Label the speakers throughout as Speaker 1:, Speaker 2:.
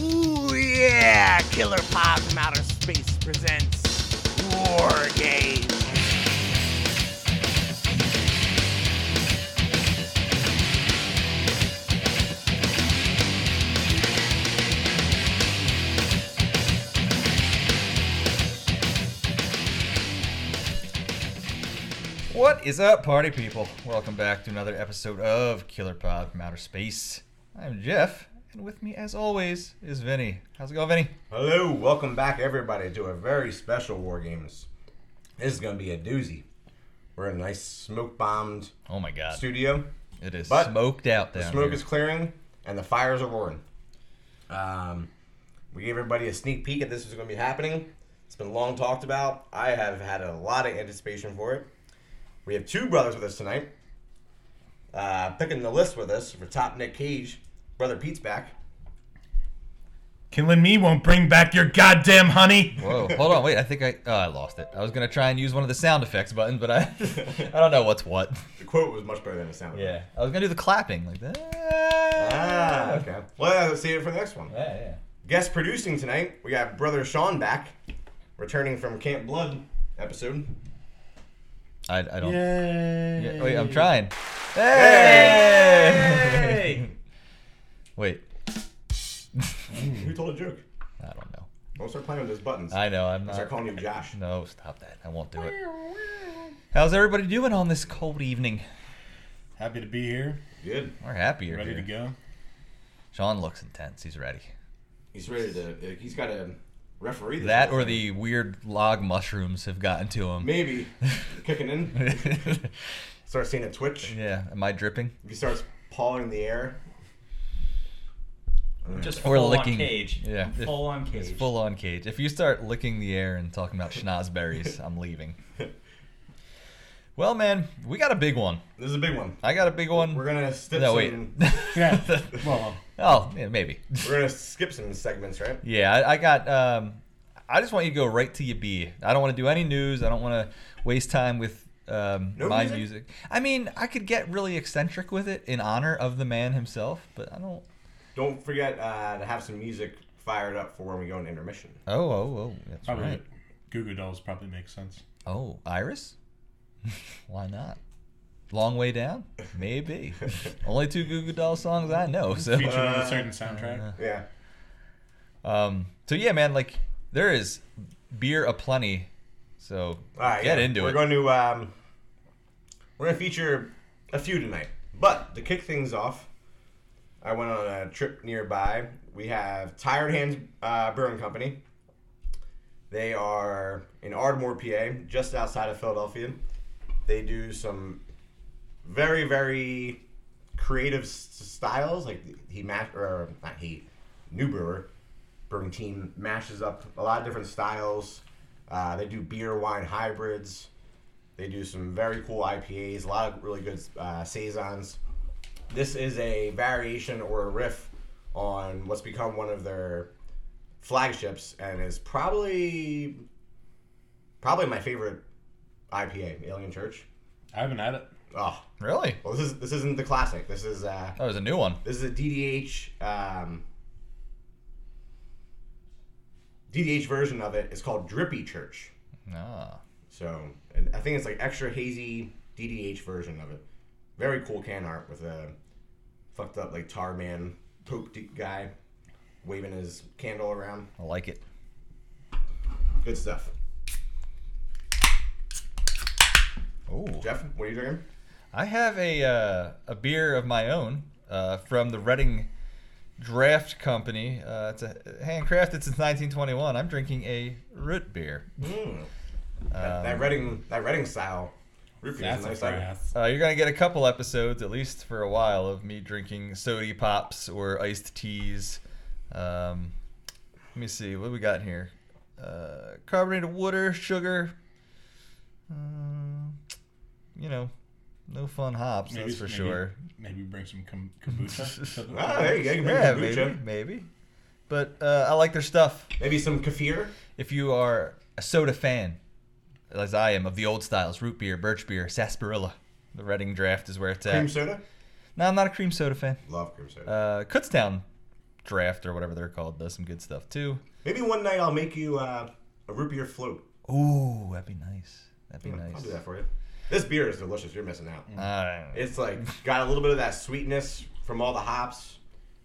Speaker 1: Ooh, yeah! Killer Pod from Outer Space presents War Games.
Speaker 2: What is up, party people? Welcome back to another episode of Killer Pod from Outer Space. I'm Jeff, and with me, as always, is Vinny. How's it going, Vinny?
Speaker 3: Hello, welcome back everybody to a very special War Games. This is gonna be a doozy. We're in a nice smoke bombed
Speaker 2: Oh my God,
Speaker 3: studio.
Speaker 2: it is
Speaker 3: but
Speaker 2: smoked out
Speaker 3: The
Speaker 2: down
Speaker 3: smoke
Speaker 2: here.
Speaker 3: is clearing and the fires are roaring. Um, we gave everybody a sneak peek at this was gonna be happening. It's been long talked about. I have had a lot of anticipation for it. We have two brothers with us tonight. Uh, picking the list with us for top Nick Cage, brother Pete's back.
Speaker 4: Killing me won't bring back your goddamn honey.
Speaker 2: Whoa, hold on, wait. I think I oh, I lost it. I was gonna try and use one of the sound effects buttons, but I I don't know what's what.
Speaker 3: The quote was much better than it sounded.
Speaker 2: I was gonna do the clapping like that.
Speaker 3: Ah, okay. Well, let's see it for the next one.
Speaker 2: Yeah, yeah.
Speaker 3: Guest producing tonight, we got brother Sean back, returning from Camp Blood episode.
Speaker 2: I, I don't.
Speaker 4: Yay.
Speaker 2: Yeah, wait, I'm trying. Hey!
Speaker 3: Hey!
Speaker 2: wait,
Speaker 3: Who told a joke?
Speaker 2: I don't know.
Speaker 3: Don't start playing with those buttons.
Speaker 2: Hmm. I know. I'm
Speaker 3: I'll
Speaker 2: not.
Speaker 3: start calling you Josh.
Speaker 2: No, stop that. I won't do it. How's everybody doing on this cold evening?
Speaker 4: Happy to be here.
Speaker 3: Good.
Speaker 2: We're happier.
Speaker 4: Ready to
Speaker 2: here.
Speaker 4: go.
Speaker 2: Sean looks intense. He's ready.
Speaker 3: He's ready to. Uh, he's got a referee. this
Speaker 2: That
Speaker 3: whole
Speaker 2: or
Speaker 3: thing.
Speaker 2: the weird log mushrooms have gotten to him.
Speaker 3: maybe kicking in. Start seeing a twitch.
Speaker 2: yeah. Am I dripping?
Speaker 3: He starts pawing the air.
Speaker 5: Just
Speaker 2: Or
Speaker 5: full
Speaker 2: licking-
Speaker 5: on cage.
Speaker 2: yeah.
Speaker 5: I'm full on
Speaker 2: It's
Speaker 5: cage.
Speaker 2: full on cage. If you start licking the air and talking about schnozberries, I'm leaving. Well, man, we got a big one.
Speaker 3: This is a big one.
Speaker 2: I got a big one.
Speaker 3: We're gonna skip
Speaker 2: no, wait.
Speaker 3: some.
Speaker 4: Yeah. well,
Speaker 2: oh, yeah, maybe.
Speaker 3: We're gonna skip some segments, right?
Speaker 2: Yeah, I, I got. Um, I just want you to go right to your B. I don't want to do any news. I don't want to waste time with um,
Speaker 3: No
Speaker 2: my
Speaker 3: music?
Speaker 2: music. I mean, I could get really eccentric with it in honor of the man himself, but I don't.
Speaker 3: Don't forget uh, to have some music fired up for when we go into intermission.
Speaker 2: Oh, oh, oh, that's
Speaker 4: probably
Speaker 2: right.
Speaker 4: Goo Goo Dolls probably makes sense.
Speaker 2: Oh, Iris. Why not? Long way down, maybe. Only two Goo Goo Dolls songs I know. So,
Speaker 4: Featured on a certain soundtrack.
Speaker 3: Yeah.
Speaker 2: um, so yeah, man. Like there is beer aplenty. So
Speaker 3: All right,
Speaker 2: get
Speaker 3: yeah.
Speaker 2: into
Speaker 3: we're
Speaker 2: it.
Speaker 3: Going to, um, we're going to feature a few tonight. But to kick things off, I went on a trip nearby. We have Tired Hands uh, Brewing Company. They are in Ardmore, PA, just outside of Philadelphia. They do some very, very creative s- styles. Like he mash or not he, new brewer, brewing team mashes up a lot of different styles. Uh, they do beer wine hybrids. They do some very cool IPAs. A lot of really good uh, saisons. This is a variation or a riff on what's become one of their flagships, and is probably probably my favorite IPA, Alien Church.
Speaker 4: I haven't had it.
Speaker 3: Oh,
Speaker 2: really?
Speaker 3: well, this is this isn't the classic. This is uh,
Speaker 2: That was a new one.
Speaker 3: this is a DDH um, DDH version of it. It's called Drippy Church.
Speaker 2: Ah.
Speaker 3: So and I think it's like extra hazy DDH version of it. Very cool can art with a fucked up like tar man Pope d- guy waving his candle around.
Speaker 2: I like it.
Speaker 3: Good stuff.
Speaker 2: Oh,
Speaker 3: Jeff, what are you drinking?
Speaker 2: I have a uh, a beer of my own uh, from the Reading Draft Company. Uh, it's a handcrafted since 1921. I'm drinking a root beer.
Speaker 3: Mm. that, that Reading that Reading style. root beer is
Speaker 4: Um, That's a
Speaker 3: idea.
Speaker 4: brass.
Speaker 2: Uh, you're gonna get a couple episodes, at least for a while, of me drinking sody pops or iced teas. Um, let me see what do we got here. Uh, carbonated water, sugar. Um, you know, no fun hops. that's for sure.
Speaker 4: Maybe bring some kom- kombucha.
Speaker 3: Ah, there you go. You can bring
Speaker 2: Yeah,
Speaker 3: kombucha.
Speaker 2: maybe,
Speaker 3: maybe.
Speaker 2: maybe. But uh, I like their stuff.
Speaker 3: some kefir.
Speaker 2: If you are a soda fan, as I am, of the old styles, root beer, birch beer, sarsaparilla, the Reading draft is where it's
Speaker 3: Cream
Speaker 2: at.
Speaker 3: soda.
Speaker 2: No, I'm not a cream soda fan.
Speaker 3: Love cream soda.
Speaker 2: Uh, Kutztown draft or whatever they're called does some good stuff too.
Speaker 3: Maybe one night I'll make you uh, a root beer float.
Speaker 2: Ooh, that'd be nice. That'd be
Speaker 3: I'll
Speaker 2: nice. Mm.
Speaker 3: do that for you. This beer is delicious. You're missing out.
Speaker 2: Alright.
Speaker 3: It's like got a little bit of that sweetness from all the hops.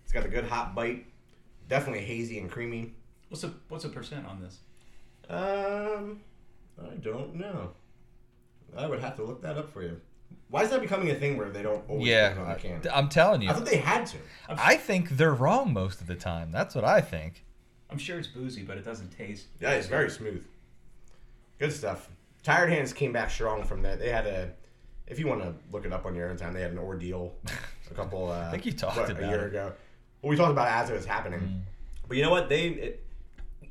Speaker 3: It's got a good hop bite. Definitely hazy and creamy.
Speaker 5: What's a what's a percent on this?
Speaker 3: Um, I don't know. I would have to look that up for you. Why is that becoming a thing where they don't always put it on
Speaker 2: yeah,
Speaker 3: the can?
Speaker 2: I- I'm telling you,
Speaker 3: I thought they had to.
Speaker 2: I think they're wrong most of the time. That's what I think.
Speaker 5: I'm sure it's boozy, but it doesn't taste.
Speaker 3: Yeah, it's very smooth. Good stuff. Tired Hands came back strong from that. They had a, if you want to look it up on your own time, they had an ordeal a couple. Uh, I
Speaker 2: think you talked
Speaker 3: a
Speaker 2: about
Speaker 3: year
Speaker 2: it. Mm.
Speaker 3: ago. Well, we talked about it as it was happening. But you know what? They, it,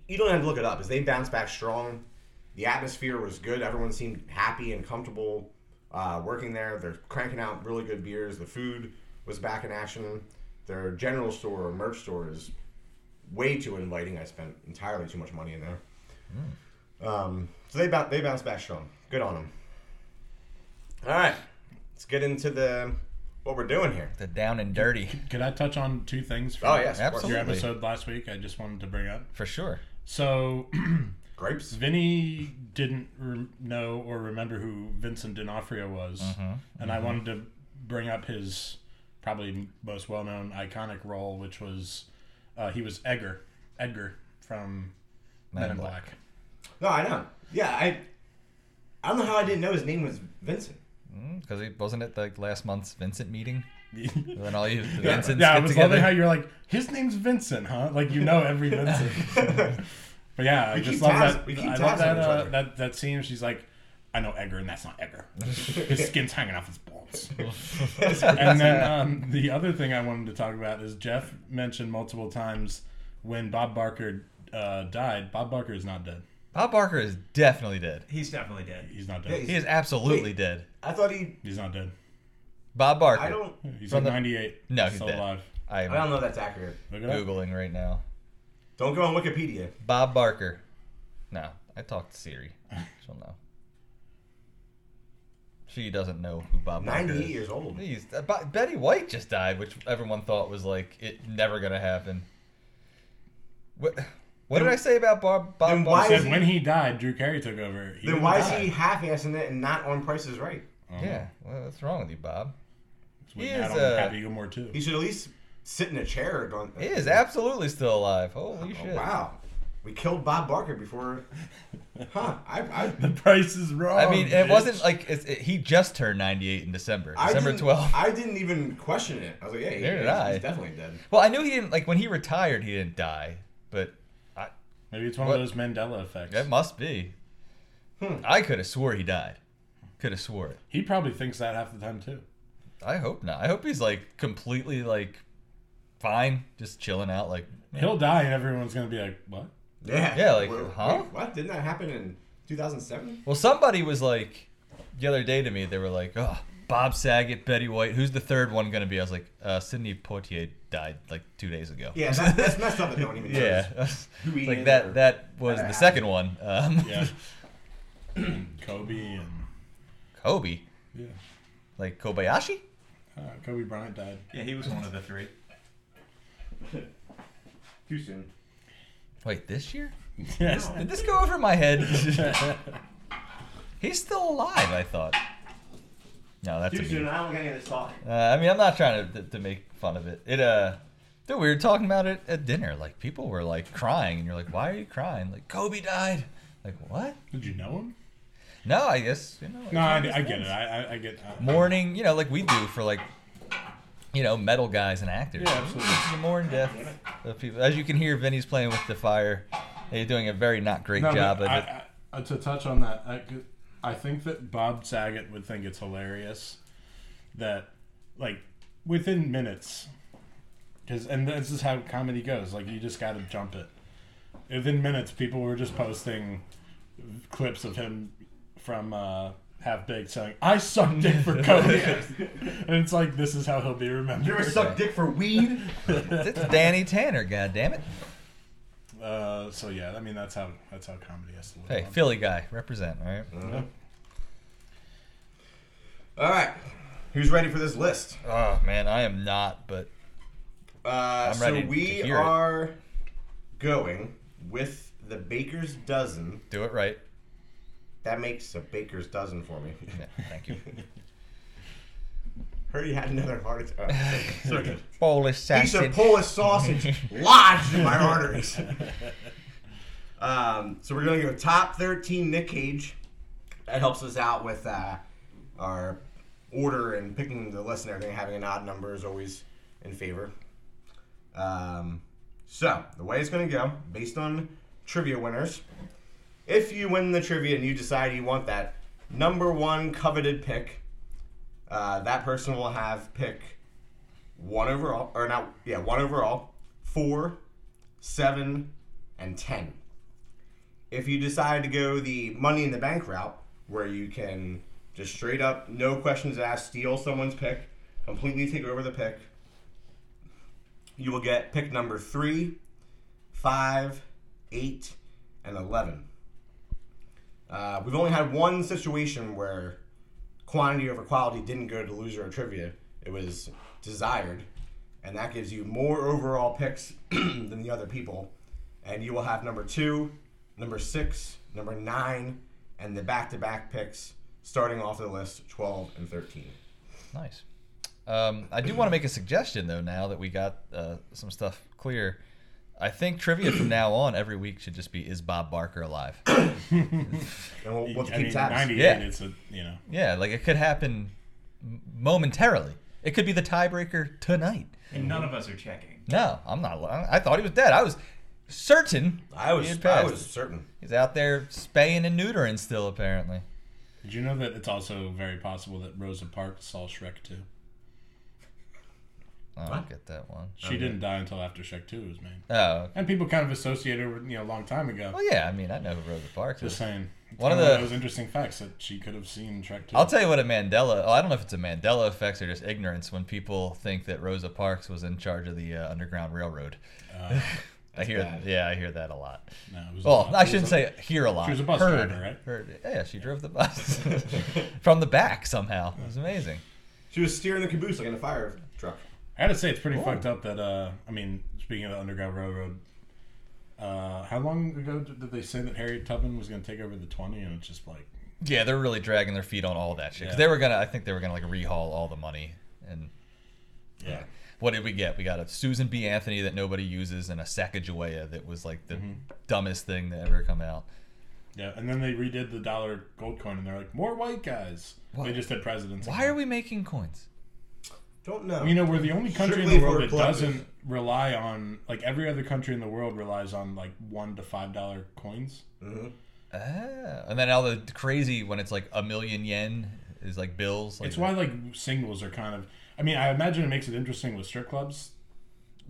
Speaker 3: you don't have to look it up. Is they bounced back strong. The atmosphere was good. Everyone seemed happy and comfortable uh, working there. They're cranking out really good beers. The food was back in action. Their general store or merch store is way too inviting. I spent entirely too much money in there.
Speaker 5: Hmm.
Speaker 3: Um, so they bounce, they bounce back strong. Good on them. All right, let's get into the what we're doing here.
Speaker 2: The down and dirty,
Speaker 4: Could I touch on two things from
Speaker 3: Oh yes, of course.
Speaker 4: your
Speaker 2: Absolutely.
Speaker 4: episode last week? I just wanted to bring up.
Speaker 2: for sure.
Speaker 4: So
Speaker 3: grapes.
Speaker 4: Vinny didn't re- know or remember who Vincent D'Onofrio was, and I wanted to bring up his probably most well-known iconic role, which was uh, he was Edgar, Edgar from Men, in Black.
Speaker 3: No, I know. Yeah, I I don't know how I didn't know his name was Vincent.
Speaker 2: Because wasn't it like last month's Vincent meeting? When all you the Vincents
Speaker 4: yeah, I
Speaker 2: get
Speaker 4: was
Speaker 2: together.
Speaker 4: loving how you're like, his name's Vincent, huh? Like you know every Vincent. but yeah, I
Speaker 3: We
Speaker 4: just
Speaker 3: keep
Speaker 4: love
Speaker 3: tabs-
Speaker 4: that.
Speaker 3: we keep
Speaker 4: I love
Speaker 3: tabs on
Speaker 4: that,
Speaker 3: each
Speaker 4: uh,
Speaker 3: other.
Speaker 4: that that scene. She's like, I know Edgar, and that's not Edgar. his skin's hanging off his balls. and then um, the other thing I wanted to talk about is Jeff mentioned multiple times when Bob Barker uh, died. Bob Barker is not dead.
Speaker 2: Bob Barker is definitely dead.
Speaker 5: He's definitely dead.
Speaker 4: He's not
Speaker 3: Yeah,
Speaker 4: dead.
Speaker 2: He is absolutely
Speaker 3: Wait.
Speaker 2: dead.
Speaker 3: I thought he.
Speaker 4: He's not dead.
Speaker 2: Bob Barker.
Speaker 3: I don't.
Speaker 4: He's
Speaker 2: From
Speaker 4: like
Speaker 2: the-
Speaker 4: 98.
Speaker 2: No, he's
Speaker 4: still
Speaker 2: dead.
Speaker 4: alive.
Speaker 2: I
Speaker 3: I don't
Speaker 2: am
Speaker 3: know if that's accurate.
Speaker 4: Look it up.
Speaker 2: googling right now.
Speaker 3: Don't go on Wikipedia.
Speaker 2: Bob Barker. No, I talked to Siri. She'll know. She doesn't know who Bob Barker
Speaker 3: Ninety-eight
Speaker 2: is.
Speaker 3: years old.
Speaker 2: Jeez, uh, Bo- Betty White just died, which everyone thought was like it never gonna happen. What? What did I say about Bob? Bob
Speaker 3: then why
Speaker 2: Barker?
Speaker 3: is
Speaker 4: Said when he died, Drew Carey took over. He
Speaker 3: Then
Speaker 4: didn't
Speaker 3: why is
Speaker 4: die.
Speaker 3: he half-assing it and not on Price is Right?
Speaker 2: Yeah, well, what's wrong with you, Bob?
Speaker 4: We
Speaker 2: He
Speaker 4: had
Speaker 2: is,
Speaker 4: on
Speaker 2: uh,
Speaker 4: Happy Gilmore too.
Speaker 3: He should at least sit in a chair. Going,
Speaker 2: He is absolutely still alive. Holy
Speaker 3: Oh,
Speaker 2: shit!
Speaker 3: wow, we killed Bob Barker before. Huh? I, I
Speaker 4: the price is wrong.
Speaker 2: I mean, it
Speaker 4: bitch.
Speaker 2: wasn't like it's, it, he just turned 98 in December,
Speaker 3: I
Speaker 2: December
Speaker 3: didn't-
Speaker 2: 12th.
Speaker 3: I didn't even question it. I was like, yeah, he,
Speaker 2: Neither did
Speaker 3: he's,
Speaker 2: I.
Speaker 3: he's definitely dead.
Speaker 2: Well, I knew he didn't like when he retired. He didn't die, but I,
Speaker 4: Maybe it's one
Speaker 2: What?
Speaker 4: of those Mandela effects.
Speaker 2: That must be.
Speaker 3: Hmm.
Speaker 2: I could have swore he died. Could have swore it.
Speaker 4: He probably thinks that half the time too.
Speaker 2: I hope not. I hope he's like completely like fine, just chilling out. Like
Speaker 4: He'll die, and everyone's gonna be like, "What?"
Speaker 3: Yeah.
Speaker 2: Yeah, like,
Speaker 3: Wait,
Speaker 2: huh?
Speaker 3: wait, what? Didn't that happen in 2007?
Speaker 2: well, somebody was like the other day to me. They were like, "Oh, Bob Saget, Betty White. Who's the third one gonna be?" I was like, uh, "Sidney Poitier died like two days ago."
Speaker 3: Yeah, that, that's messed up that no one even knows.
Speaker 2: Yeah.
Speaker 3: Who he
Speaker 2: like
Speaker 3: is
Speaker 2: that.
Speaker 3: or-
Speaker 2: That was the
Speaker 3: that happened.
Speaker 2: second one. Um,
Speaker 4: Yeah. And Kobe and
Speaker 2: Kobe,
Speaker 4: yeah,
Speaker 2: like Kobayashi.
Speaker 4: uh, Kobe Bryant died.
Speaker 5: Yeah, he was one of the three.
Speaker 3: Too soon.
Speaker 2: Wait, this year?
Speaker 4: Yes.
Speaker 2: Did this go over my head? He's still alive, I thought. No, that's a meme.
Speaker 3: I don't get any of this talk.
Speaker 2: uh, I mean, I'm not trying to, to, make fun of it. It uh, dude, we were talking about it at dinner. Like people were like crying, and you're like, "Why are you crying?" Like Kobe died. Like what?
Speaker 4: Did you know him?
Speaker 2: No, I guess you know. it's
Speaker 4: No,
Speaker 2: one
Speaker 4: I,
Speaker 2: of those
Speaker 4: I get
Speaker 2: things.
Speaker 4: it. I, I, I get. I,
Speaker 2: Mourning, you know, like we do for like, you know, metal guys and actors.
Speaker 4: Yeah, absolutely.
Speaker 2: You mourn death of people. As you can hear, Vinny's playing with the fire. He's doing a very not great
Speaker 4: no,
Speaker 2: job.
Speaker 4: but
Speaker 2: of
Speaker 4: I,
Speaker 2: it.
Speaker 4: I- uh, to touch on that, I, could- I think that Bob Saget would think it's hilarious that, like, within minutes, because and this is how comedy goes. Like, you just got to jump it. Within minutes, people were just posting clips of him from uh, Half Baked saying, "I sucked dick for Kobe," and it's like this is how he'll be
Speaker 3: You ever
Speaker 4: remembered.
Speaker 3: suck dick for weed?
Speaker 2: It's Danny Tanner, goddammit.
Speaker 4: Uh, so yeah, I mean that's how that's how comedy has to live.
Speaker 2: Hey,
Speaker 4: on.
Speaker 2: Philly guy, represent, all right?
Speaker 3: All right. Who's ready for this list?
Speaker 2: Oh, man, I am not, but
Speaker 3: Uh,
Speaker 2: I'm
Speaker 3: so
Speaker 2: ready to
Speaker 3: we
Speaker 2: hear it.
Speaker 3: are going with the baker's dozen.
Speaker 2: Do it right.
Speaker 3: That makes a baker's dozen for me.
Speaker 2: Yeah, thank you.
Speaker 3: Heard he had another heart attack. Oh, so good.
Speaker 2: Polish
Speaker 3: Piece of Polish sausage lodged in my arteries. um, so we're going to go top 13 Nick Cage. That helps us out with uh, our order and picking the list and everything. Having an odd number is always in favor. Um, so the way it's going to go, based on trivia winners, if you win the trivia and you decide you want that number one coveted pick, uh, that person will have pick one overall, or not, yeah, one overall, four, seven, and ten. If you decide to go the money in the bank route, where you can just straight up, no questions asked, steal someone's pick, completely take over the pick, you will get pick number three, five, eight, and 11. Uh, we've only had one situation where quantity over quality didn't go to loser or trivia. It was desired, and that gives you more overall picks than the other people. And you will have number two, number six, number nine, and the back to back picks starting off the list 12 and 13.
Speaker 2: Nice. Um, I do want to make a suggestion though. Now that we got uh, some stuff clear, I think trivia from now on every week should just be: Is Bob Barker alive?
Speaker 3: And we'll, we'll
Speaker 4: I
Speaker 3: keep
Speaker 4: mean,
Speaker 3: tabs.
Speaker 4: 98,
Speaker 2: Yeah.
Speaker 4: it's a, you know.
Speaker 2: yeah, like it could happen m- momentarily. It could be the tiebreaker tonight.
Speaker 5: And none of us are checking.
Speaker 2: No, I'm not. li- I thought he was dead. I was certain.
Speaker 3: I
Speaker 2: he
Speaker 3: was,
Speaker 2: had
Speaker 3: I
Speaker 2: passed.
Speaker 3: was certain.
Speaker 2: He's out there spaying and neutering still, apparently.
Speaker 4: Did you know that it's also very possible that Rosa Parks saw Shrek 2?
Speaker 2: I don't
Speaker 3: What?
Speaker 2: get that one.
Speaker 4: She didn't die until after Shrek 2 was made.
Speaker 2: Oh,
Speaker 4: And people kind of associated her with, you know, a long time ago.
Speaker 2: well, yeah. I mean, I know who Rosa Parks
Speaker 4: Just
Speaker 2: is.
Speaker 4: saying. It's
Speaker 2: One of
Speaker 4: kinda
Speaker 2: the-
Speaker 4: those interesting facts that she could have seen Shrek 2.
Speaker 2: I'll tell you what a Mandela. Oh, I don't know if it's a Mandela effect or just ignorance when people think that Rosa Parks was in charge of the uh, Underground Railroad.
Speaker 4: Uh,
Speaker 2: I hear,
Speaker 3: bad.
Speaker 2: yeah, I hear that a lot.
Speaker 4: no, it was
Speaker 2: Well,
Speaker 4: it
Speaker 2: I
Speaker 4: was
Speaker 2: shouldn't
Speaker 4: a-
Speaker 2: say hear a lot.
Speaker 4: was a bus
Speaker 2: heard,
Speaker 4: driver, right?
Speaker 2: Heard, yeah, she drove the bus from the back somehow. It was amazing.
Speaker 3: She was steering the caboose like in a fire truck.
Speaker 4: I gotta say, it's pretty fucked up that, uh, I mean, speaking of the Underground Railroad, uh, how long ago did did they say that Harriet Tubman was gonna take over the 20? And it's just like,
Speaker 2: Yeah, they're really dragging their feet on all that shit 'Cause
Speaker 4: Yeah.
Speaker 2: they were gonna. I think they were gonna like rehaul all the money. And
Speaker 4: yeah.
Speaker 2: what did we get? We got a Susan B. Anthony that nobody uses and a Sacagawea that was like the
Speaker 4: Mm-hmm.
Speaker 2: dumbest thing to ever come out.
Speaker 4: Yeah, and then they redid the dollar gold coin, and they're like, more white guys.
Speaker 2: Why-
Speaker 4: They just had presidents.
Speaker 2: Why are we making coins?
Speaker 3: Don't know.
Speaker 4: You know, we're the only country in
Speaker 3: Strictly
Speaker 4: the
Speaker 3: for
Speaker 4: world that
Speaker 3: collectors.
Speaker 4: doesn't rely on like every other country in the world relies on like one to five dollar coins.
Speaker 2: Ah, and then all the crazy when it's like a million yen is like bills. Like
Speaker 4: It's why like singles are kind of. I mean, I imagine it makes it interesting with strip clubs.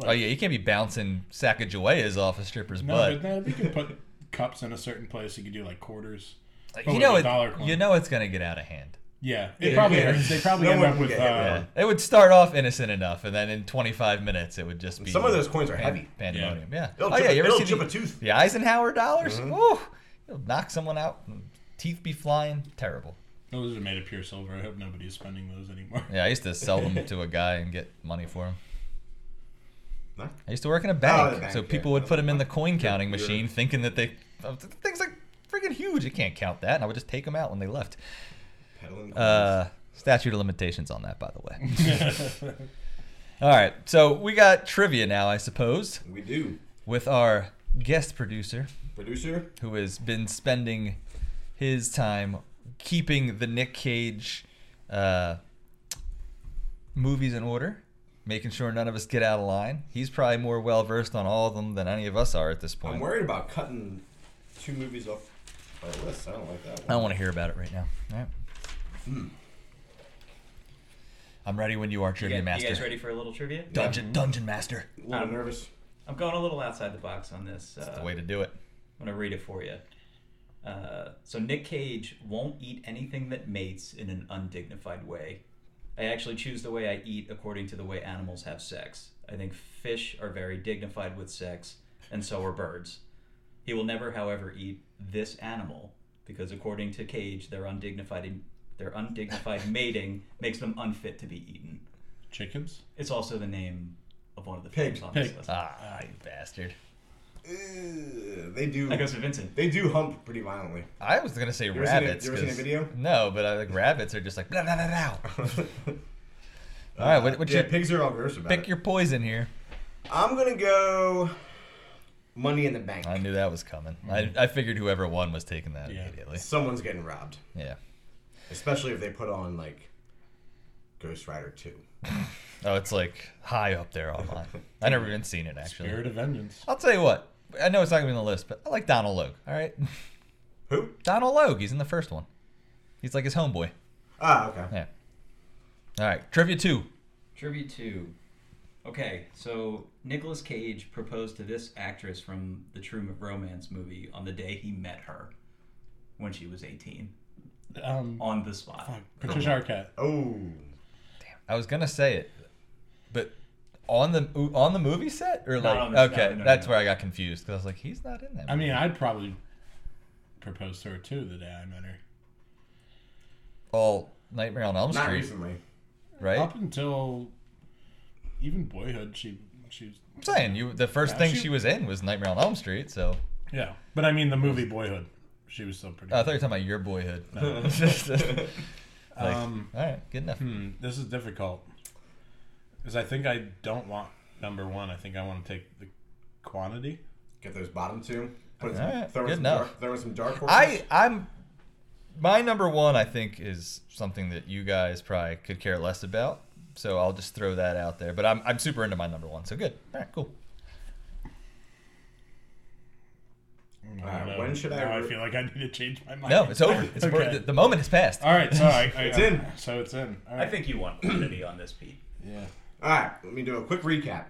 Speaker 2: oh yeah, you can't be bouncing Sacagaweas off a stripper's
Speaker 4: No,
Speaker 2: butt.
Speaker 4: but no, you can put cups in a certain place. You could do like quarters.
Speaker 2: Like,
Speaker 4: but
Speaker 2: you
Speaker 4: with
Speaker 2: know
Speaker 4: a
Speaker 2: it.
Speaker 4: dollar coin.
Speaker 2: You know it's gonna get out of hand.
Speaker 4: Yeah, it probably
Speaker 3: yeah.
Speaker 4: they probably
Speaker 3: No
Speaker 4: end
Speaker 3: one
Speaker 4: up
Speaker 3: would
Speaker 4: with. Uh,
Speaker 3: get hit by
Speaker 2: Yeah. It would start off innocent enough, and then in 25 minutes it would just be
Speaker 3: Some of those coins are
Speaker 2: pan-
Speaker 3: heavy.
Speaker 2: pandemonium. Yeah.
Speaker 3: It'll
Speaker 2: Oh
Speaker 3: chip
Speaker 2: yeah,
Speaker 3: a-
Speaker 2: you ever
Speaker 3: it'll
Speaker 2: see
Speaker 3: chip
Speaker 2: the,
Speaker 3: a tooth. Mm-hmm.
Speaker 2: the Eisenhower dollars? Ooh, it'll knock someone out. and Teeth be flying. Terrible.
Speaker 4: Those are made of pure silver. I hope nobody is spending those anymore.
Speaker 2: Yeah, I used to sell them to a guy and get money for him.
Speaker 3: Huh? Oh,
Speaker 2: I used to work in a bank,
Speaker 3: the bank,
Speaker 2: so
Speaker 3: yeah.
Speaker 2: people would put them in the coin counting
Speaker 3: you're-
Speaker 2: machine, thinking that they uh, th- things like freaking huge. You can't count that, and I would just take them out when they left.
Speaker 3: Peddling
Speaker 2: Uh, statute of limitations on that, by the way. All right, so we got trivia now, I suppose,
Speaker 3: coins. we do.
Speaker 2: with our guest producer
Speaker 3: Producer,
Speaker 2: who has been spending his time keeping the Nick Cage uh, movies in order, making sure none of us get out of line. He's probably more well versed on all of them than any of us are at this
Speaker 3: I'm
Speaker 2: point.
Speaker 3: worried about cutting two movies off our list. I don't like that
Speaker 2: I
Speaker 3: one.
Speaker 2: don't want to hear about it right now. All right. I'm ready when you are,
Speaker 5: You
Speaker 2: Trivia
Speaker 5: guys, you
Speaker 2: Master.
Speaker 5: guys ready for a little trivia?
Speaker 2: Dungeon, Dungeon Master.
Speaker 3: A little
Speaker 5: Um,
Speaker 3: nervous.
Speaker 5: I'm going a little outside the box on this. Uh,
Speaker 2: That's the way to do it.
Speaker 5: I'm gonna read it for you. Uh, so Nick Cage won't eat anything that mates in an undignified way. I actually choose the way I eat according to the way animals have sex. I think fish are very dignified with sex, and so are birds. He will never, however, eat this animal because, according to Cage, their undignified their undignified mating makes them unfit to be eaten.
Speaker 4: Chickens.
Speaker 5: It's also the name of of one of the
Speaker 3: Pig.
Speaker 5: films on this
Speaker 4: Pig.
Speaker 5: list.
Speaker 2: Ah, you bastard.
Speaker 3: Ugh, they do.
Speaker 5: That goes to Vincent.
Speaker 3: They do hump pretty violently.
Speaker 2: I was gonna say
Speaker 3: ever seen a-
Speaker 2: rabbits.
Speaker 3: you ever seen a
Speaker 2: 'cause-
Speaker 3: video?
Speaker 2: No, but I think rabbits are just like blah blah blah. blah.
Speaker 3: All
Speaker 2: right, what- what's
Speaker 3: yeah,
Speaker 2: your-
Speaker 3: pigs are all gross about
Speaker 2: Pick
Speaker 3: it.
Speaker 2: your poison here.
Speaker 3: I'm gonna go. Money in the bank.
Speaker 2: I knew that was coming. Mm-hmm. I, I figured whoever won was taking that
Speaker 4: Yeah.
Speaker 2: immediately.
Speaker 3: Someone's getting robbed,
Speaker 2: Yeah.
Speaker 3: especially if they put on like Ghost Rider Two.
Speaker 2: Oh, it's like high up there online. I never even seen it actually.
Speaker 4: Spirit of Vengeance.
Speaker 2: I'll tell you what. I know it's not gonna be on the list, but I like Donald Logue. All right,
Speaker 3: Who?
Speaker 2: Donald Logue. He's in the first one. He's like his homeboy.
Speaker 3: Ah, okay.
Speaker 2: Yeah. All right, trivia two.
Speaker 5: Tribute to. Okay, so Nicolas Cage proposed to this actress from the True Romance movie on the day he met her when she was 18
Speaker 4: Um,
Speaker 5: on the spot.
Speaker 4: Patricia Arquette.
Speaker 3: Oh,
Speaker 2: I was gonna say it, but on the on the movie set or like
Speaker 5: on the-
Speaker 2: okay,
Speaker 5: no, no,
Speaker 2: that's
Speaker 5: no.
Speaker 2: where I got confused because I was like, he's not in that.
Speaker 4: I mean,
Speaker 2: movie.
Speaker 4: I'd probably propose to her too the day I met her.
Speaker 2: all Nightmare on Elm
Speaker 3: not
Speaker 2: Street,
Speaker 3: recently.
Speaker 2: right?
Speaker 4: Up until even boyhood, she she was
Speaker 2: I'm saying you. The first
Speaker 4: Yeah,
Speaker 2: thing
Speaker 4: she-
Speaker 2: she was in was Nightmare on Elm Street, so
Speaker 4: yeah. But I mean, the movie Boyhood, she was still pretty.
Speaker 2: Oh, I thought you were talking about your boyhood. Like,
Speaker 4: um,
Speaker 2: all right, good enough.
Speaker 4: hmm, this is difficult because I think I don't want number one. I think I want to take the quantity.
Speaker 3: Get those bottom two. Put some,
Speaker 2: Alright,
Speaker 3: throw, in
Speaker 2: good
Speaker 3: some
Speaker 2: enough.
Speaker 3: dark, throw in some dark horses.
Speaker 2: I I'm my number one. I think is something that you guys probably could care less about. So I'll just throw that out there. But I'm I'm super into my number one. So good. All right, cool.
Speaker 4: I
Speaker 3: Uh,
Speaker 4: don't know.
Speaker 3: when should I
Speaker 4: Now I
Speaker 3: re-
Speaker 4: feel like I need to change my mind.
Speaker 2: No, it's over. It's
Speaker 4: Okay.
Speaker 2: the, the moment has passed.
Speaker 4: All right, so I, I,
Speaker 3: It's in.
Speaker 4: So it's in. All
Speaker 5: I
Speaker 4: right.
Speaker 5: think you want quantity on this, Pete.
Speaker 4: Yeah.
Speaker 3: All right, let me do a quick recap.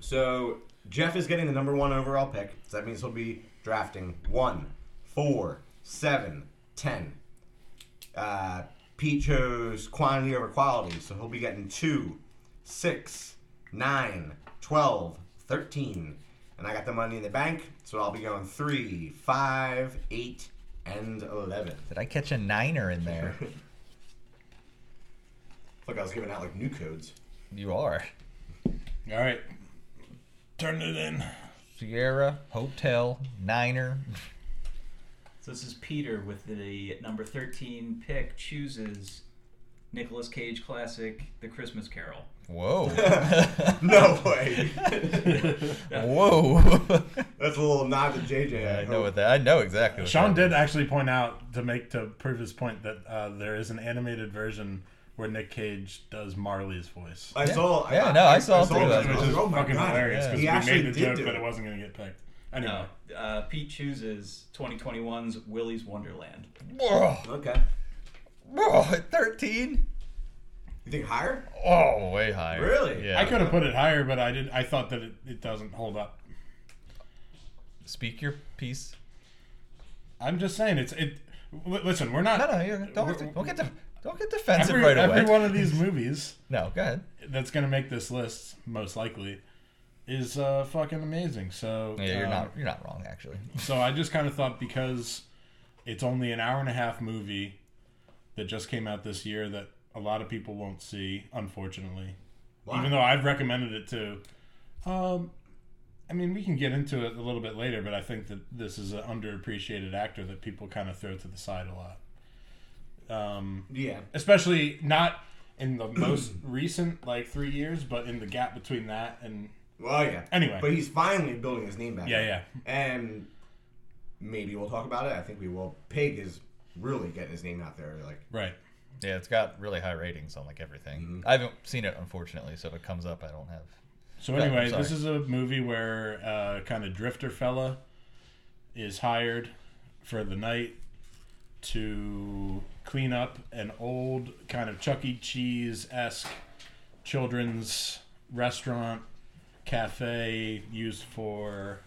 Speaker 3: So Jeff is getting the number one overall pick. So that means he'll be drafting one, four, seven, ten. Uh, Pete chose quantity over quality, so he'll be getting two, six, nine, twelve, thirteen, and I got the money in the bank, so I'll be going three, five, eight, and eleven.
Speaker 2: Did I catch a niner in there?
Speaker 3: Look, I was giving out like new codes.
Speaker 2: you are.
Speaker 4: All right. Turn it in.
Speaker 2: Sierra, Hotel, Niner.
Speaker 5: So this is Peter with the number 13 pick chooses Nicolas Cage classic The Christmas Carol.
Speaker 2: Whoa.
Speaker 3: No way.
Speaker 2: Whoa.
Speaker 3: That's a little nod to JJ.
Speaker 2: I know
Speaker 3: hope.
Speaker 2: what that I know exactly what
Speaker 4: Sean
Speaker 2: that
Speaker 4: did actually point out to make to prove his point that uh, there is an animated version where Nick Cage does Marley's voice,
Speaker 3: I
Speaker 2: Yeah.
Speaker 3: saw.
Speaker 2: Yeah, no, I saw
Speaker 4: which
Speaker 2: three of
Speaker 3: that.
Speaker 2: those.
Speaker 4: is,
Speaker 2: Oh,
Speaker 4: which is fucking hilarious
Speaker 2: yeah.
Speaker 4: because
Speaker 3: He
Speaker 4: we
Speaker 3: actually
Speaker 4: made the
Speaker 3: did
Speaker 4: joke,
Speaker 3: do
Speaker 4: but
Speaker 3: it.
Speaker 4: it wasn't going to get picked. Anyway,
Speaker 5: No, uh, Pete chooses 2021's Willy's Wonderland.
Speaker 2: Whoa.
Speaker 3: Okay.
Speaker 2: Whoa, at 13?
Speaker 3: You think higher?
Speaker 2: Oh, way higher.
Speaker 3: Really?
Speaker 2: Yeah.
Speaker 4: I could have put it higher, but I did. I thought that it, it doesn't hold up.
Speaker 2: Speak your piece.
Speaker 4: I'm just saying it's it. li- Listen, we're not.
Speaker 2: No, no, you don't, have to, don't get the, don't get defensive
Speaker 4: every,
Speaker 2: right away.
Speaker 4: every one of these movies
Speaker 2: No, go ahead.
Speaker 4: that's going to make this list most likely is uh, fucking amazing. So
Speaker 2: Yeah, you're
Speaker 4: uh,
Speaker 2: not you're not wrong actually.
Speaker 4: So I just kind of thought because it's only an hour and a half movie that just came out this year that a lot of people won't see, unfortunately.
Speaker 3: Why?
Speaker 4: Even though I've recommended it too. Um, I mean, we can get into it a little bit later, but I think that this is an underappreciated actor that people kind of throw to the side a lot. Um,
Speaker 3: Yeah.
Speaker 4: especially not in the most recent like three years, but in the gap between that and
Speaker 3: Well, yeah.
Speaker 4: Anyway.
Speaker 3: But he's finally building his name back.
Speaker 4: yeah,
Speaker 3: up.
Speaker 4: yeah,
Speaker 3: And maybe we'll talk about it. I think we will. Pig is really getting his name out there. Like,
Speaker 4: right.
Speaker 2: Yeah, it's got really high ratings on like everything.
Speaker 4: Mm-hmm.
Speaker 2: I haven't seen it unfortunately, so if it comes up, I don't have.
Speaker 4: So
Speaker 2: Right,
Speaker 4: anyway,
Speaker 2: I'm sorry.
Speaker 4: this is a movie where uh, kind of drifter fella is hired for the night to clean up an old kind of Chuck E. Cheese esque children's restaurant cafe used for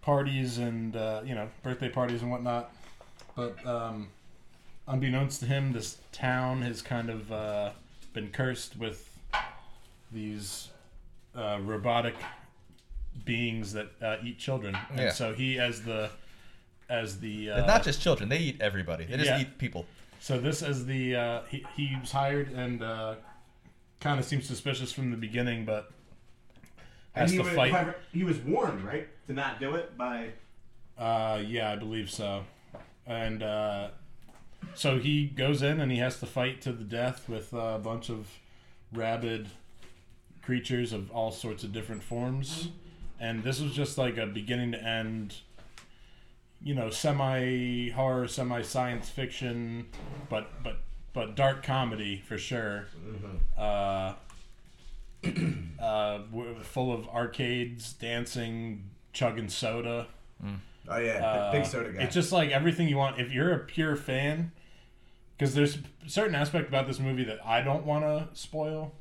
Speaker 4: parties and uh, you know birthday parties and whatnot. But um, unbeknownst to him, this town has kind of uh, been cursed with these uh, robotic beings that uh, eat children, and
Speaker 2: Yeah.
Speaker 4: so he as the as the uh,
Speaker 2: It's not just children; they eat everybody. They just
Speaker 4: yeah.
Speaker 2: eat people.
Speaker 4: so this is the uh, he, he was hired and uh, kind of seems suspicious from the beginning, but
Speaker 3: And
Speaker 4: has
Speaker 3: he,
Speaker 4: to
Speaker 3: was,
Speaker 4: fight.
Speaker 3: he was warned, right, to not do it by.
Speaker 4: Uh, yeah, I believe so. And uh, so he goes in and he has to fight to the death with uh, a bunch of rabid creatures of all sorts of different forms. And this was just like a beginning to end, you know, semi horror, semi science fiction, but but but dark comedy for sure. Uh, uh, w- full of arcades, dancing, chugging soda.
Speaker 3: Oh yeah, the big soda guy.
Speaker 4: Uh, It's just like everything you want. If you're a pure fan, because there's a certain aspect about this movie that I don't want to spoil,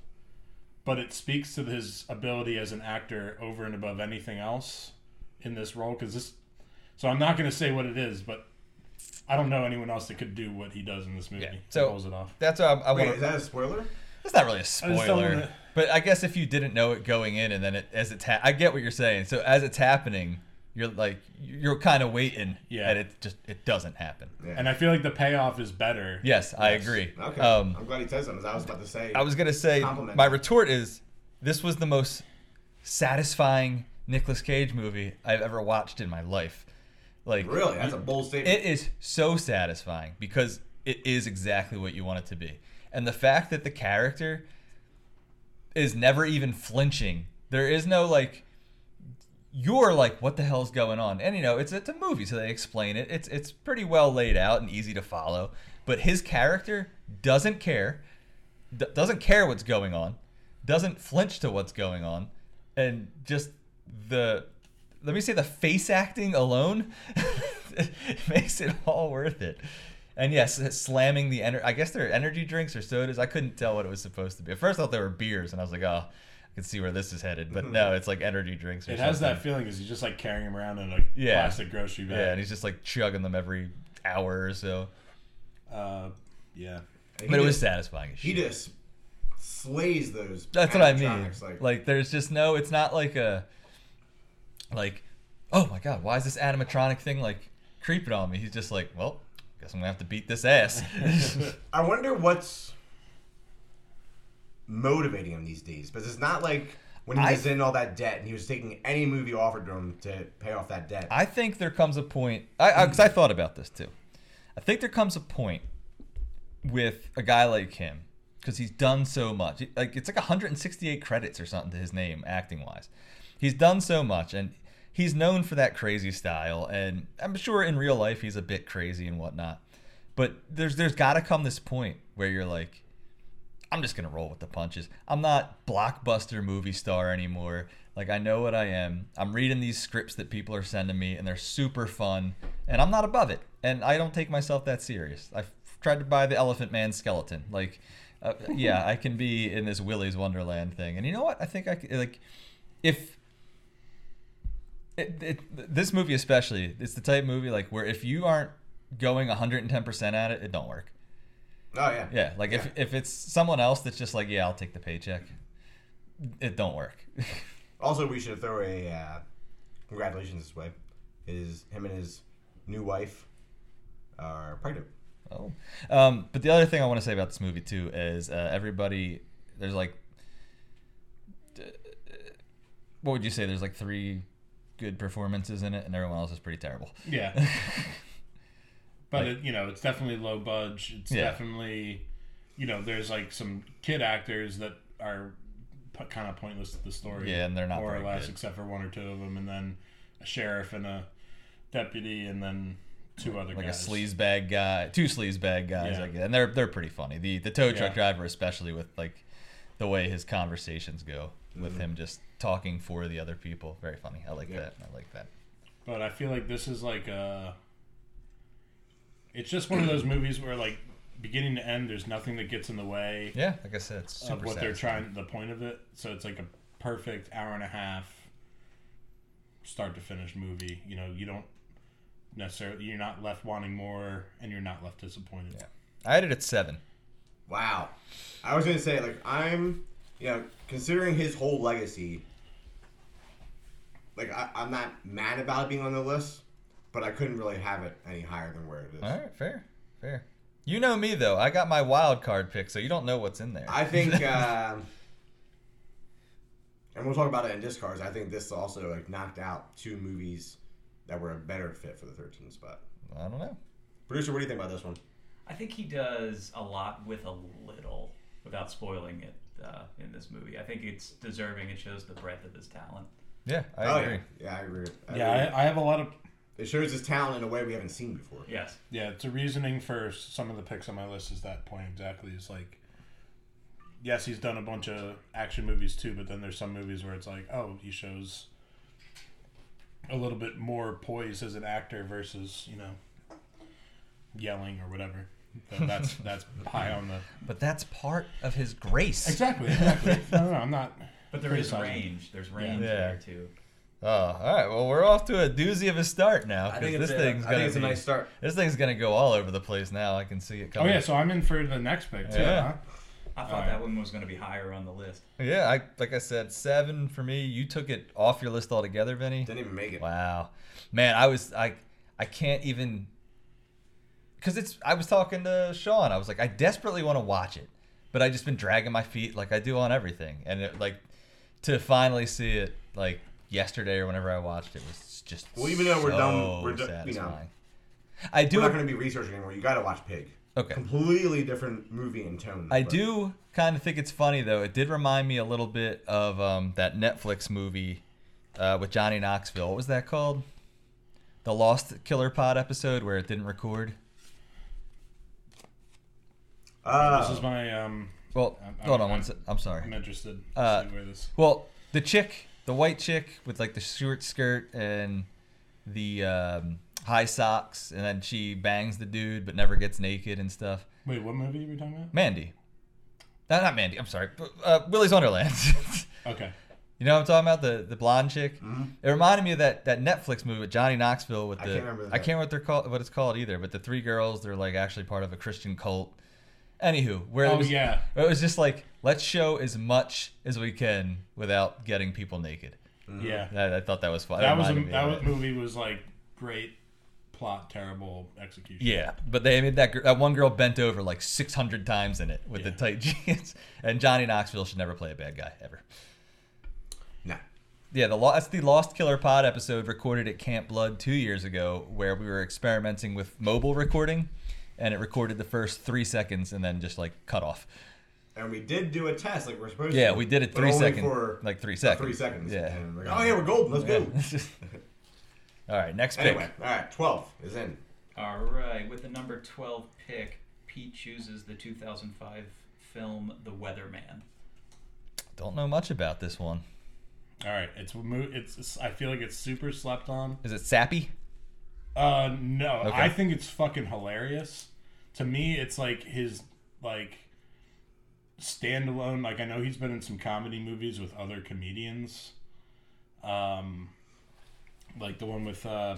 Speaker 4: but it speaks to his ability as an actor over and above anything else in this role. Because this, so I'm not going to say what it is, but I don't know anyone else that could do what he does in this movie.
Speaker 2: Yeah,
Speaker 4: and
Speaker 2: so-
Speaker 4: pulls it off.
Speaker 2: That's why I, I
Speaker 3: Wait, is
Speaker 2: want.
Speaker 3: that a spoiler?
Speaker 2: That's not really a
Speaker 4: don't
Speaker 2: spoiler,
Speaker 4: wanna-
Speaker 2: but I guess if you didn't know it going in, and then it as it's ha- I get what you're saying. So as it's happening, you're like you're kind of waiting,
Speaker 4: Yeah.
Speaker 2: and it just it doesn't happen.
Speaker 3: Yeah.
Speaker 4: And I feel like the payoff is better.
Speaker 2: Yes, I agree.
Speaker 3: Okay.
Speaker 2: Um,
Speaker 3: I'm glad he says something. 'cause I was about to say.
Speaker 2: I was gonna say
Speaker 3: Compliment.
Speaker 2: my retort is this was the most satisfying Nicolas Cage movie I've ever watched in my life. Like
Speaker 3: Really, that's a bold statement.
Speaker 2: it is so satisfying because it is exactly what you want it to be. And the fact that the character is never even flinching. There is no like you're like what the hell's going on? And you know, it's it's a movie so they explain it. It's it's pretty well laid out and easy to follow, but his character doesn't care. D- doesn't care what's going on. Doesn't flinch to what's going on and just the let me say the face acting alone makes it all worth it. And yes, slamming the ener- I guess they're energy drinks or sodas. I couldn't tell what it was supposed to be. At first, I thought they were beers, and I was like, oh, I can see where this is headed. But no, it's like energy drinks. Or
Speaker 4: Mm-hmm. It has
Speaker 2: something.
Speaker 4: that feeling because he's just like carrying him around in a
Speaker 2: Yeah.
Speaker 4: plastic grocery
Speaker 2: Yeah, and
Speaker 4: bag.
Speaker 2: he's just like chugging them every hour or so.
Speaker 4: Yeah. Uh, yeah.
Speaker 3: He
Speaker 2: But it
Speaker 3: just-
Speaker 2: was satisfying. As
Speaker 3: He
Speaker 2: shit.
Speaker 3: just slays those.
Speaker 2: That's what I mean.
Speaker 3: animatronics,
Speaker 2: Like, there's just no. It's not like a, like, oh my god, why is this animatronic thing like creeping on me? He's just like, well, guess I'm gonna have to beat this ass.
Speaker 3: I wonder what's motivating him these days because it's not like when he
Speaker 2: I-
Speaker 3: was in all that debt and he was taking any movie offered to him to pay off that debt.
Speaker 2: I think there comes a point. I because I, thought about this too. I think there comes a point with a guy like him because he's done so much. Like it's like 168 credits or something to his name acting wise. He's done so much and he's known for that crazy style. And I'm sure in real life he's a bit crazy and whatnot. But there's there's got to come this point where you're like, I'm just gonna roll with the punches. I'm not blockbuster movie star anymore. Like I know what I am. I'm reading these scripts that people are sending me, and they're super fun. And I'm not above it. And I don't take myself that serious. I've tried to buy the Elephant Man skeleton. Like, uh, yeah, I can be in this Willy's Wonderland thing. And you know what? I think I c- like if it, it, this movie especially. It's the type of movie like where if you aren't going 110% at it, it don't work.
Speaker 3: oh yeah,
Speaker 2: Yeah, like if if it's someone else that's just like, yeah, I'll take the paycheck. It don't work.
Speaker 3: Also, we should throw a uh, congratulations this way. Is him and his new wife are pregnant.
Speaker 2: oh, um, but the other thing I want to say about this movie too is uh, everybody there's like, uh, what would you say? There's like three good performances in it, and everyone else is pretty terrible.
Speaker 4: Yeah. but it, you know, it's definitely low budge. It's
Speaker 2: Yeah.
Speaker 4: definitely, you know, there's like some kid actors that are p- kind of pointless to the story.
Speaker 2: Yeah, and they're not
Speaker 4: more or
Speaker 2: very
Speaker 4: less,
Speaker 2: good.
Speaker 4: except for one or two of them, and then a sheriff and a deputy, and then two other
Speaker 2: Like
Speaker 4: guys.
Speaker 2: a sleaze bag guy, two sleaze bag guys,
Speaker 4: Yeah.
Speaker 2: I guess. and they're they're pretty funny. The the tow truck
Speaker 4: Yeah.
Speaker 2: driver, especially with like the way his conversations go with him just talking for the other people, very funny. I like
Speaker 3: Yeah.
Speaker 2: that. I like that.
Speaker 4: But I feel like this is like a. It's just one of those movies where like beginning to end, there's nothing that gets in the way.
Speaker 2: Yeah, like I said, it's super
Speaker 4: of what they're
Speaker 2: satisfying.
Speaker 4: trying the point of it so it's like a perfect hour and a half start to finish movie you know you don't necessarily you're not left wanting more and you're not left disappointed
Speaker 2: Yeah. I had it at seven.
Speaker 3: Wow. I was gonna say like I'm, you know, considering his whole legacy. Like I, I'm not mad about it being on the list, but I couldn't really have it any higher than where it is.
Speaker 2: All right, fair, fair. You know me though. I got my wild card pick, so you don't know what's in there.
Speaker 3: I think, uh, and we'll talk about it in discards. I think this also like knocked out two movies that were a better fit for the 13 spot.
Speaker 2: I don't know.
Speaker 3: Producer, what do you think about this one?
Speaker 5: I think he does a lot with a little, without spoiling it uh, in this movie. I think it's deserving. It shows the breadth of his talent.
Speaker 2: Yeah, I agree.
Speaker 3: Oh, yeah, yeah, I agree. I agree.
Speaker 4: Yeah, I, I have a lot of.
Speaker 3: it shows his talent in a way we haven't seen before.
Speaker 5: Yes.
Speaker 4: Yeah, it's a reasoning for some of the picks on my list. Is that point exactly? Is like, yes, he's done a bunch of action movies too, but then there's some movies where it's like, oh, he shows a little bit more poise as an actor versus you know yelling or whatever. So that's that's high on the
Speaker 2: But that's part of his grace.
Speaker 4: exactly exactly. No, no, no, I'm not.
Speaker 5: But there is
Speaker 4: Criticizing.
Speaker 5: range. There's range
Speaker 2: Yeah.
Speaker 5: there too.
Speaker 2: Oh, all right. Well, we're off to a doozy of a start now.
Speaker 3: I
Speaker 2: 'cause
Speaker 3: think it's,
Speaker 2: this
Speaker 3: a,
Speaker 2: thing's
Speaker 3: I
Speaker 2: gonna
Speaker 3: think it's a
Speaker 2: be-
Speaker 3: nice start.
Speaker 2: This thing's gonna go all over the place now. I can see it
Speaker 4: Oh
Speaker 2: coming.
Speaker 4: yeah, so I'm in for the next pick too.
Speaker 2: Yeah.
Speaker 4: Huh?
Speaker 5: I thought
Speaker 4: Alright.
Speaker 5: that one was going to be higher on the list.
Speaker 2: Yeah, I like I said, seven for me. You took it off your list altogether, Vinny.
Speaker 3: Didn't even make it.
Speaker 2: Wow, man, I was I I can't even because it's I was talking to Sean. I was like, I desperately want to watch it, but I just been dragging my feet like I do on everything, and it, like to finally see it like yesterday or whenever I watched it was just
Speaker 3: Well, even though we're
Speaker 2: so
Speaker 3: done- we're done- you know.
Speaker 2: satisfying. I do
Speaker 3: We're not going to be researching anymore. You got to watch Pig.
Speaker 2: Okay.
Speaker 3: Completely different movie and tone.
Speaker 2: I
Speaker 3: but-
Speaker 2: do kind of think it's funny though. It did remind me a little bit of um, that Netflix movie uh, with Johnny Knoxville. What was that called? The Lost Killer Pod episode where it didn't record.
Speaker 3: Uh,
Speaker 4: This is my um.
Speaker 2: Well,
Speaker 4: I'm-
Speaker 2: hold
Speaker 4: I'm-
Speaker 2: on one
Speaker 4: I'm-
Speaker 2: sec. I'm
Speaker 4: I'm
Speaker 2: sorry.
Speaker 4: interested. to
Speaker 2: Uh,
Speaker 4: see where this.
Speaker 2: Well, the chick, the white chick with like the short skirt and the um, high socks, and then she bangs the dude but never gets naked and stuff.
Speaker 4: Wait, what movie are we talking
Speaker 2: Mandy. No, not Mandy. I'm sorry. Uh, Willie's Wonderland.
Speaker 4: about? Okay.
Speaker 2: You know what I'm talking about? The the blonde chick. It reminded me of that, that Netflix movie with Johnny Knoxville with the
Speaker 3: Mm-hmm. I can't remember
Speaker 2: I
Speaker 3: that.
Speaker 2: can't remember what they're called what it's called either, but the three girls they're like actually part of a Christian cult. Anywho, where it
Speaker 4: Oh
Speaker 2: was,
Speaker 4: yeah.
Speaker 2: it was just like let's show as much as we can without getting people naked.
Speaker 4: Yeah.
Speaker 2: I, I thought that was fun. It
Speaker 4: That was a,
Speaker 2: reminded me
Speaker 4: that
Speaker 2: of
Speaker 4: was,
Speaker 2: it.
Speaker 4: movie was like great plot, terrible execution.
Speaker 2: Yeah, but they made that gr- that one girl bent over like 600 times in it with the
Speaker 4: Yeah.
Speaker 2: tight jeans. And Johnny Knoxville should never play a bad guy ever.
Speaker 3: no.
Speaker 2: Yeah, the lo- that's the Lost Killer Pod episode recorded at Camp Blood two years ago, where we were experimenting with mobile recording, and it recorded the first three seconds and then just like cut off.
Speaker 3: And we did do a test like we're supposed to.
Speaker 2: Yeah, we did it
Speaker 3: but
Speaker 2: three
Speaker 3: only
Speaker 2: second,
Speaker 3: for
Speaker 2: like three
Speaker 3: about
Speaker 2: seconds.
Speaker 3: three seconds.
Speaker 2: Yeah.
Speaker 3: And we're like, oh, yeah, we're golden. Let's go.
Speaker 2: All right, next pick.
Speaker 3: Anyway, all right, 12 is in.
Speaker 5: All right, with the number 12 pick, Pete chooses the 2005 film The Weatherman.
Speaker 2: Don't know much about this one.
Speaker 4: All right. It's a mo- it's, it's I feel like it's super slept on.
Speaker 2: Is it sappy?
Speaker 4: Uh no,
Speaker 2: Okay.
Speaker 4: I think it's fucking hilarious. To me, it's like his like standalone. Like I know he's been in some comedy movies with other comedians. Um, like the one with uh,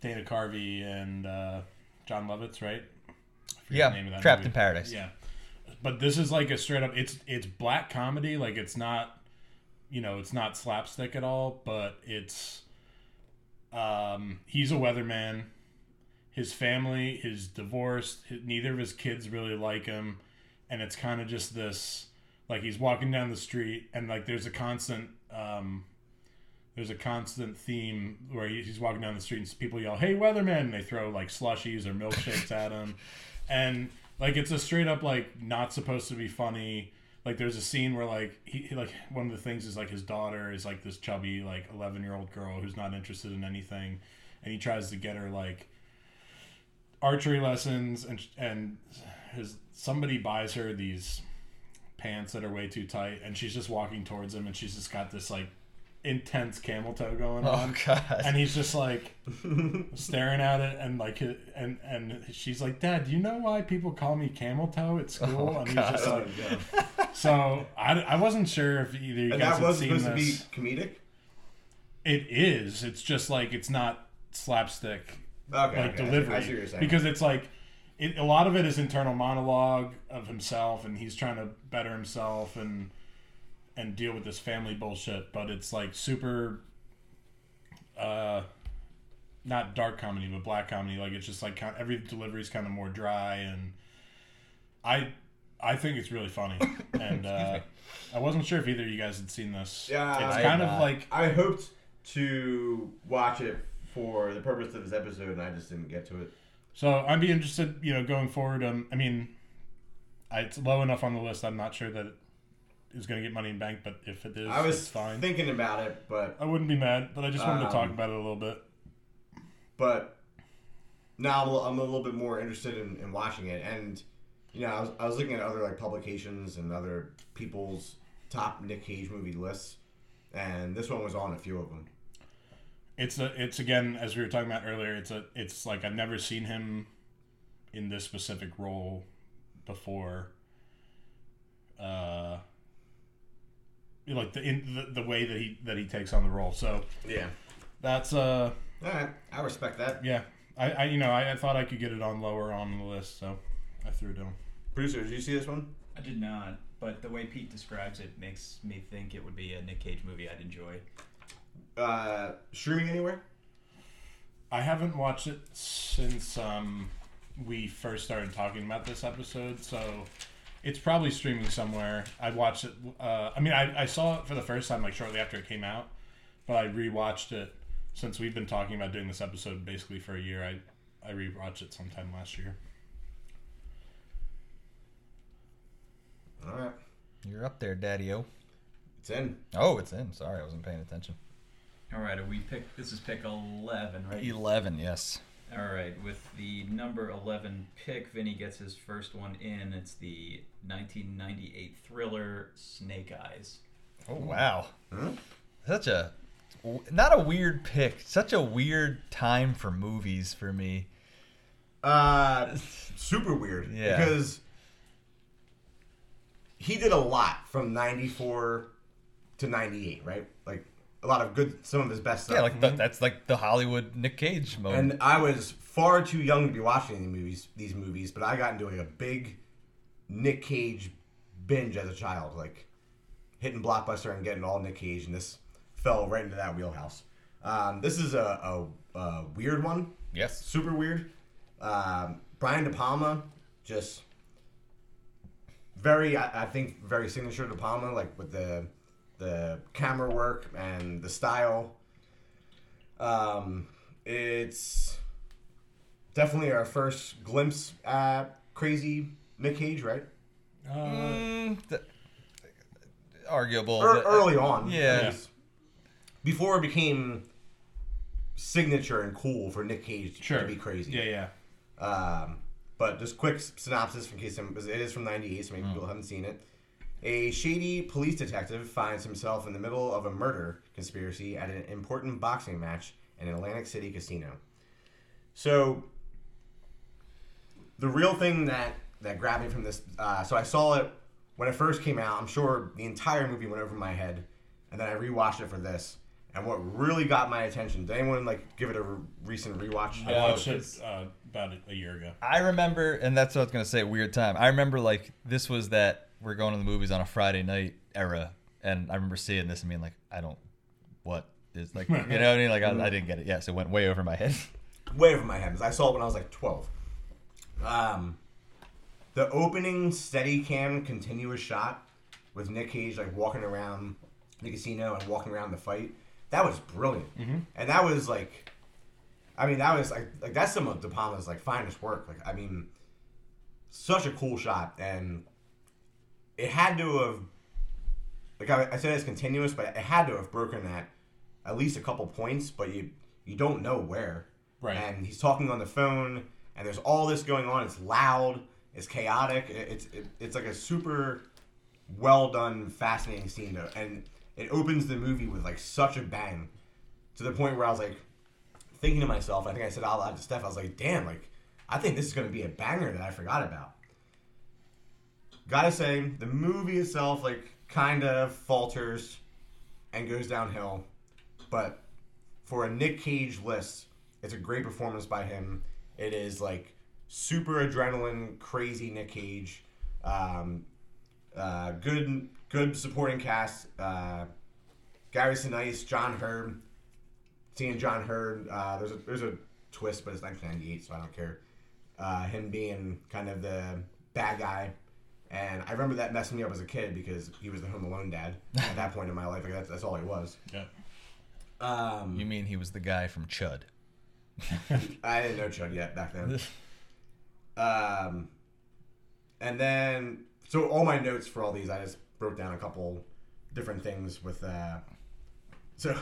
Speaker 4: Dana Carvey and uh, John Lovitz, right? I forget the
Speaker 2: Yeah,
Speaker 4: name of that
Speaker 2: Trapped
Speaker 4: movie.
Speaker 2: in Paradise.
Speaker 4: Yeah, but this is like a straight up. It's it's black comedy. Like it's not, you know, it's not slapstick at all. But it's, um, he's a weatherman. His family is divorced. Hi- Neither of his kids really like him, and it's kind of just this. Like he's walking down the street, and like there's a constant. Um, there's a constant theme where he- he's walking down the street and people yell, "Hey, weatherman!" and they throw like slushies or milkshakes at him, and like it's a straight up like not supposed to be funny. Like there's a scene where like he he- like one of the things is like his daughter is like this chubby like 11 year old girl who's not interested in anything, and he tries to get her like archery lessons and and his somebody buys her these pants that are way too tight and she's just walking towards him and she's just got this like intense camel toe going
Speaker 2: Oh
Speaker 4: on
Speaker 2: God.
Speaker 4: and he's just like staring at it and like hi- and and she's like dad do you know why people call me camel toe at school and he's just
Speaker 3: Oh,
Speaker 4: like
Speaker 3: yeah.
Speaker 4: so I, I wasn't sure if either you
Speaker 3: And
Speaker 4: guys
Speaker 3: that
Speaker 4: had
Speaker 3: was
Speaker 4: seen
Speaker 3: supposed to be
Speaker 4: this
Speaker 3: comedic?
Speaker 4: it is it's just like it's not slapstick
Speaker 3: Okay.
Speaker 4: like
Speaker 3: okay, I see-
Speaker 4: delivery
Speaker 3: I see what you're saying.
Speaker 4: because it's like it, a lot of it is internal monologue of himself and he's trying to better himself and and deal with this family bullshit but it's like super uh not dark comedy but black comedy like it's just like kind every delivery is kind of more dry and i i think it's really funny and uh, i wasn't sure if either of you guys had seen this
Speaker 3: Yeah,
Speaker 4: it's
Speaker 3: I
Speaker 2: had
Speaker 4: kind of
Speaker 2: not.
Speaker 4: like
Speaker 3: I hoped to watch it for the purpose of this episode, and I just didn't get to it.
Speaker 4: so i'd be interested you know going forward um i mean I- it's low enough on the list i'm not sure that it is going to get money in bank but if it is
Speaker 3: I was
Speaker 4: it's fine
Speaker 3: thinking about it, but
Speaker 4: i wouldn't be mad but i just wanted to talk
Speaker 3: Um,
Speaker 4: about it a little bit
Speaker 3: but now I'm a, I'm a little bit more interested in, in watching it. And you know, I was, I was looking at other like publications and other people's top Nick Cage movie lists, and this one was on a few of them.
Speaker 4: It's a, it's again as we were talking about earlier. It's a, it's like I've never seen him in this specific role before. Uh, you know, like the in the, the way that he that he takes on the role. So
Speaker 3: Yeah.
Speaker 4: that's uh
Speaker 3: All right, I respect that.
Speaker 4: yeah. I, I you know I, I thought I could get it on lower on the list, so I threw it down.
Speaker 3: Producer, did you see this one?
Speaker 5: I did not, but the way Pete describes it makes me think it would be a Nick Cage movie I'd enjoy.
Speaker 3: Uh, streaming anywhere?
Speaker 4: I haven't watched it since um, we first started talking about this episode, so it's probably streaming somewhere. I watched it. Uh, I mean, I, I saw it for the first time like shortly after it came out, but I rewatched it since we've been talking about doing this episode basically for a year. I I rewatched it sometime last year.
Speaker 3: All right,
Speaker 2: You're up there, Daddy O.
Speaker 3: it's in.
Speaker 2: Oh, it's in. Sorry, I wasn't paying attention.
Speaker 5: All right, are we pick? This is pick eleven, right?
Speaker 2: Eleven, yes.
Speaker 5: All right, with the number 11 pick, Vinny gets his first one in. It's the 1998 thriller Snake Eyes.
Speaker 2: Oh wow, such a not a weird pick. Such a weird time for movies for me.
Speaker 3: Uh, super weird.
Speaker 2: Yeah.
Speaker 3: Because he did a lot from '94 to '98, right? Like a lot of good, some of his best stuff.
Speaker 2: Yeah, like the, that's like the Hollywood Nick Cage moment.
Speaker 3: Mm-hmm. and I was far too young to be watching these movies. These movies, but I got into like a big Nick Cage binge as a child, like hitting Blockbuster and getting all Nick Cage, and this fell right into that wheelhouse. Um, this is a, a, a weird one,
Speaker 2: yes.
Speaker 3: super weird. Um, Brian De Palma, just very, I, I think, very signature De Palma, like with the the camera work and the style. Um, it's definitely our first glimpse at crazy Nick Cage, right?
Speaker 4: Uh,
Speaker 2: Mm, th- arguable.
Speaker 3: Ear
Speaker 2: but-
Speaker 3: early on, at
Speaker 2: uh, yeah.
Speaker 3: least. Before it became signature and cool for Nick Cage to-
Speaker 4: sure.
Speaker 3: to be crazy.
Speaker 4: Yeah, yeah.
Speaker 3: Um, but just quick s- synopsis in case some- because it is from '98, so maybe people haven't seen it. A shady police detective finds himself in the middle of a murder conspiracy at an important boxing match in an Atlantic City casino. So, the real thing that that grabbed me from this, uh, so I saw it when it first came out. I'm sure the entire movie went over my head, and then I rewatched it for this. And what really got my attention? Did anyone like give it a re- recent rewatch?
Speaker 4: I watched it uh, about a year ago.
Speaker 2: I remember, and that's what I was gonna say. Weird time. I remember like this was that we're going to the movies on a Friday night era, and I remember seeing this and being like, I don't, what is like, you know what I mean? Like I, I didn't get it. Yes, it went way over my head.
Speaker 3: way over my head. 'cause I saw it when I was like 12. Um, the opening steady cam continuous shot with Nick Cage like walking around the casino and walking around the fight. That was brilliant. And that was like, I mean, that was like, like that's some of De Palma's like finest work. Like, I mean, such a cool shot. And it had to have, like I, I said it's continuous, but it had to have broken that at least a couple points, but you, you don't know where
Speaker 4: Right.
Speaker 3: and he's talking on the phone and there's all this going on it's loud it's chaotic it- it's it, it's like a super well done fascinating scene though and it opens the movie with like such a bang to the point where i was like thinking to myself i think i said out loud to steph i was like damn like i think this is going to be a banger that i forgot about gotta say the movie itself like kind of falters and goes downhill but for a Nick Cage list, it's a great performance by him. It is like super adrenaline, crazy Nick Cage. Um, uh, good, good supporting cast. Uh, Gary Sinise, John Herb, seeing John Hurd. Uh, there's a there's a twist, but it's 1998, so I don't care. Uh, him being kind of the bad guy, and I remember that messing me up as a kid because he was the Home Alone dad at that point in my life. Like that's, that's all he was.
Speaker 4: Yeah.
Speaker 3: Um,
Speaker 2: You mean he was the guy from Chud?
Speaker 3: I didn't know Chud yet back then. um, and then, so all my notes for all these, I just broke down a couple different things with. Uh, so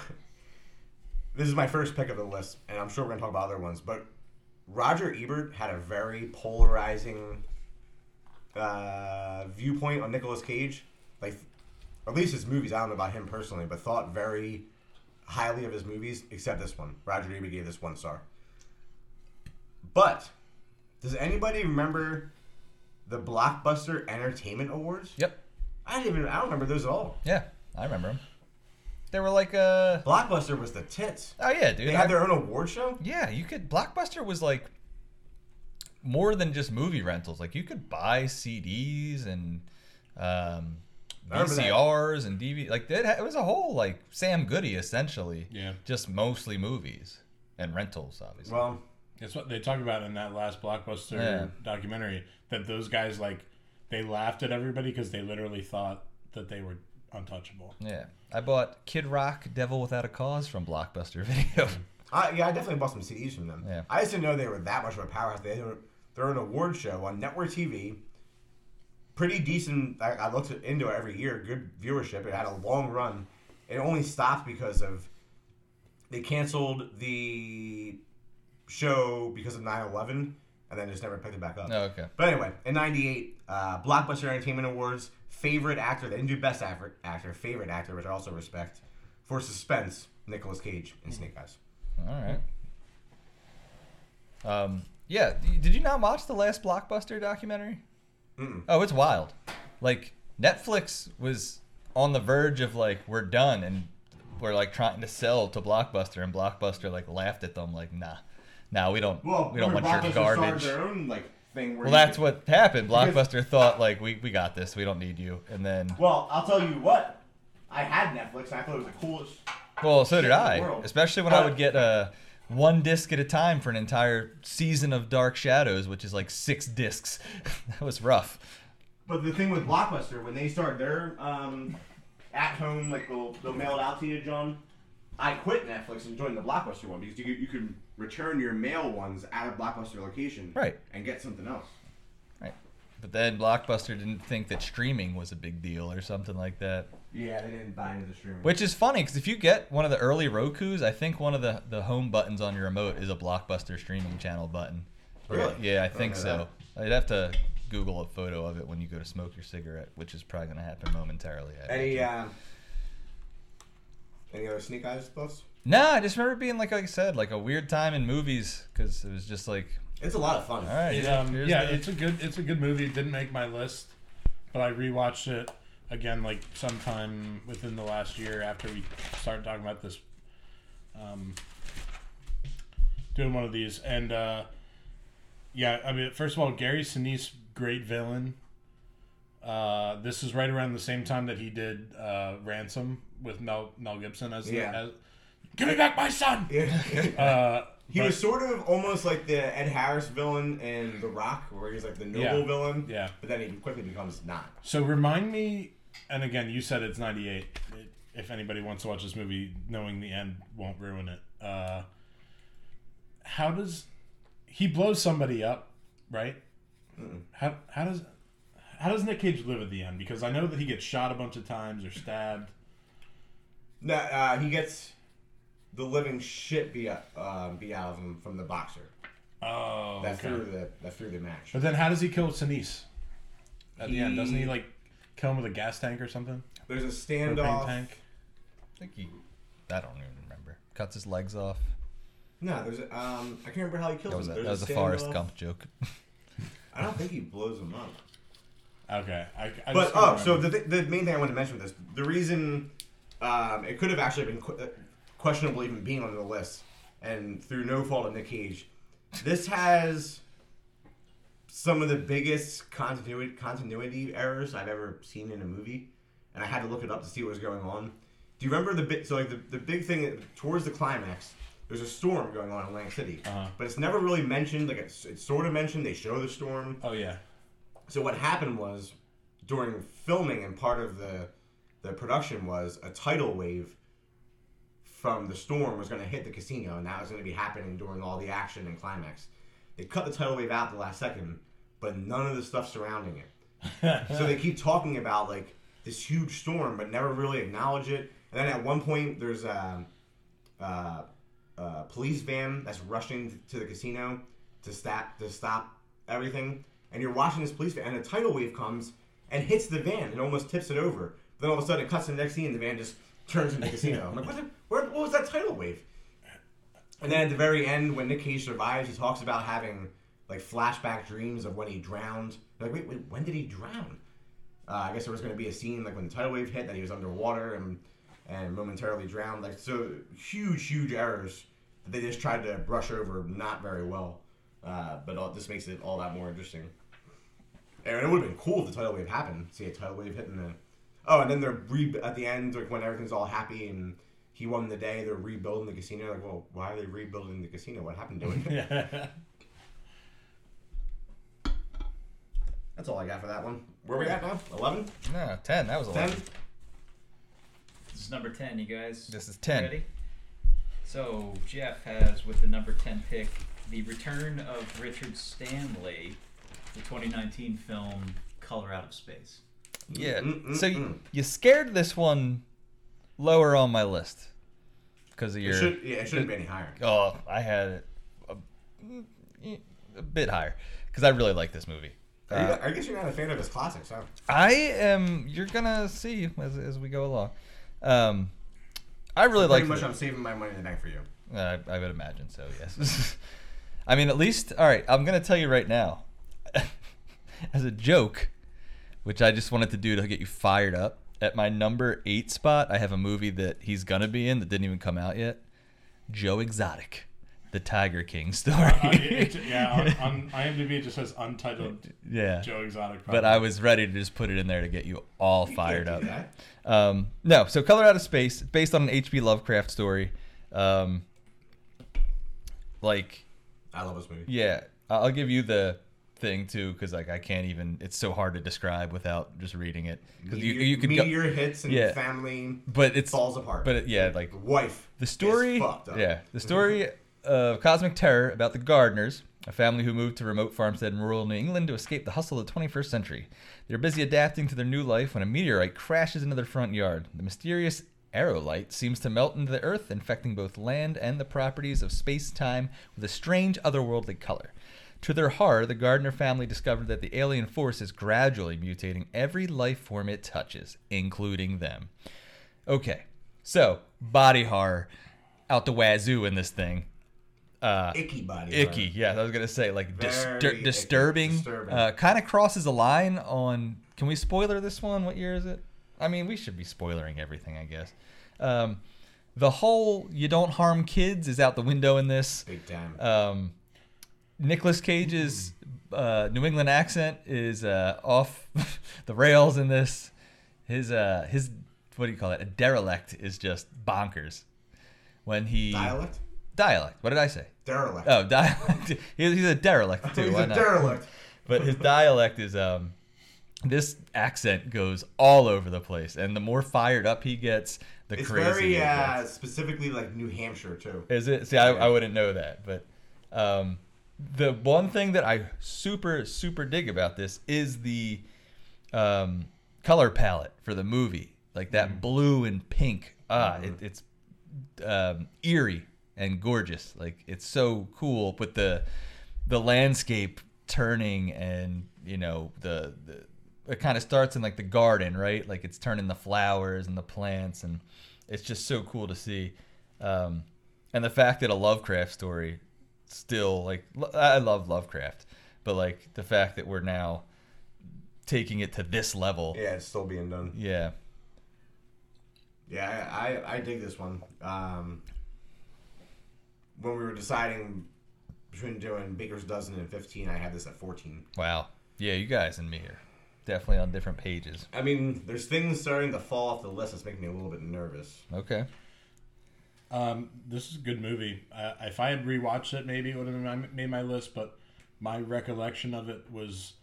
Speaker 3: this is my first pick of the list, and I'm sure we're gonna talk about other ones. But Roger Ebert had a very polarizing uh, viewpoint on Nicolas Cage. Like, at least his movies. I don't know about him personally, but thought very highly of his movies, except this one. Roger Ebert gave this one star. But does anybody remember the Blockbuster Entertainment Awards?
Speaker 2: Yep.
Speaker 3: I didn't even. I don't remember those at all.
Speaker 2: Yeah, I remember him. They were like, uh,
Speaker 3: Blockbuster was the tits.
Speaker 2: oh yeah, dude.
Speaker 3: They
Speaker 2: I-
Speaker 3: had their own award show.
Speaker 2: yeah, you could. Blockbuster was like more than just movie rentals. Like you could buy CDs and um,
Speaker 3: I remember that.
Speaker 2: VCRs and DVD. Like it, ha- it was a whole like Sam Goody essentially.
Speaker 4: Yeah.
Speaker 2: Just mostly movies and rentals, obviously.
Speaker 3: Well,
Speaker 4: That's what they talk about in that last blockbuster
Speaker 2: Yeah.
Speaker 4: documentary. That those guys like they laughed at everybody because they literally thought that they were untouchable.
Speaker 2: yeah. I bought Kid Rock, Devil Without a Cause from Blockbuster
Speaker 3: Mm.
Speaker 2: Video.
Speaker 3: I, yeah, I definitely bought some CDs from them.
Speaker 2: Yeah.
Speaker 3: I just didn't know they were that much of a powerhouse. They were they're an award show on network TV. Pretty decent. I, I looked into it every year. Good viewership. It had a long run. It only stopped because of they canceled the show because of 9-11 and then just never picked it back up.
Speaker 2: oh, okay.
Speaker 3: But anyway, in '98, uh, Blockbuster Entertainment Awards, favorite actor. They didn't do best actor, actor, favorite actor, which I also respect. For suspense, Nicolas Cage in Snake Eyes.
Speaker 2: All right. Um, yeah, d- did you not watch the last blockbuster documentary? Oh, it's wild. Like Netflix was on the verge of like we're done and we're like trying to sell to Blockbuster and Blockbuster like laughed at them like nah. Nah, we don't we don't want your garbage.
Speaker 3: own like thing. Where
Speaker 2: Well, that's what happened. Blockbuster thought like we, we got this. We don't need you. And then
Speaker 3: Well, I'll tell you what. I had Netflix, and I thought it was the coolest.
Speaker 2: Well, so did
Speaker 3: in the
Speaker 2: I.
Speaker 3: world.
Speaker 2: Especially when I would get uh, one disc at a time for an entire season of Dark Shadows, which is like six discs. that was rough.
Speaker 3: But the thing with Blockbuster, when they started their um, at home, like they'll, they'll mail it out to you, John. I quit Netflix and joined the Blockbuster one because you, could- you can return your mail ones at a Blockbuster location
Speaker 2: Right.
Speaker 3: and get something else.
Speaker 2: Right. But then Blockbuster didn't think that streaming was a big deal or something like that.
Speaker 3: Yeah, they didn't buy into the streaming.
Speaker 2: Which is funny because if you get one of the early Roku's, I think one of the, the home buttons on your remote is a Blockbuster streaming channel button.
Speaker 3: Really?
Speaker 2: Yeah, I
Speaker 3: don't
Speaker 2: think
Speaker 3: know
Speaker 2: so. I'd have to Google a photo of it when you go to smoke your cigarette, which is probably going to happen momentarily. I
Speaker 3: Any
Speaker 2: imagine.
Speaker 3: uh, any other sneak eyes thoughts?
Speaker 2: No, I just remember it being like, like I said, like a weird time in movies because it was just like,
Speaker 3: It's a lot of fun.
Speaker 2: all right,
Speaker 4: It, um,
Speaker 2: here's
Speaker 4: yeah,
Speaker 2: the-
Speaker 4: it's a good it's a good movie. It didn't make my list, but I rewatched it again like sometime within the last year after we started talking about this, um, doing one of these. And uh, yeah, I mean, first of all, Gary Sinise, great villain. Uh, this is right around the same time that he did uh, Ransom with Mel Mel Gibson as, the-
Speaker 3: Yeah.
Speaker 4: as Give me back my son.
Speaker 3: Yeah.
Speaker 4: Uh,
Speaker 3: he
Speaker 4: but-
Speaker 3: was sort of almost like the Ed Harris villain in The Rock, where he's like the noble
Speaker 4: Yeah.
Speaker 3: villain.
Speaker 4: Yeah.
Speaker 3: But then he quickly becomes not.
Speaker 4: So remind me, and again, you said it's '98. If anybody wants to watch this movie, knowing the end won't ruin it. Uh, how does he blows somebody up, right? How how does how does Nick Cage live at the end? Because I know that he gets shot a bunch of times or stabbed.
Speaker 3: No, uh, he gets the living shit beat, up, uh, beat out of him from the boxer.
Speaker 4: Oh,
Speaker 3: That
Speaker 4: okay.
Speaker 3: through the that through the match.
Speaker 4: But then how does he kill Sinise at the end? Doesn't he
Speaker 3: He-
Speaker 4: like kill him with a gas tank or something?
Speaker 3: There's a
Speaker 4: Propane
Speaker 3: standoff.
Speaker 4: tank.
Speaker 2: I think he, I don't even remember. Cuts his legs off.
Speaker 3: No, there's a, um I can't remember how he kills
Speaker 2: That was a,
Speaker 3: him.
Speaker 2: that
Speaker 3: There's
Speaker 2: was a Forrest
Speaker 3: standoff.
Speaker 2: Gump joke.
Speaker 3: I don't think he blows him up.
Speaker 4: Okay, I, I
Speaker 3: But
Speaker 4: just don't
Speaker 3: oh, so
Speaker 4: remember.
Speaker 3: the, th- the main thing I wanted to mention with this, the reason um, it could have actually been que- uh, questionable even being on the list, and through no fault of Nick Cage, this has some of the biggest continuity continuity errors I've ever seen in a movie, and I had to look it up to see what was going on. Do you remember the bit? So like the, the big thing towards the climax, there's a storm going on in Atlantic City,
Speaker 4: Uh-huh.
Speaker 3: but it's never really mentioned. Like it's, it's sort of mentioned. They show the storm.
Speaker 4: Oh yeah.
Speaker 3: So what happened was during filming and part of the the production was a tidal wave from the storm was going to hit the casino and that was going to be happening during all the action and climax. They cut the tidal wave out at the last second, but none of the stuff surrounding it. so they keep talking about like this huge storm, but never really acknowledge it. And then at one point, there's a, uh a police van that's rushing to the casino to stop to stop everything. And you're watching this police van, and a tidal wave comes and hits the van and almost tips it over. But then all of a sudden, it cuts to the next scene, and the van just turns into the casino. I'm like, what, the, where, what was that tidal wave? And then at the very end, when Nick Cage survives, he talks about having like flashback dreams of when he drowned. You're like, wait, wait, when did he drown? Uh, I guess there was going to be a scene like when the tidal wave hit that he was underwater and and momentarily drowned. Like so, huge, huge errors that they just tried to brush over, not very well. Uh, but all, this makes it all that more interesting. And it would have been cool if the tidal wave happened. See a tidal wave hitting the. Oh, and then they're re- at the end, like when everything's all happy and he won the day, they're rebuilding the casino. Like, well, why are they rebuilding the casino? What happened to it?
Speaker 4: Yeah.
Speaker 3: That's all I got for that one. Where we at now? Eleven?
Speaker 2: No, ten. That was
Speaker 3: Ten?
Speaker 2: eleven.
Speaker 5: This is number 10, you guys.
Speaker 2: This is 10.
Speaker 5: Ready? So, Jeff has, with the number 10 pick, the return of Richard Stanley, the 2019 film Color Out of Space.
Speaker 2: Yeah.
Speaker 3: Mm, mm,
Speaker 2: so you,
Speaker 3: mm.
Speaker 2: you scared this one lower on my list because of
Speaker 3: It
Speaker 2: your.
Speaker 3: should, yeah, it shouldn't be any higher.
Speaker 2: Oh, I had it a, a bit higher because I really like this movie.
Speaker 3: Are you-
Speaker 2: Uh,
Speaker 3: I guess you're not a fan of his classics, huh?
Speaker 2: I am. You're gonna see as, as we go along. Um, I really
Speaker 3: Pretty
Speaker 2: like.
Speaker 3: much,
Speaker 2: the-
Speaker 3: I'm saving my money in the bank for you.
Speaker 2: Uh, I, I would imagine so. Yes. I mean, at least. All right. I'm gonna tell you right now, as a joke, which I just wanted to do to get you fired up. At my number eight spot, I have a movie that he's gonna be in that didn't even come out yet. Joe Exotic, the Tiger King story.
Speaker 4: Uh, it- it- yeah. On, on IMDb, it just says untitled
Speaker 2: yeah.
Speaker 4: Joe Exotic.
Speaker 2: But I was ready to just put it in there to get you all fired
Speaker 3: Can't
Speaker 2: up.
Speaker 3: do that.
Speaker 2: Um, no, so Color Out of Space, based on an H.P. Lovecraft story. Um, like,
Speaker 3: I love this movie.
Speaker 2: yeah, I- I'll give you the thing too, because like I can't even. It's so hard to describe without just reading it. Because you
Speaker 3: meteor,
Speaker 2: you could go,
Speaker 3: meteor hits and
Speaker 2: Yeah.
Speaker 3: family
Speaker 2: but it's
Speaker 3: falls apart.
Speaker 2: But it, yeah, like
Speaker 3: wife.
Speaker 2: the story
Speaker 3: is fucked up.
Speaker 2: yeah the story of cosmic terror about the gardeners a family who moved to remote farmstead in rural new england to escape the hustle of the 21st century they're busy adapting to their new life when a meteorite crashes into their front yard the mysterious aerolite seems to melt into the earth infecting both land and the properties of space-time with a strange otherworldly color to their horror, the Gardner family discovered that the alien force is gradually mutating every life form it touches, including them. Okay, so body horror out the wazoo in this thing. Uh,
Speaker 3: Icky body.
Speaker 2: icky, yeah, I was gonna say like dis-
Speaker 3: Very
Speaker 2: dir-
Speaker 3: icky,
Speaker 2: disturbing.
Speaker 3: disturbing.
Speaker 2: Uh, kind of crosses a line on. Can we spoiler this one? What year is it? I mean, we should be spoilering everything, I guess. Um, the whole "you don't harm kids" is out the window in this
Speaker 3: Big time.
Speaker 2: um, Nicholas Cage's uh, New England accent is uh, off the rails in this. His uh, his what do you call it? A derelict is just bonkers. When he
Speaker 3: dialect.
Speaker 2: dialect. What did I say?
Speaker 3: Derelict.
Speaker 2: Oh, dialect. He- He's a derelict too.
Speaker 3: He's
Speaker 2: why
Speaker 3: a
Speaker 2: not?
Speaker 3: derelict.
Speaker 2: but his dialect is um this accent goes all over the place, and the more fired up he gets, the
Speaker 3: It's
Speaker 2: crazier.
Speaker 3: very
Speaker 2: it
Speaker 3: uh,
Speaker 2: gets.
Speaker 3: specifically like New Hampshire too.
Speaker 2: Is it? See, I, I wouldn't know that. But um, the one thing that I super, super dig about this is the um, color palette for the movie. Like that blue and pink. Ah, it, it's um, eerie and gorgeous. Like it's so cool with the the landscape turning and you know the, the it kind of starts in like the garden, right? Like it's turning the flowers and the plants, and it's just so cool to see. Um, and the fact that a Lovecraft story still like lo- I love Lovecraft, but like the fact that we're now taking it to this level,
Speaker 3: Yeah, it's still being done.
Speaker 2: yeah.
Speaker 3: Yeah, I, I, I dig this one. Um, when we were deciding between doing Baker's dozen and fifteen, I had this at fourteen.
Speaker 2: Wow. Yeah, you guys and me are definitely on different pages.
Speaker 3: I mean, there's things starting to fall off the list that's making me a little bit nervous.
Speaker 2: Okay.
Speaker 4: Um, this is a good movie. Uh, if I had rewatched it, maybe it would have been my, made my list. But my recollection of it was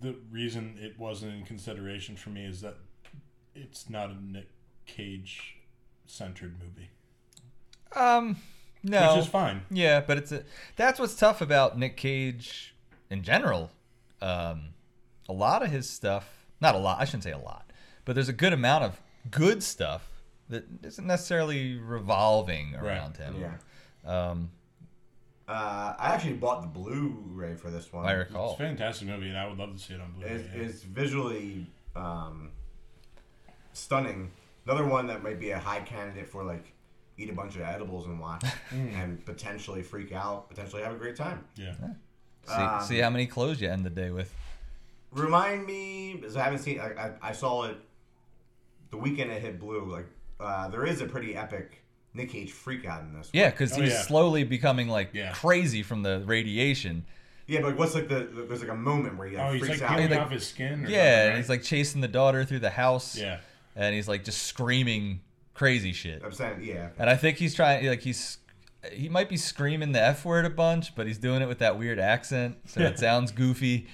Speaker 4: the reason it wasn't in consideration for me is that it's not a Nick Cage centered movie,
Speaker 2: Um, no.
Speaker 4: which is fine.
Speaker 2: Yeah, but it's a, that's what's tough about Nick Cage in general. Um, a lot of his stuff, not a lot, I shouldn't say a lot, but there's a good amount of good stuff that isn't necessarily revolving around him.
Speaker 3: Yeah.
Speaker 2: Um,
Speaker 3: Uh, I actually bought the Blu-ray for this one.
Speaker 2: I
Speaker 4: It's
Speaker 2: recall.
Speaker 4: a fantastic movie, and I would love to see it on Blu-ray.
Speaker 3: It's,
Speaker 4: yeah.
Speaker 3: it's visually um, stunning. Another one that might be a high candidate for like eat a bunch of edibles and watch and potentially freak out, potentially have a great time.
Speaker 4: yeah.
Speaker 2: See, see how many clothes you end the day with.
Speaker 3: Remind me, because I haven't seen. I, I, I saw it the weekend it hit blue. Like uh, there is a pretty epic Nick Cage freak out in this. one.
Speaker 2: Yeah, because
Speaker 4: Oh,
Speaker 2: he's
Speaker 4: yeah.
Speaker 2: slowly becoming like
Speaker 4: Yeah.
Speaker 2: crazy from the radiation.
Speaker 3: Yeah, but what's like the there's like a moment where he like,
Speaker 4: Oh, he's
Speaker 3: freaks
Speaker 4: like
Speaker 3: out.
Speaker 4: peeling
Speaker 2: like-
Speaker 4: off his skin. Or
Speaker 2: Yeah, and
Speaker 4: something,
Speaker 2: he's like chasing the daughter through the house.
Speaker 4: right? yeah.
Speaker 2: and he's like just screaming crazy shit.
Speaker 3: I'm saying yeah.
Speaker 2: And I think he's trying, like he's, he might be screaming the f word a bunch, but he's doing it with that weird accent, so it sounds goofy.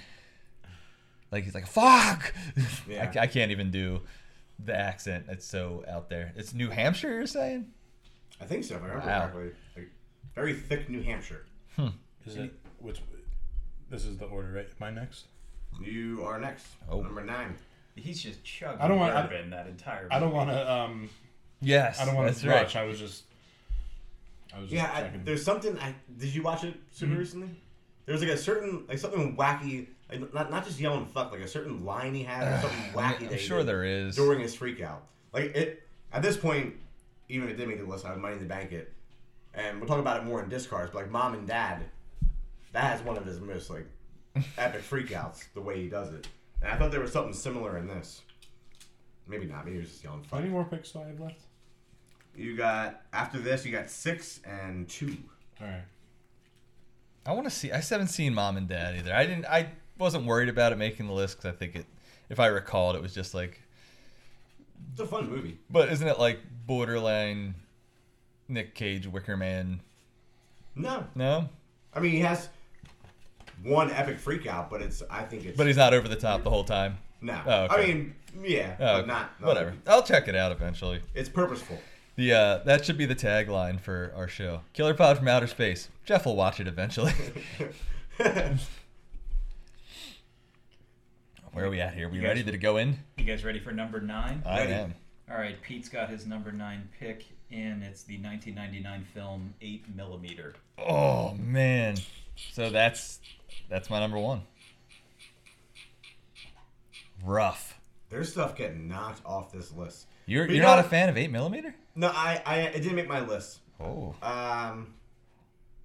Speaker 2: Like he's like fuck.
Speaker 3: Yeah.
Speaker 2: I, I can't even do the accent. It's so out there. It's New Hampshire, you're saying?
Speaker 3: I think so. If I remember
Speaker 2: Wow.
Speaker 3: correctly, like, very thick New Hampshire.
Speaker 4: Is it which? This is the order, right? Am I next?
Speaker 3: You are next.
Speaker 2: Oh.
Speaker 3: Number nine.
Speaker 5: He's just chugging
Speaker 4: I don't want- I-
Speaker 5: bourbon that entire.
Speaker 4: I don't want to. Um,
Speaker 2: Yes.
Speaker 4: I don't want
Speaker 2: that's
Speaker 4: to
Speaker 2: right.
Speaker 4: rush. I was just. I was just
Speaker 3: Yeah, I,
Speaker 4: checking.
Speaker 3: there's something. I did you watch it super recently? There was like a certain like something wacky, like not not just yelling fuck, like a certain line he had or something
Speaker 2: I mean,
Speaker 3: wacky. that
Speaker 2: I'm
Speaker 3: he
Speaker 2: sure
Speaker 3: did
Speaker 2: there is.
Speaker 3: during his freak out. Like it at this point, even if it did make the list, I would money to bank it, and we'll talk about it more in discards. But like mom and dad, that has one of his most like epic freakouts the way he does it. And I thought there was something similar in this. Maybe not. Maybe he was just yelling
Speaker 4: How
Speaker 3: fuck.
Speaker 4: many more picks do I have left?
Speaker 3: You got after this, you got six and two.
Speaker 4: All right.
Speaker 2: I want to see. I haven't seen Mom and Dad either. I didn't. I wasn't worried about it making the list because I think it, if I recalled, it was just like
Speaker 3: It's a fun movie.
Speaker 2: But isn't it like borderline Nick Cage Wicker Man?
Speaker 3: No,
Speaker 2: No?
Speaker 3: I mean he has one epic freakout, but it's I think it's
Speaker 2: But he's not over the top the whole time.
Speaker 3: no.
Speaker 2: Oh, okay.
Speaker 3: I mean, yeah,
Speaker 2: Oh,
Speaker 3: but not no,
Speaker 2: whatever. I'll check it out eventually.
Speaker 3: It's purposeful.
Speaker 2: The uh, that should be the tagline for our show. Killer Pod from Outer Space. Jeff will watch it eventually. Where are we at here? We
Speaker 5: You
Speaker 2: ready
Speaker 5: guys-
Speaker 2: to go in?
Speaker 5: You guys ready for number nine?
Speaker 2: I
Speaker 3: Ready.
Speaker 2: am.
Speaker 5: All right, Pete's got his number nine pick, and it's the 1999 film Eight Millimeter.
Speaker 2: Oh man. So that's that's my number one. Rough.
Speaker 3: There's stuff getting knocked off this list.
Speaker 2: You're
Speaker 3: But
Speaker 2: you're
Speaker 3: you know
Speaker 2: not a
Speaker 3: what?
Speaker 2: fan of eight millimeter?
Speaker 3: No, I, I it didn't make my list.
Speaker 2: Oh.
Speaker 3: Um,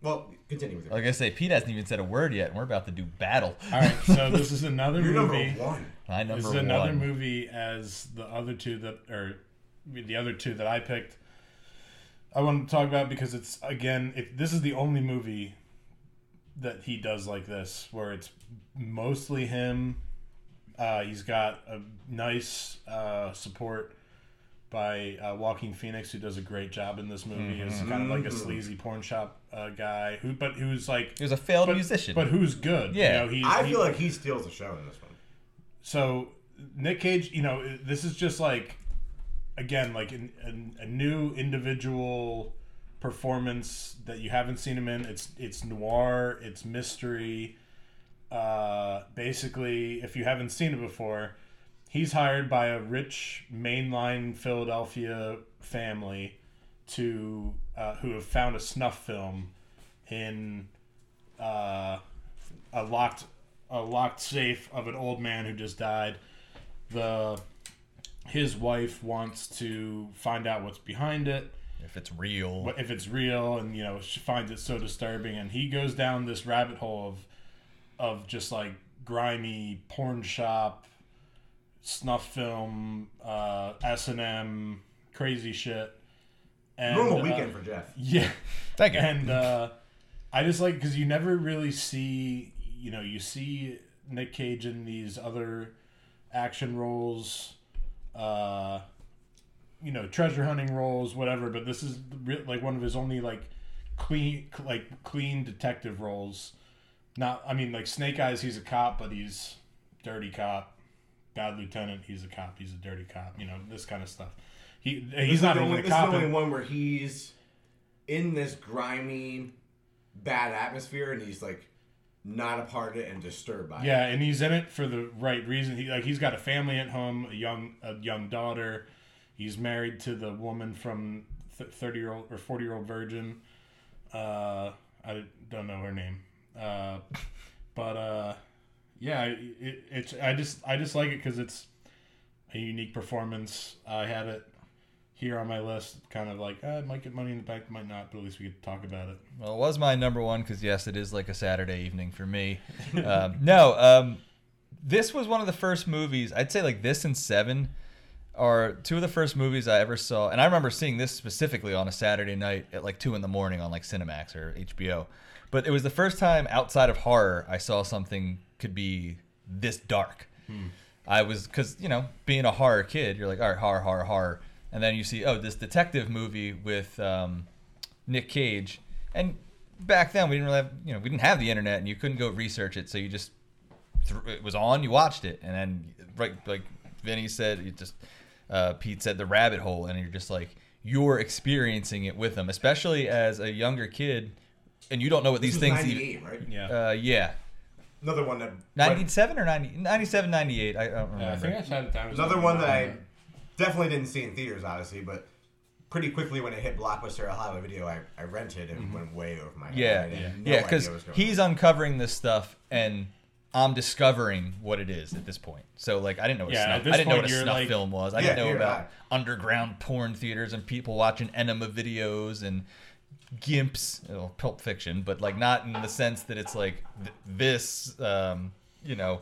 Speaker 3: well, continue with it.
Speaker 2: Like I say, Pete hasn't even said a word yet, and we're about to do battle.
Speaker 4: All right. So this is another
Speaker 3: You're number
Speaker 4: movie.
Speaker 3: one.
Speaker 2: My number
Speaker 4: This is another
Speaker 2: one.
Speaker 4: movie as the other two that or the other two that I picked. I want to talk about because it's again, it, this is the only movie that he does like this where it's mostly him. Uh, he's got a nice uh, support by uh, Walking Phoenix, who does a great job in this movie. Is
Speaker 2: Mm-hmm.
Speaker 4: kind of like a sleazy porn shop uh, guy who, but who's like
Speaker 2: He was a failed
Speaker 4: but,
Speaker 2: musician.
Speaker 4: but who's good. you
Speaker 2: Yeah.
Speaker 4: know, he-
Speaker 3: I
Speaker 4: he-
Speaker 3: feel like he steals the show in this one.
Speaker 4: so Nick Cage, you know, this is just like again like an, an, a new individual performance that you haven't seen him in. It's it's noir, it's mystery. Uh, basically, if you haven't seen it before, he's hired by a rich mainline Philadelphia family to uh, who have found a snuff film in uh, a locked a locked safe of an old man who just died. The his wife wants to find out what's behind it,
Speaker 2: if it's real,
Speaker 4: what if it's real, and you know she finds it so disturbing. And he goes down this rabbit hole of of just like grimy porn shop, snuff film, uh, S and M, crazy shit. And,
Speaker 3: Normal
Speaker 4: uh,
Speaker 3: weekend for Jeff.
Speaker 4: yeah.
Speaker 2: thank you.
Speaker 4: And uh, I just like because you never really see, you know, you see Nick Cage in these other action roles, uh, you know, treasure hunting roles, whatever. But this is re- like one of his only like clean, like clean detective roles. Not, I mean, like Snake Eyes, he's a cop, but he's dirty cop. Bad Lieutenant, he's a cop, he's a dirty cop. You know, this kind of stuff. He
Speaker 3: This
Speaker 4: he's
Speaker 3: is
Speaker 4: not
Speaker 3: the
Speaker 4: even
Speaker 3: only,
Speaker 4: a
Speaker 3: this is the
Speaker 4: cop.
Speaker 3: only
Speaker 4: in-
Speaker 3: one where he's in this grimy, bad atmosphere, and he's like not a part of it and disturbed by it.
Speaker 4: Yeah, and he's in it for the right reason. He like he's got a family at home, a young a young daughter. He's married to the woman from thirty year old or forty year old virgin. Uh, I don't know her name, uh, but uh, yeah, it, it's I just I just like it because it's a unique performance. I had it here on my list, kind of like uh, it might get money in the bank, might not, but at least we could talk about it.
Speaker 2: Well, it was my number one because yes, it is like a Saturday evening for me. um, no, um, this was one of the first movies. I'd say like this and Seven are two of the first movies I ever saw, and I remember seeing this specifically on a Saturday night at like two in the morning on like Cinemax or HBO. But it was the first time outside of horror I saw something could be this dark. I was because you know being a horror kid, you're like all right, horror, horror, horror, and then you see oh this detective movie with um, Nick Cage, and back then we didn't really have you know we didn't have the internet and you couldn't go research it, so you just thr- it was on, you watched it, and then right like Vinny said, you just uh, Pete said the rabbit hole, and you're just like you're experiencing it with them, especially as a younger kid, and you don't know what
Speaker 3: This
Speaker 2: these
Speaker 3: was
Speaker 2: things.
Speaker 3: 98,
Speaker 2: Even,
Speaker 3: right?
Speaker 4: Yeah,
Speaker 2: uh, yeah,
Speaker 3: Another one that
Speaker 2: 97 or 90, 97, 98. I, I don't remember.
Speaker 4: yeah I think I said it down.
Speaker 3: another one that I definitely didn't see in theaters, obviously, but pretty quickly when it hit Blockbuster or Hollywood Video, I, I rented and
Speaker 4: Mm-hmm.
Speaker 3: went way over my head.
Speaker 2: Yeah,
Speaker 3: I had
Speaker 2: yeah,
Speaker 3: no idea
Speaker 2: because
Speaker 3: what was going
Speaker 2: he's uncovering this stuff, and I'm discovering what it is at this point. So like, I didn't know what
Speaker 4: Yeah,
Speaker 2: snuff,
Speaker 4: at
Speaker 2: I
Speaker 4: this
Speaker 2: didn't know
Speaker 4: point,
Speaker 2: what a
Speaker 4: you're
Speaker 2: snuff
Speaker 4: like-
Speaker 2: film was. I
Speaker 3: Yeah,
Speaker 2: didn't know
Speaker 3: you're
Speaker 2: about
Speaker 3: not.
Speaker 2: underground porn theaters and people watching enema videos and gimps, well, Pulp Fiction, but like not in the sense that it's like th- this, um, you know,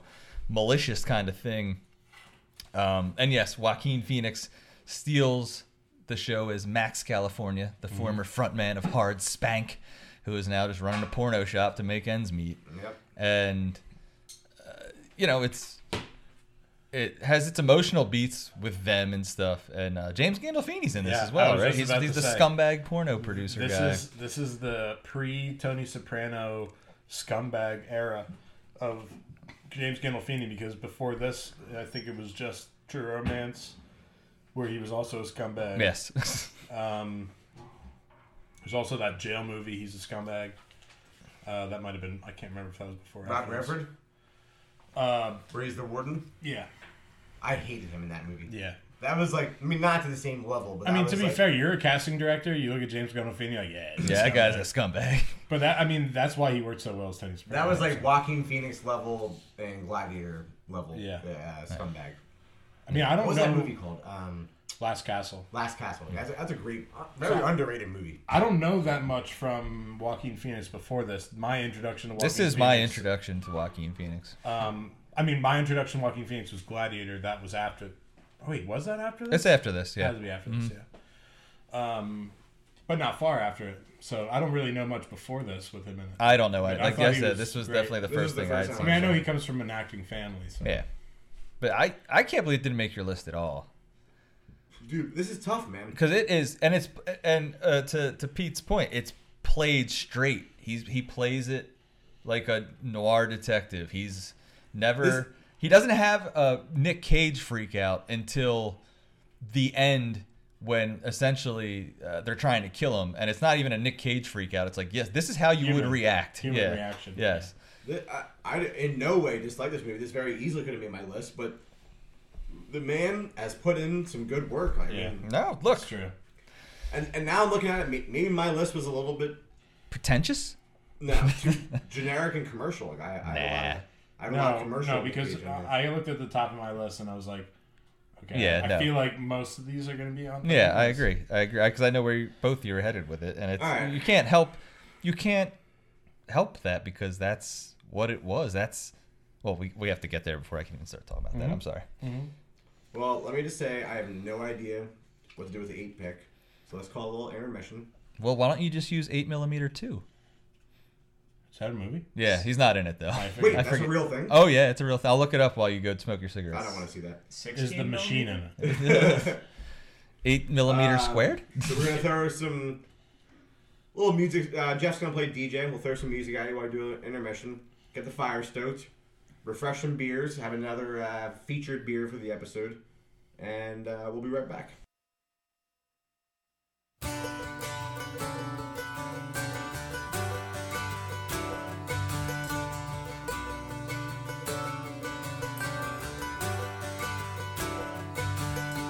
Speaker 2: malicious kind of thing. Um, and yes, Joaquin Phoenix steals the show as Max California,
Speaker 4: Mm-hmm.
Speaker 2: the former frontman of Hard Spank, who is now just running a porno shop to make ends meet.
Speaker 3: on. Yep.
Speaker 2: And uh, you know, it's it has its emotional beats with them and stuff. And uh, James Gandolfini's in this
Speaker 4: Yeah,
Speaker 2: as well,
Speaker 4: I was
Speaker 2: right?
Speaker 4: just
Speaker 2: He's,
Speaker 4: about
Speaker 2: he's
Speaker 4: to
Speaker 2: the
Speaker 4: say.
Speaker 2: scumbag porno producer
Speaker 4: this
Speaker 2: guy.
Speaker 4: is this is the pre Tony Soprano scumbag era of James Gandolfini because before this, I think it was just True Romance, where he was also a scumbag.
Speaker 2: Yes.
Speaker 4: Um, there's also that jail movie. He's a scumbag. Uh, that might have been I can't remember if that was before. or
Speaker 3: Rock
Speaker 4: afterwards.
Speaker 3: Redford,
Speaker 4: Uh,
Speaker 3: where he's the warden.
Speaker 4: yeah,
Speaker 3: I hated him in that movie.
Speaker 4: yeah.
Speaker 3: That was like, I mean, not to the same level, but
Speaker 4: I
Speaker 3: that
Speaker 4: mean,
Speaker 3: was
Speaker 4: to be
Speaker 3: like-
Speaker 4: fair, you're a casting director. You look at James Gandolfini, like yeah, he's a
Speaker 2: yeah, that guy's
Speaker 4: scumbag.
Speaker 2: a scumbag.
Speaker 4: But that I mean, that's why he worked so well as Tony Soprano.
Speaker 3: That was like Walking Phoenix level and Gladiator level.
Speaker 4: Yeah.
Speaker 3: uh, scumbag.
Speaker 4: I mean, I don't
Speaker 3: What was
Speaker 4: know
Speaker 3: that movie called? Um,
Speaker 4: Last Castle.
Speaker 3: Last Castle. That's a, that's a great, uh, very underrated movie.
Speaker 4: I don't know that much from Joaquin Phoenix before this. My introduction to Joaquin
Speaker 2: This is my
Speaker 4: Phoenix-
Speaker 2: introduction to Joaquin Phoenix.
Speaker 4: Um, I mean, my introduction to Joaquin Phoenix was Gladiator. That was after. Oh, wait, was that after this?
Speaker 2: It's Mm-hmm. after this,
Speaker 4: It
Speaker 2: yeah.
Speaker 4: has to be after this, yeah. Um, but not far after it. So I don't really know much before this with him in it. I,
Speaker 2: I don't know. I,
Speaker 4: But I
Speaker 2: like
Speaker 4: thought
Speaker 2: I
Speaker 4: he
Speaker 2: said,
Speaker 4: was
Speaker 2: this was
Speaker 4: great.
Speaker 2: definitely the
Speaker 3: This was
Speaker 2: first
Speaker 3: the
Speaker 2: thing
Speaker 3: first
Speaker 2: I'd
Speaker 3: time
Speaker 2: seen.
Speaker 4: mean, I know he comes from an acting family. So.
Speaker 2: Yeah, but I I can't believe it didn't make your list at all
Speaker 3: Dude, this is tough, man.
Speaker 2: because it is and it's and uh, to to Pete's point, it's played straight. He's he plays it like a noir detective. He's never
Speaker 3: This-
Speaker 2: he doesn't have a Nick Cage freak out until the end when essentially uh, they're trying to kill him and it's not even a Nick Cage freak out. It's like, yes, this is how you would
Speaker 4: Human-
Speaker 2: react.
Speaker 4: human
Speaker 2: yeah.
Speaker 4: reaction,
Speaker 2: Yes.
Speaker 3: Th- I, I in no way dislike this movie. This very easily could have made my list, but the man has put in some good work. I
Speaker 4: Yeah.
Speaker 3: mean,
Speaker 2: No, look.
Speaker 4: That's true.
Speaker 3: and, and now I'm looking at it, may- maybe my list was a little bit
Speaker 2: Pretentious?
Speaker 3: no too generic and commercial. Like I, I have a lot of, I have a lot of
Speaker 4: No,
Speaker 3: commercial.
Speaker 4: no, because uh,
Speaker 3: movies in there.
Speaker 4: I I looked at the top of my list and I was like, okay,
Speaker 2: Yeah,
Speaker 4: I
Speaker 2: no.
Speaker 4: feel like most of these are going to be on.
Speaker 2: Yeah, I
Speaker 4: this.
Speaker 2: agree. I agree because I know where you, both you're headed with it, and it's
Speaker 3: All right.
Speaker 2: you can't help, you can't help that because that's what it was. That's well, we, we have to get there before I can even start talking about
Speaker 3: Mm-hmm.
Speaker 2: that. I'm sorry.
Speaker 3: Well, let me just say I have no idea what to do with the eight pick. So let's call a little intermission.
Speaker 2: Well, why don't you just use eight millimeter too?
Speaker 4: Is that a movie?
Speaker 2: Yeah, he's not in it though.
Speaker 4: I
Speaker 3: Wait,
Speaker 4: figured-
Speaker 2: I
Speaker 3: that's a
Speaker 2: forget-
Speaker 3: real thing.
Speaker 2: Oh yeah, it's a real thing. I'll look it up while you go smoke your
Speaker 3: I
Speaker 2: cigarettes.
Speaker 3: don't want to see that.
Speaker 4: Is the machine in it?
Speaker 2: Eight millimeters
Speaker 3: Uh,
Speaker 2: squared.
Speaker 3: So we're gonna throw some little music. Uh, Jeff's gonna play DJ. We'll throw some music at you while we do an intermission. Get the fire stoked. Refresh some beers. Have another uh, featured beer for the episode, and uh, we'll be right back.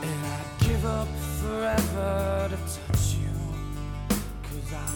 Speaker 6: And I'd give up forever to touch you. Cause I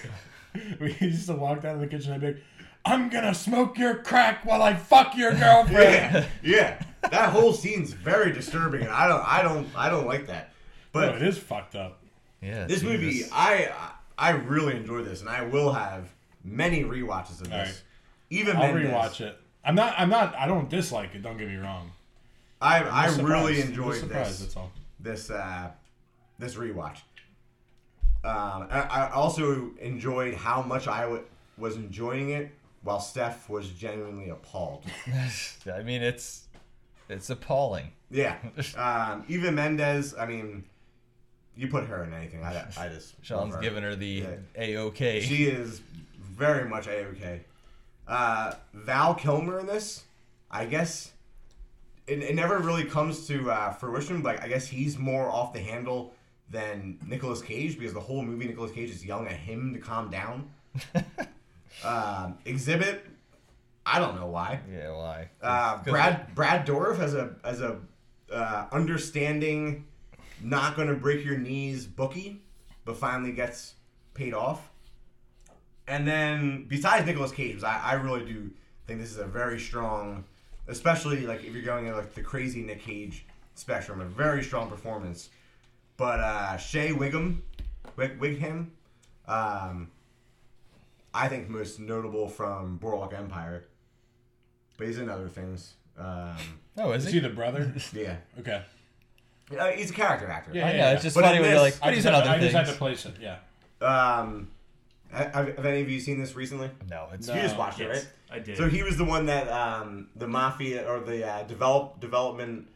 Speaker 4: we used to walk down to the kitchen and I'd be like, I'm gonna smoke your crack while I fuck your girlfriend.
Speaker 3: Yeah, yeah. That whole scene's very disturbing, and I don't, I don't, I don't like that.
Speaker 4: No,
Speaker 3: But
Speaker 4: it is fucked up.
Speaker 2: Yeah,
Speaker 3: this
Speaker 2: dude,
Speaker 3: movie,
Speaker 2: this-
Speaker 3: I, I really enjoy this, and I will have many rewatches of this.
Speaker 4: Alright.
Speaker 3: Even
Speaker 4: I'll
Speaker 3: Mendes.
Speaker 4: rewatch it. I'm not I'm not I don't dislike it, don't get me wrong.
Speaker 3: I,
Speaker 4: I'm
Speaker 3: I
Speaker 4: surprised.
Speaker 3: really
Speaker 4: I'm
Speaker 3: enjoyed
Speaker 4: surprised,
Speaker 3: this.
Speaker 4: that's all.
Speaker 3: this uh, this rewatch. Um, I, I also enjoyed how much I w- was enjoying it, while Steph was genuinely appalled.
Speaker 2: I mean, it's it's appalling.
Speaker 3: yeah, um, Eva Mendes. I mean, you put her in anything. I, I just
Speaker 2: Sean's
Speaker 3: love her.
Speaker 2: giving her the
Speaker 3: Yeah.
Speaker 2: a okay.
Speaker 3: She is very much a okay. Uh, Val Kilmer in this, I guess. It, it never really comes to uh, fruition, but I guess he's more off the handle than Nicolas Cage because the whole movie Nicolas Cage is yelling at him to calm down. um, exhibit, I don't know why.
Speaker 2: yeah, why?
Speaker 3: Uh,
Speaker 2: 'Cause-
Speaker 3: Brad Brad Dorff as a as a uh, understanding, not going to break your knees bookie, but finally gets paid off. And then besides Nicolas Cage, 'cause I, I really do think this is a very strong, especially like if you're going in like the crazy Nick Cage spectrum, a very strong performance. But uh, Shea Wiggum, Wig- Wigham, um, I think most notable from Boardwalk Empire, but he's in other things. Um,
Speaker 2: Oh, is
Speaker 4: Is
Speaker 2: he?
Speaker 4: he the brother?
Speaker 3: yeah,
Speaker 4: okay.
Speaker 3: uh, he's a character actor.
Speaker 4: Yeah,
Speaker 2: I
Speaker 4: yeah,
Speaker 2: know.
Speaker 4: yeah.
Speaker 2: It's just
Speaker 3: But
Speaker 2: funny
Speaker 3: in
Speaker 2: when you're
Speaker 3: this,
Speaker 2: like,
Speaker 4: I
Speaker 2: but he's
Speaker 4: just,
Speaker 2: in
Speaker 4: had,
Speaker 2: other
Speaker 4: to- I
Speaker 2: things.
Speaker 4: just had to place it, yeah.
Speaker 3: Um, have, have any of you seen this recently?
Speaker 2: No, it's
Speaker 4: No.
Speaker 3: You just watched it,
Speaker 5: Yes,
Speaker 3: right?
Speaker 5: I did.
Speaker 3: So he was the one that um, the mafia or the uh, develop development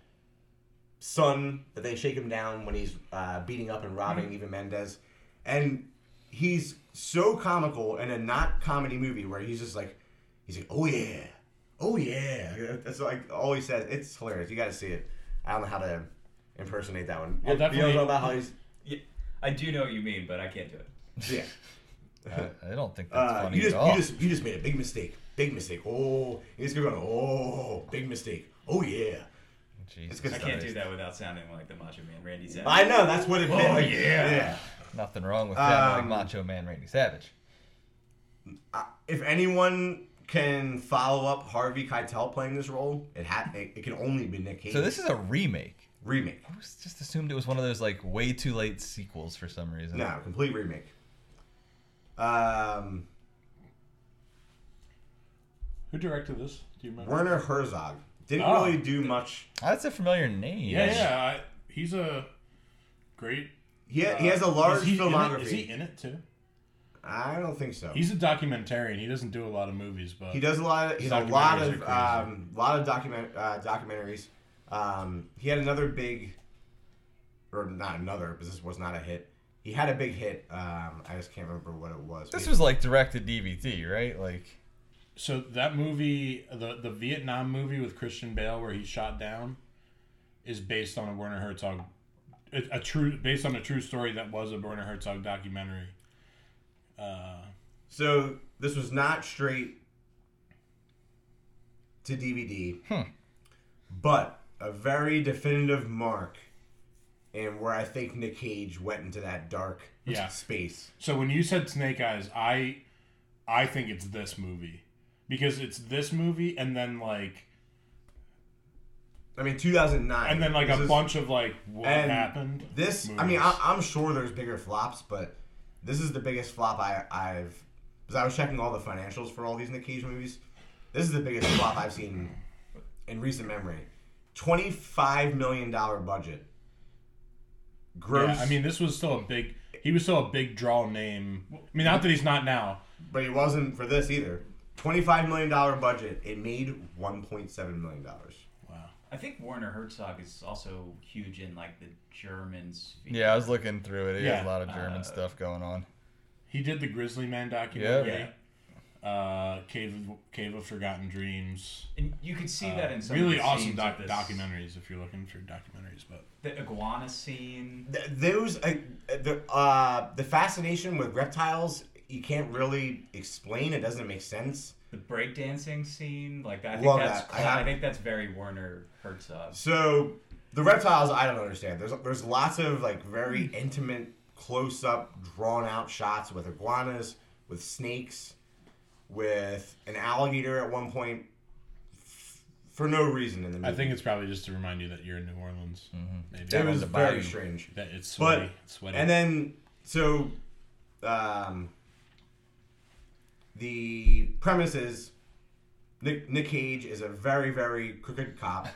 Speaker 3: son that they shake him down when he's uh, beating up and robbing Eva Mendes, and he's so comical in a not comedy movie where he's just like he's like oh yeah oh yeah that's like all he says it's hilarious you got to see it I don't know how to impersonate that one
Speaker 4: I'll
Speaker 3: You know
Speaker 4: definitely-
Speaker 3: about how he's
Speaker 5: Yeah, I do know what you mean, but I can't do it.
Speaker 3: yeah.
Speaker 2: I, I don't think that's
Speaker 3: Uh,
Speaker 2: funny
Speaker 3: you just
Speaker 2: at all.
Speaker 3: you just you just made a big mistake. Big mistake. Oh, he's going oh, big mistake. Oh yeah.
Speaker 2: Jesus
Speaker 3: good
Speaker 5: I
Speaker 2: Christ.
Speaker 5: can't do that without sounding like the Macho Man Randy Savage.
Speaker 3: I know that's what it meant.
Speaker 5: Oh,
Speaker 3: Like,
Speaker 5: yeah.
Speaker 2: Nothing wrong with that,
Speaker 3: Um,
Speaker 2: like Macho Man Randy Savage.
Speaker 3: If anyone can follow up Harvey Keitel playing this role, it ha- it, it can only be Nick Cage.
Speaker 2: So this is a remake.
Speaker 3: remake.
Speaker 2: I was just assumed it was one of those like way too late sequels for some reason.
Speaker 3: No, complete remake. Um,
Speaker 4: Who directed this? Do you remember?
Speaker 3: Werner Herzog didn't
Speaker 4: Oh.
Speaker 3: really do much.
Speaker 2: That's a familiar name.
Speaker 4: yeah, yeah. I, he's a great uh,
Speaker 3: He, he has a large
Speaker 4: is he in it-
Speaker 3: filmography.
Speaker 4: Is he in it too?
Speaker 3: I don't think so.
Speaker 4: He's a documentarian. He doesn't do a lot of movies, but
Speaker 3: He does a lot. Of, he's a
Speaker 4: Documentaries
Speaker 3: lot
Speaker 4: are
Speaker 3: of
Speaker 4: crazy.
Speaker 3: um, lot of document uh, documentaries. Um, he had another big, or not another, but this was not a hit. He had a big hit. Um, I just can't remember what it was.
Speaker 2: This
Speaker 3: Maybe-
Speaker 2: was like directed DVD, right? Like
Speaker 4: so that movie, the the Vietnam movie with Christian Bale where he's shot down, is based on a Werner Herzog, a, a true based on a true story that was a Werner Herzog documentary.
Speaker 3: So this was not straight to DVD,
Speaker 4: Hmm.
Speaker 3: but a very definitive mark, and where I think Nick Cage went into that dark
Speaker 4: Yeah.
Speaker 3: space.
Speaker 4: So when you said Snake Eyes, I I think it's this movie because it's this movie and then like
Speaker 3: I mean, 2009,
Speaker 4: and then like
Speaker 3: This
Speaker 4: a
Speaker 3: is-
Speaker 4: bunch of like what
Speaker 3: and
Speaker 4: happened.
Speaker 3: This, I mean,
Speaker 4: movies.
Speaker 3: I, I'm sure there's bigger flops, but this is the biggest flop I, I've. Because I was checking all the financials for all these Nick Cage movies. This is the biggest flop I've seen in recent memory. $25 million budget. Gross.
Speaker 4: Yeah, I mean, this was still a big. He was still a big draw name. I mean, not that he's not now.
Speaker 3: But it wasn't for this either. Twenty-five million dollar budget. It made one point seven million dollars.
Speaker 5: I think Werner Herzog is also huge in like the German sphere.
Speaker 2: Yeah, I was looking through it. He has
Speaker 4: Yeah, Uh,
Speaker 2: a lot of German stuff going on.
Speaker 4: He did the Grizzly Man documentary,
Speaker 2: Yeah.
Speaker 4: uh, Cave of, Cave of Forgotten Dreams.
Speaker 5: And you could see that in some
Speaker 4: really
Speaker 5: of the
Speaker 4: awesome
Speaker 5: scenes
Speaker 4: doc-
Speaker 5: of this-
Speaker 4: documentaries if you're looking for documentaries. But
Speaker 5: The iguana scene.
Speaker 3: Th- those uh, the uh, the fascination with reptiles you can't really explain. It doesn't make sense.
Speaker 5: The breakdancing scene, like I think
Speaker 3: Love
Speaker 5: that's
Speaker 3: that.
Speaker 5: cla-
Speaker 3: I have-
Speaker 5: I think that's very Werner Herzog.
Speaker 3: So the reptiles, I don't understand. There's there's lots of like very intimate, close up, drawn out shots with iguanas, with snakes, with an alligator at one point. f- For no reason in the movie.
Speaker 4: I think it's probably just to remind you that you're in New Orleans. Maybe
Speaker 3: Mm-hmm. it was
Speaker 2: the
Speaker 3: very
Speaker 2: bayou.
Speaker 3: strange.
Speaker 4: that it's sweaty.
Speaker 3: But
Speaker 4: it's sweaty.
Speaker 3: and then so um, the premise is Nick, Nick Cage is a very very crooked cop,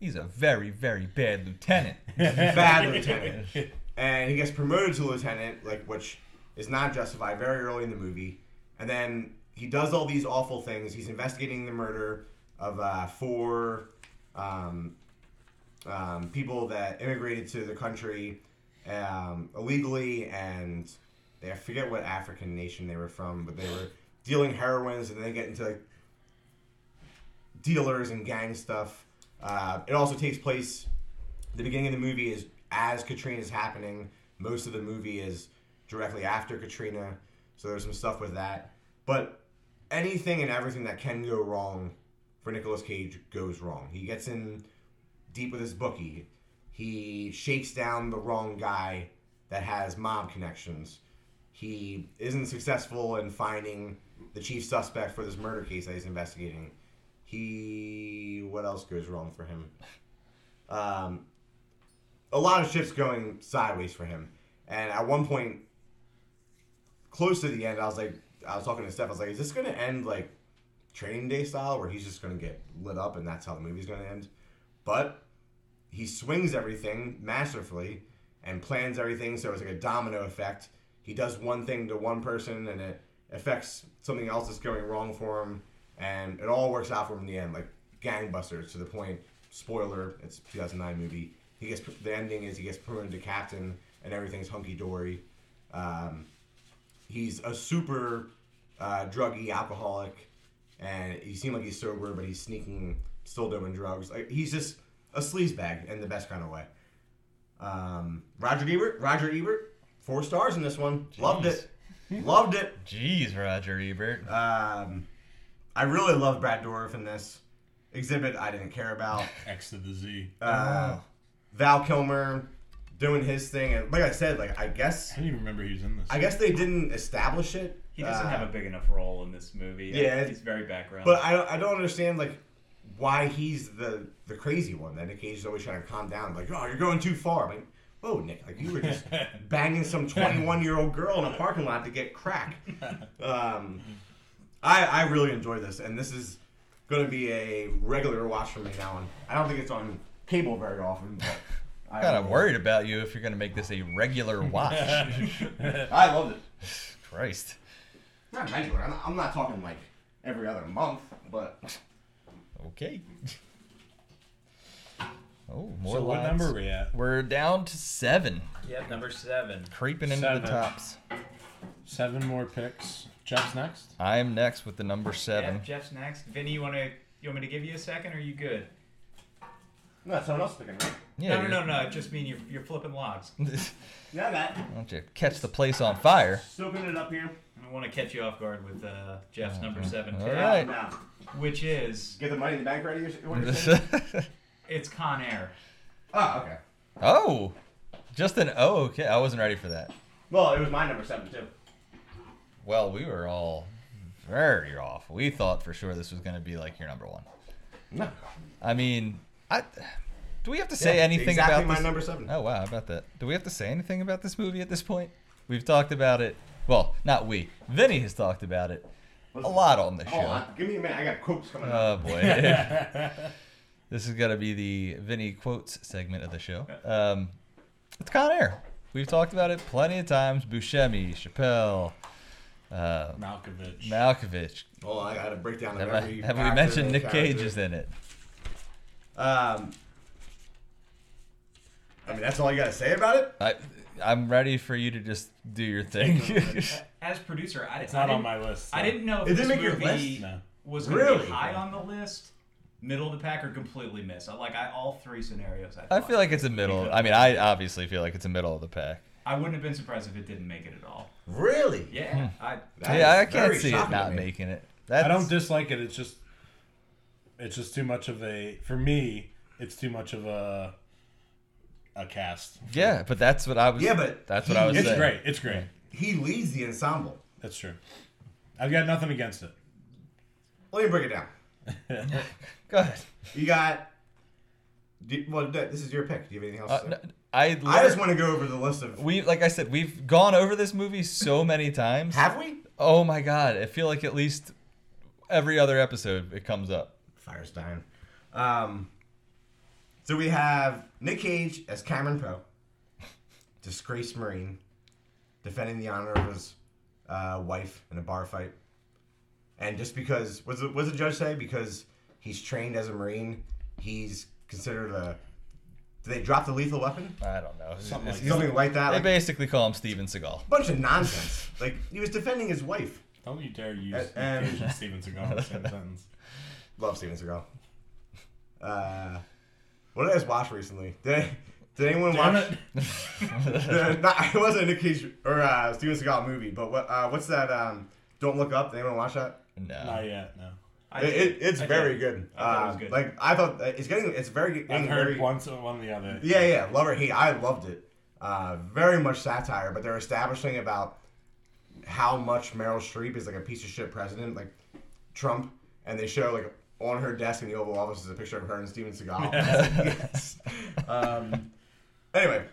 Speaker 2: He's a very, very bad lieutenant.
Speaker 3: bad lieutenant, and he gets promoted to lieutenant, like which is not justified very early in the movie. And then he does all these awful things. He's investigating the murder of uh, four um, um, people that immigrated to the country um, illegally, and they, I forget what African nation they were from, but they were dealing heroines, and they get into like, dealers and gang stuff. Uh, it also takes place. The beginning of the movie is as Katrina is happening. Most of the movie is directly after Katrina, so there's some stuff with that. But anything and everything that can go wrong for Nicolas Cage goes wrong. He gets in deep with his bookie. He shakes down the wrong guy that has mob connections. He isn't successful in finding the chief suspect for this murder case that he's investigating. He. What else goes wrong for him? Um, a lot of shit's going sideways for him. And at one point, close to the end, I was like, I was talking to Steph. I was like, is this going to end like training day style where he's just going to get lit up and that's how the movie's going to end? But he swings everything masterfully and plans everything so it's like a domino effect. He does one thing to one person and it affects something else that's going wrong for him, and it all works out for him in the end, like gangbusters to the point. Spoiler: It's a 2009 movie. He gets the ending is he gets promoted to captain and everything's hunky dory. Um, he's a super uh, druggy alcoholic, and he seemed like he's sober, but he's sneaking, still doing drugs. Like he's just a sleazebag in the best kind of way. Um, Roger Ebert, Roger Ebert, four stars in this one. Loved it, loved it.
Speaker 2: Jeez, Roger Ebert.
Speaker 4: Uh,
Speaker 3: Um, I really love Brad Dourif in this exhibit. I didn't care about
Speaker 4: X to the Z. I
Speaker 3: uh, Val Kilmer doing his thing, and like I said, like I guess
Speaker 4: don't even remember he was in this.
Speaker 3: I guess they didn't establish it.
Speaker 5: He doesn't
Speaker 3: Uh,
Speaker 5: have a big enough role in this movie.
Speaker 3: yeah,
Speaker 5: he's very background.
Speaker 3: But I, I don't understand like why he's the the crazy one. That Nick Cage is always trying to calm down. Like, oh, you're going too far. I'm like, whoa, Nick, like you were just banging some 21 year old girl in a parking lot to get crack. Um, I I really enjoy this, and this is going to be a regular watch for me now on. I don't think it's on cable very often, but I
Speaker 2: kind of worried about you if you're going to make this a regular watch.
Speaker 3: I loved it.
Speaker 2: Christ.
Speaker 3: Not regular. I'm not, I'm not talking like every other month, but
Speaker 2: Okay. Oh, more
Speaker 4: so what
Speaker 2: lines.
Speaker 4: number are we at?
Speaker 2: We're down to seven,
Speaker 5: yep, number seven.
Speaker 2: creeping into
Speaker 4: Seven.
Speaker 2: the tops.
Speaker 4: Seven more picks. Jeff's next.
Speaker 2: I'm next with the number seven.
Speaker 5: Jeff, Jeff's next. Vinny, you want to? You want me to give you a second, or are you good?
Speaker 3: No, someone else picking. Right?
Speaker 2: Yeah,
Speaker 5: no,
Speaker 2: you're-
Speaker 5: no, no, no. I just mean you're, you're flipping logs.
Speaker 3: Yeah, Matt.
Speaker 2: Why don't you catch the place on fire?
Speaker 3: Soaking it up here.
Speaker 5: I want to catch you off guard with uh, Jeff's number seven
Speaker 2: All
Speaker 5: pick,
Speaker 2: right.
Speaker 3: Now,
Speaker 5: which is
Speaker 3: get the money in the bank ready. Or what you're saying?
Speaker 2: oh,
Speaker 5: it's Con Air.
Speaker 3: oh, okay.
Speaker 2: Oh, just an oh. Okay, I wasn't ready for that.
Speaker 3: Well, it was my number seven too.
Speaker 2: Well, we were all very off. We thought for sure this was going to be like your number one.
Speaker 3: No.
Speaker 2: I mean, I do we have to say anything
Speaker 3: exactly
Speaker 2: about
Speaker 3: my
Speaker 2: this?
Speaker 3: number seven.
Speaker 2: Oh wow, about that. Do we have to say anything about this movie at this point? We've talked about it. Well, not we. Vinny has talked about it a lot on the show.
Speaker 3: Hold on. Give me a minute. I got quotes coming up.
Speaker 2: Oh boy. this is gonna be the Vinny quotes segment of the show. Um, it's Con Air. We've talked about it plenty of times. Buscemi, Chappelle,
Speaker 3: Oh.
Speaker 2: uh,
Speaker 4: Malkovich.
Speaker 2: Malkovich.
Speaker 3: Hold on. I got to break down.
Speaker 2: Have,
Speaker 3: every
Speaker 2: I, have we
Speaker 3: actor
Speaker 2: mentioned
Speaker 3: and
Speaker 2: Nick Cage
Speaker 3: character.
Speaker 2: is in it?
Speaker 3: Um, I mean, that's all you got to say about it.
Speaker 2: I, I'm ready for you to just do your thing.
Speaker 5: As producer, I,
Speaker 4: it's
Speaker 5: I
Speaker 4: not on
Speaker 5: didn't-
Speaker 4: my list.
Speaker 5: I
Speaker 4: so-
Speaker 5: didn't know if
Speaker 3: It didn't
Speaker 5: this
Speaker 3: make your
Speaker 5: movie
Speaker 3: list?
Speaker 4: No.
Speaker 5: was going to
Speaker 3: Really?
Speaker 5: be high on the list, middle of the pack, or completely miss. I like I all three scenarios. I,
Speaker 2: I
Speaker 5: thought.
Speaker 2: feel like it's a middle. I mean, I obviously feel like it's a middle of the pack.
Speaker 5: I wouldn't have been surprised if it didn't make it at all.
Speaker 3: Really?
Speaker 5: Yeah,
Speaker 2: Hmm.
Speaker 5: I
Speaker 3: That
Speaker 2: yeah,
Speaker 3: is
Speaker 2: I can't
Speaker 3: very
Speaker 2: see it
Speaker 3: shocking to
Speaker 2: not
Speaker 3: me.
Speaker 2: making it. That's,
Speaker 4: I don't dislike it. It's just, it's just too much of a. For me, it's too much of a, a cast.
Speaker 2: Yeah, but that's what I was.
Speaker 3: Yeah, but
Speaker 2: that's what I was
Speaker 4: It's
Speaker 2: saying.
Speaker 4: great. It's great.
Speaker 3: He leads the ensemble.
Speaker 4: That's true. I've got nothing against it.
Speaker 3: Let me break it down.
Speaker 2: Go ahead.
Speaker 3: You got. Do, well, th- this is your pick. Do you have anything else?
Speaker 2: Uh,
Speaker 3: to say?
Speaker 2: no, I,
Speaker 3: I
Speaker 2: literally-
Speaker 3: just want to go over the list of.
Speaker 2: we like I said, we've gone over this movie so many times.
Speaker 3: Have we?
Speaker 2: Oh my god, I feel like at least every other episode it comes up.
Speaker 3: Firestein. Um, so we have Nick Cage as Cameron Poe, disgraced Marine, defending the honor of his uh, wife in a bar fight. And just because, was the, was the judge say? Because he's trained as a Marine, he's considered a. Did they drop the lethal weapon?
Speaker 2: I don't know.
Speaker 4: Something
Speaker 2: It's-
Speaker 4: like
Speaker 3: Something like that.
Speaker 2: they
Speaker 3: Like, a
Speaker 2: basically call him Steven Seagal.
Speaker 3: bunch of nonsense. like, he was defending his wife.
Speaker 4: Don't you dare use
Speaker 3: Uh, um,
Speaker 4: Cage and Steven Seagal in the same sentence.
Speaker 3: Love Steven Seagal. Uh, what did I just watch recently? Did, I, did anyone
Speaker 4: Damn
Speaker 3: watch?
Speaker 4: it.
Speaker 3: the, not, it wasn't a Nick Cage or uh, Steven Seagal movie, but what, uh, what's that? Um, Don't look up. Did anyone watch that?
Speaker 2: No.
Speaker 4: Not yet. No.
Speaker 5: I
Speaker 3: It,
Speaker 5: did.
Speaker 3: it, it's
Speaker 5: I did.
Speaker 3: very good.
Speaker 5: I thought it was
Speaker 3: Um,
Speaker 5: good.
Speaker 3: Like I thought, it's getting it's very
Speaker 4: I've
Speaker 3: getting
Speaker 4: heard
Speaker 3: very
Speaker 4: once or one or the other.
Speaker 3: yeah yeah love or hate. I loved it. Uh, very much satire, but they're establishing about how much Meryl Streep is like a piece of shit president, like Trump, and they show like on her desk in the Oval Office is a picture of her and Steven Seagal. yes. Um, anyway,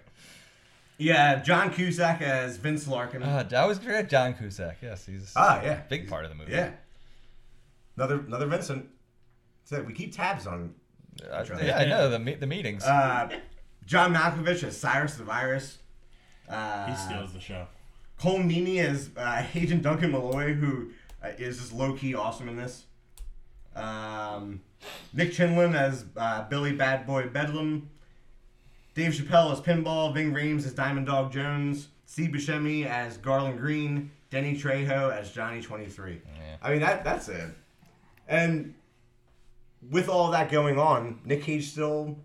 Speaker 3: yeah, John Cusack as Vince Larkin.
Speaker 2: Uh, I was great John Cusack. Yes, he's
Speaker 3: Ah, yeah.
Speaker 2: a big part of the movie.
Speaker 3: Yeah. Another another Vincent. So we keep tabs on.
Speaker 2: I, Uh, yeah, I know the me- the meetings.
Speaker 3: Uh, John Malkovich as Cyrus the Virus. Uh,
Speaker 4: He steals the show.
Speaker 3: Cole Meany as uh, Agent Duncan Malloy, who uh, is just low key awesome in this. Um, Nick Chinlin as uh, Billy Bad Boy Bedlam. Dave Chappelle as Pinball. Ving Rhames as Diamond Dog Jones. Steve Buscemi as Garland Green. Denny Trejo as Johnny Twenty Three. I mean that that's it. And with all that going on, Nick Cage still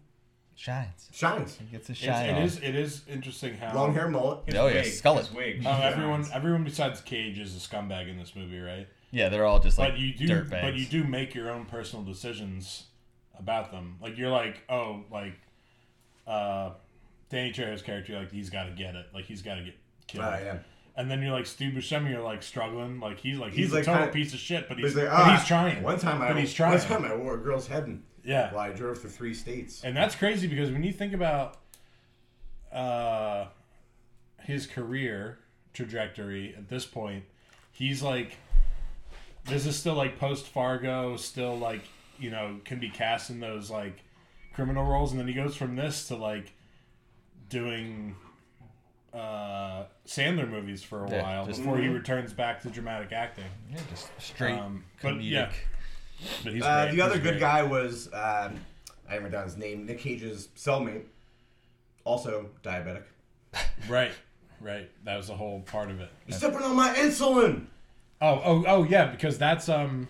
Speaker 2: Shines.
Speaker 3: shines.
Speaker 2: Gets a
Speaker 4: It's,
Speaker 2: shine.
Speaker 4: it
Speaker 2: on.
Speaker 4: is. It is interesting how
Speaker 3: Long hair mullet.
Speaker 5: His
Speaker 2: Oh, yeah,
Speaker 5: wig,
Speaker 2: skullet.
Speaker 5: his wig.
Speaker 4: Oh, everyone, everyone besides Cage is a scumbag in this movie, right?
Speaker 2: Yeah, they're all just like
Speaker 4: But you do,
Speaker 2: dirtbags.
Speaker 4: but you do make your own personal decisions about them. Like you're like, oh, like uh, Danny Trejo's character, like he's got to get it, like he's got to get killed.
Speaker 3: Oh, yeah.
Speaker 4: And then you're like Steve Buscemi, you're like struggling, like he's like he's,
Speaker 3: He's,
Speaker 4: a
Speaker 3: like,
Speaker 4: total
Speaker 3: kinda-
Speaker 4: piece of shit, but
Speaker 3: But
Speaker 4: he's,
Speaker 3: he's like,
Speaker 4: but
Speaker 3: "Ah,
Speaker 4: he's trying.
Speaker 3: One time,
Speaker 4: but
Speaker 3: I
Speaker 4: he's trying.
Speaker 3: One time, I wore a girl's head, and
Speaker 4: Yeah.
Speaker 3: while I drove through three states.
Speaker 4: And that's crazy because when you think about uh, his career trajectory at this point, he's like, this is still like post Fargo, still like, you know, can be cast in those like criminal roles. And then he goes from this to like doing uh, Sandler movies for a
Speaker 2: Yeah,
Speaker 4: while
Speaker 2: just- Mm-hmm.
Speaker 4: before he returns back to dramatic acting.
Speaker 2: Yeah, just straight
Speaker 4: Um, but
Speaker 2: comedic.
Speaker 4: yeah. But he's
Speaker 3: Uh,
Speaker 4: great.
Speaker 3: the other
Speaker 4: He's
Speaker 3: good
Speaker 4: great.
Speaker 3: guy was um, I haven't down his name. Nick Cage's cellmate, also diabetic.
Speaker 4: Right. right? That was the whole part of it.
Speaker 3: You're stepping on my insulin.
Speaker 4: Oh, oh, oh, yeah, because that's um.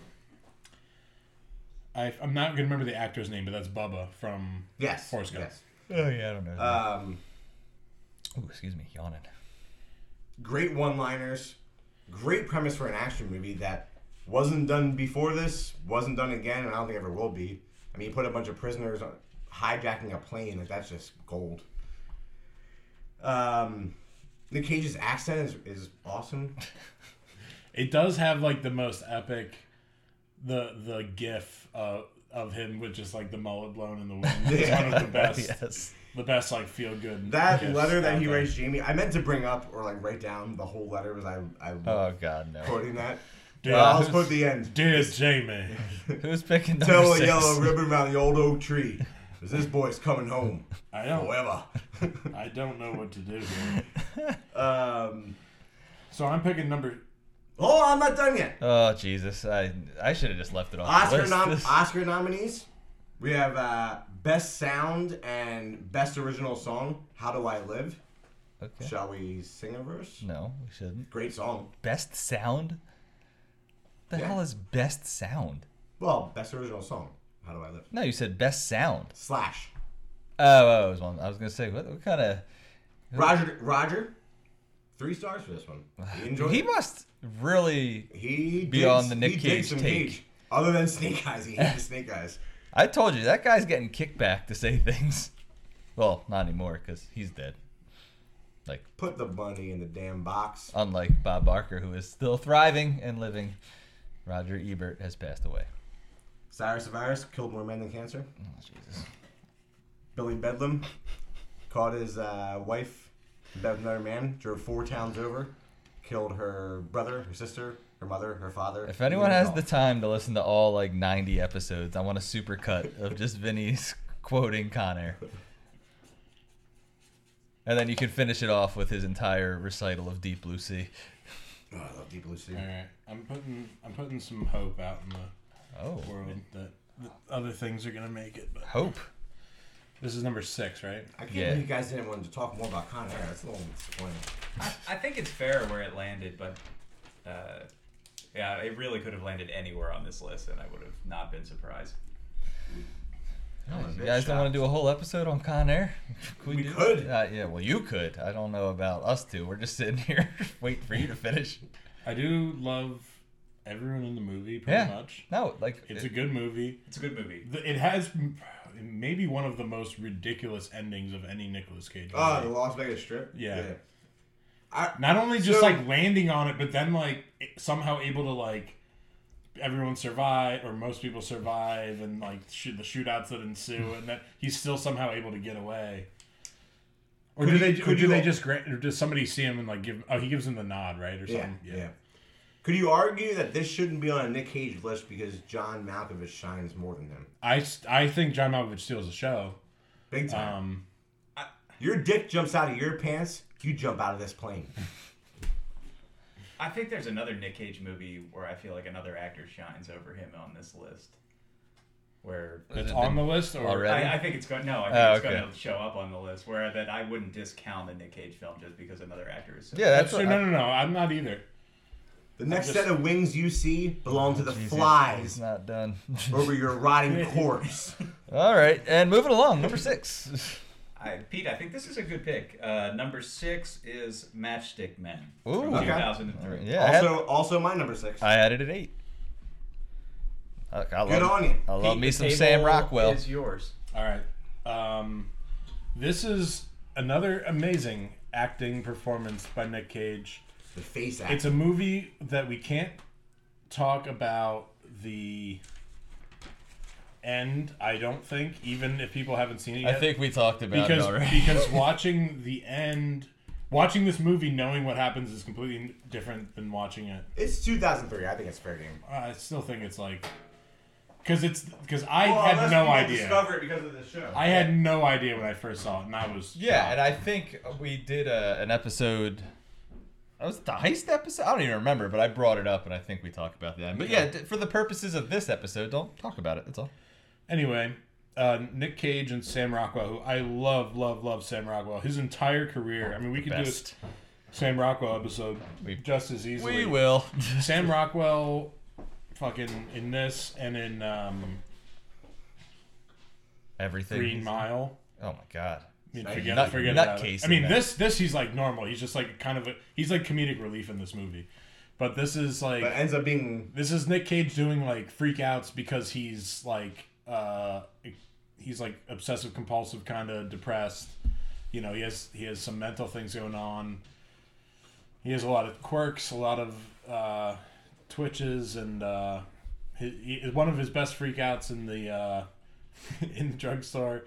Speaker 4: I, I'm not gonna remember the actor's name, but that's Bubba from
Speaker 3: Yes.
Speaker 4: Forrest Gump.
Speaker 3: Yes.
Speaker 2: Oh yeah, I don't know.
Speaker 4: Uh,
Speaker 3: Um,
Speaker 2: Ooh, excuse me, yawning.
Speaker 3: great one-liners. Great premise for an action movie that wasn't done before this, wasn't done again, and I don't think ever will be. I mean, you put a bunch of prisoners on- hijacking a plane, like that's just gold. Um, Nick Cage's accent is, is awesome.
Speaker 4: It does have like the most epic, the the gif uh, of him with just like the mullet blown in the wind. It's one of the best,
Speaker 2: yes.
Speaker 4: the best like feel good.
Speaker 3: That letter that he writes Jamie, I meant to bring up or like write down the whole letter was I I
Speaker 2: Oh god, no.
Speaker 3: quoting that.
Speaker 4: Dude,
Speaker 3: Well, I'll just put the end.
Speaker 4: Dear Jamie,
Speaker 2: Who's picking number
Speaker 3: Tell a
Speaker 2: six?
Speaker 3: yellow ribbon around the old oak tree. 'cause this boy's coming home.
Speaker 4: I don't,
Speaker 3: However.
Speaker 4: I don't know what to do here.
Speaker 3: um,
Speaker 4: So I'm picking number.
Speaker 3: oh, I'm not done yet.
Speaker 2: Oh Jesus, I I should have just left it off the
Speaker 3: Oscar,
Speaker 2: list.
Speaker 3: nom-
Speaker 2: Oh, This-
Speaker 3: Oscar nominees. We have uh, Best Sound and Best Original Song, How Do I Live?
Speaker 2: okay.
Speaker 3: Shall we sing a verse?
Speaker 2: No, we shouldn't.
Speaker 3: Great song.
Speaker 2: Best sound. The
Speaker 3: Yeah.
Speaker 2: hell is best sound?
Speaker 3: Well, Best Original Song, How Do I Live?
Speaker 2: No, you said best sound.
Speaker 3: Slash.
Speaker 2: Oh, oh, it was one. I was gonna say what, what kind of
Speaker 3: Roger, Roger, three stars for this one. He enjoyed
Speaker 2: he
Speaker 3: it.
Speaker 2: must really.
Speaker 3: He
Speaker 2: be
Speaker 3: digs-
Speaker 2: on the Nick
Speaker 3: he digs
Speaker 2: Cage
Speaker 3: some
Speaker 2: take.
Speaker 3: Other than Snake Eyes, he hates Snake Eyes.
Speaker 2: I told you that guy's getting kickback to say things. Well, not anymore because he's dead. Like
Speaker 3: Put the bunny in the damn box.
Speaker 2: unlike Bob Barker, who is still thriving and living, Roger Ebert has passed away.
Speaker 3: Cyrus the Virus killed more men than cancer.
Speaker 2: Oh, Jesus.
Speaker 3: Billy Bedlam caught his uh, wife in bed with another man, drove four towns over, killed her brother, her sister, her mother, her father.
Speaker 2: If anyone
Speaker 3: and
Speaker 2: has
Speaker 3: all.
Speaker 2: the time to listen to all like 90 episodes, I want a super cut of just Vinny's quoting Connor. And then you can finish it off with his entire recital of Deep Blue Sea.
Speaker 3: Oh, I love Deep Blue Sea.
Speaker 4: All right, I'm putting, I'm putting some hope out in the
Speaker 2: Oh,
Speaker 4: world that that other things are gonna make it. But
Speaker 2: hope.
Speaker 4: this is number six, right?
Speaker 3: I can't
Speaker 2: Yeah.
Speaker 3: believe you guys didn't want to talk more about Con Air. That's a little disappointing.
Speaker 5: I, I think it's fair where it landed, but uh, yeah, it really could have landed anywhere on this list, and I would have not been surprised.
Speaker 3: was a
Speaker 2: you
Speaker 3: big
Speaker 2: guys don't want
Speaker 3: shock.
Speaker 2: to do a whole episode on Con Air? Could
Speaker 3: We
Speaker 2: do-
Speaker 3: could.
Speaker 2: Uh, yeah, well, you could. I don't know about us two. We're just sitting here waiting for you to finish.
Speaker 4: I do love everyone in the movie pretty
Speaker 2: Yeah.
Speaker 4: much.
Speaker 2: No, like,
Speaker 4: It's a good movie.
Speaker 5: It's a good movie.
Speaker 4: The- It has m- maybe one of the most ridiculous endings of any Nicolas Cage movie.
Speaker 3: Oh, the Las Vegas Strip?
Speaker 4: Yeah.
Speaker 3: I,
Speaker 4: Not only just
Speaker 3: So-
Speaker 4: like landing on it, but then like it- somehow able to like everyone survive or most people survive, and like shoot, the shootouts that ensue, and that he's still somehow able to get away. Or
Speaker 3: Could
Speaker 4: do
Speaker 3: you-
Speaker 4: they? Or
Speaker 3: could
Speaker 4: do
Speaker 3: you-
Speaker 4: they just grant? Or does somebody see him and like give? Oh, he gives him the nod, right? Or
Speaker 3: Yeah,
Speaker 4: something.
Speaker 3: yeah. Could you argue that this shouldn't be on a Nick Cage list because John Malkovich shines more than him?
Speaker 4: I, s- I think John Malkovich steals the show.
Speaker 3: Big time.
Speaker 4: Um,
Speaker 3: your dick jumps out of your pants, you jump out of this plane.
Speaker 5: I think there's another Nick Cage movie where I feel like another actor shines over him on this list. Where
Speaker 2: it
Speaker 4: it's
Speaker 2: been
Speaker 4: on the list, or
Speaker 2: already?
Speaker 5: I, I think it's going. No, I think
Speaker 2: Oh,
Speaker 5: it's
Speaker 2: okay.
Speaker 5: going to show up on the list. Where that I wouldn't discount a Nick Cage film just because another actor is. So
Speaker 2: yeah, that's
Speaker 4: So,
Speaker 2: what
Speaker 4: no,
Speaker 2: I-
Speaker 4: no, no. I'm not either.
Speaker 3: The next
Speaker 4: just-
Speaker 3: set of wings you see belong to the
Speaker 2: Jesus, He's
Speaker 3: flies
Speaker 2: not done.
Speaker 3: over your rotting corpse.
Speaker 2: All right, and moving along, number six.
Speaker 5: I, Pete, I think this is a good pick. Uh, number six is Matchstick Men.
Speaker 2: Ooh.
Speaker 5: from
Speaker 2: Okay.
Speaker 5: 2003.
Speaker 2: Yeah, I, had-
Speaker 3: also, also my number
Speaker 4: Uh,
Speaker 3: six.
Speaker 2: I had it at eight. I, I
Speaker 3: Good
Speaker 2: love,
Speaker 3: on you.
Speaker 2: I love
Speaker 5: Pete,
Speaker 2: me
Speaker 5: the
Speaker 2: some
Speaker 5: table
Speaker 2: Sam Rockwell.
Speaker 5: Is yours.
Speaker 4: All right. Um, this is another amazing acting performance by Nick Cage.
Speaker 3: The face act.
Speaker 4: It's a movie that we can't talk about the end. I don't think, even if people haven't seen it
Speaker 2: I
Speaker 4: yet,
Speaker 2: think we talked about
Speaker 4: because
Speaker 2: it already.
Speaker 4: because watching the end, watching this movie, knowing what happens is completely different than watching it.
Speaker 3: it's 2003. I think it's fair game.
Speaker 4: I still think it's like because it's because I
Speaker 3: Well,
Speaker 4: had
Speaker 3: unless
Speaker 4: no
Speaker 3: people
Speaker 4: idea.
Speaker 3: Discover it because of this show.
Speaker 4: I had no idea when I first saw it, and I was
Speaker 2: Yeah,
Speaker 4: shocked.
Speaker 2: and I think we did a, an episode. That was it the heist episode. I don't even remember, but I brought it up, and I think we talked about that. But yeah, d- for the purposes of this episode, don't talk about it. That's all.
Speaker 4: Anyway, uh, Nick Cage and Sam Rockwell, who I love, love, love Sam Rockwell. His entire career. I mean, we could do
Speaker 2: Best.
Speaker 4: a- Sam Rockwell episode
Speaker 2: We-
Speaker 4: just as easily.
Speaker 2: We will.
Speaker 4: Sam Rockwell, fucking in this and in um,
Speaker 2: Everything.
Speaker 4: Green Mile.
Speaker 2: Oh my god.
Speaker 4: I mean,
Speaker 3: Like
Speaker 4: forget,
Speaker 2: nut-
Speaker 4: forget about it.
Speaker 2: nutcase
Speaker 4: I
Speaker 2: in
Speaker 4: mean,
Speaker 2: that.
Speaker 4: this this he's like normal. He's just like kind of a, he's like comedic relief in this movie, but this is like
Speaker 3: But ends up being
Speaker 4: this is Nick Cage doing like freakouts because he's like uh he's like obsessive compulsive kind of depressed. You know, he has he has some mental things going on. He has a lot of quirks, a lot of uh twitches and uh he, he, one of his best freakouts in the uh in the drugstore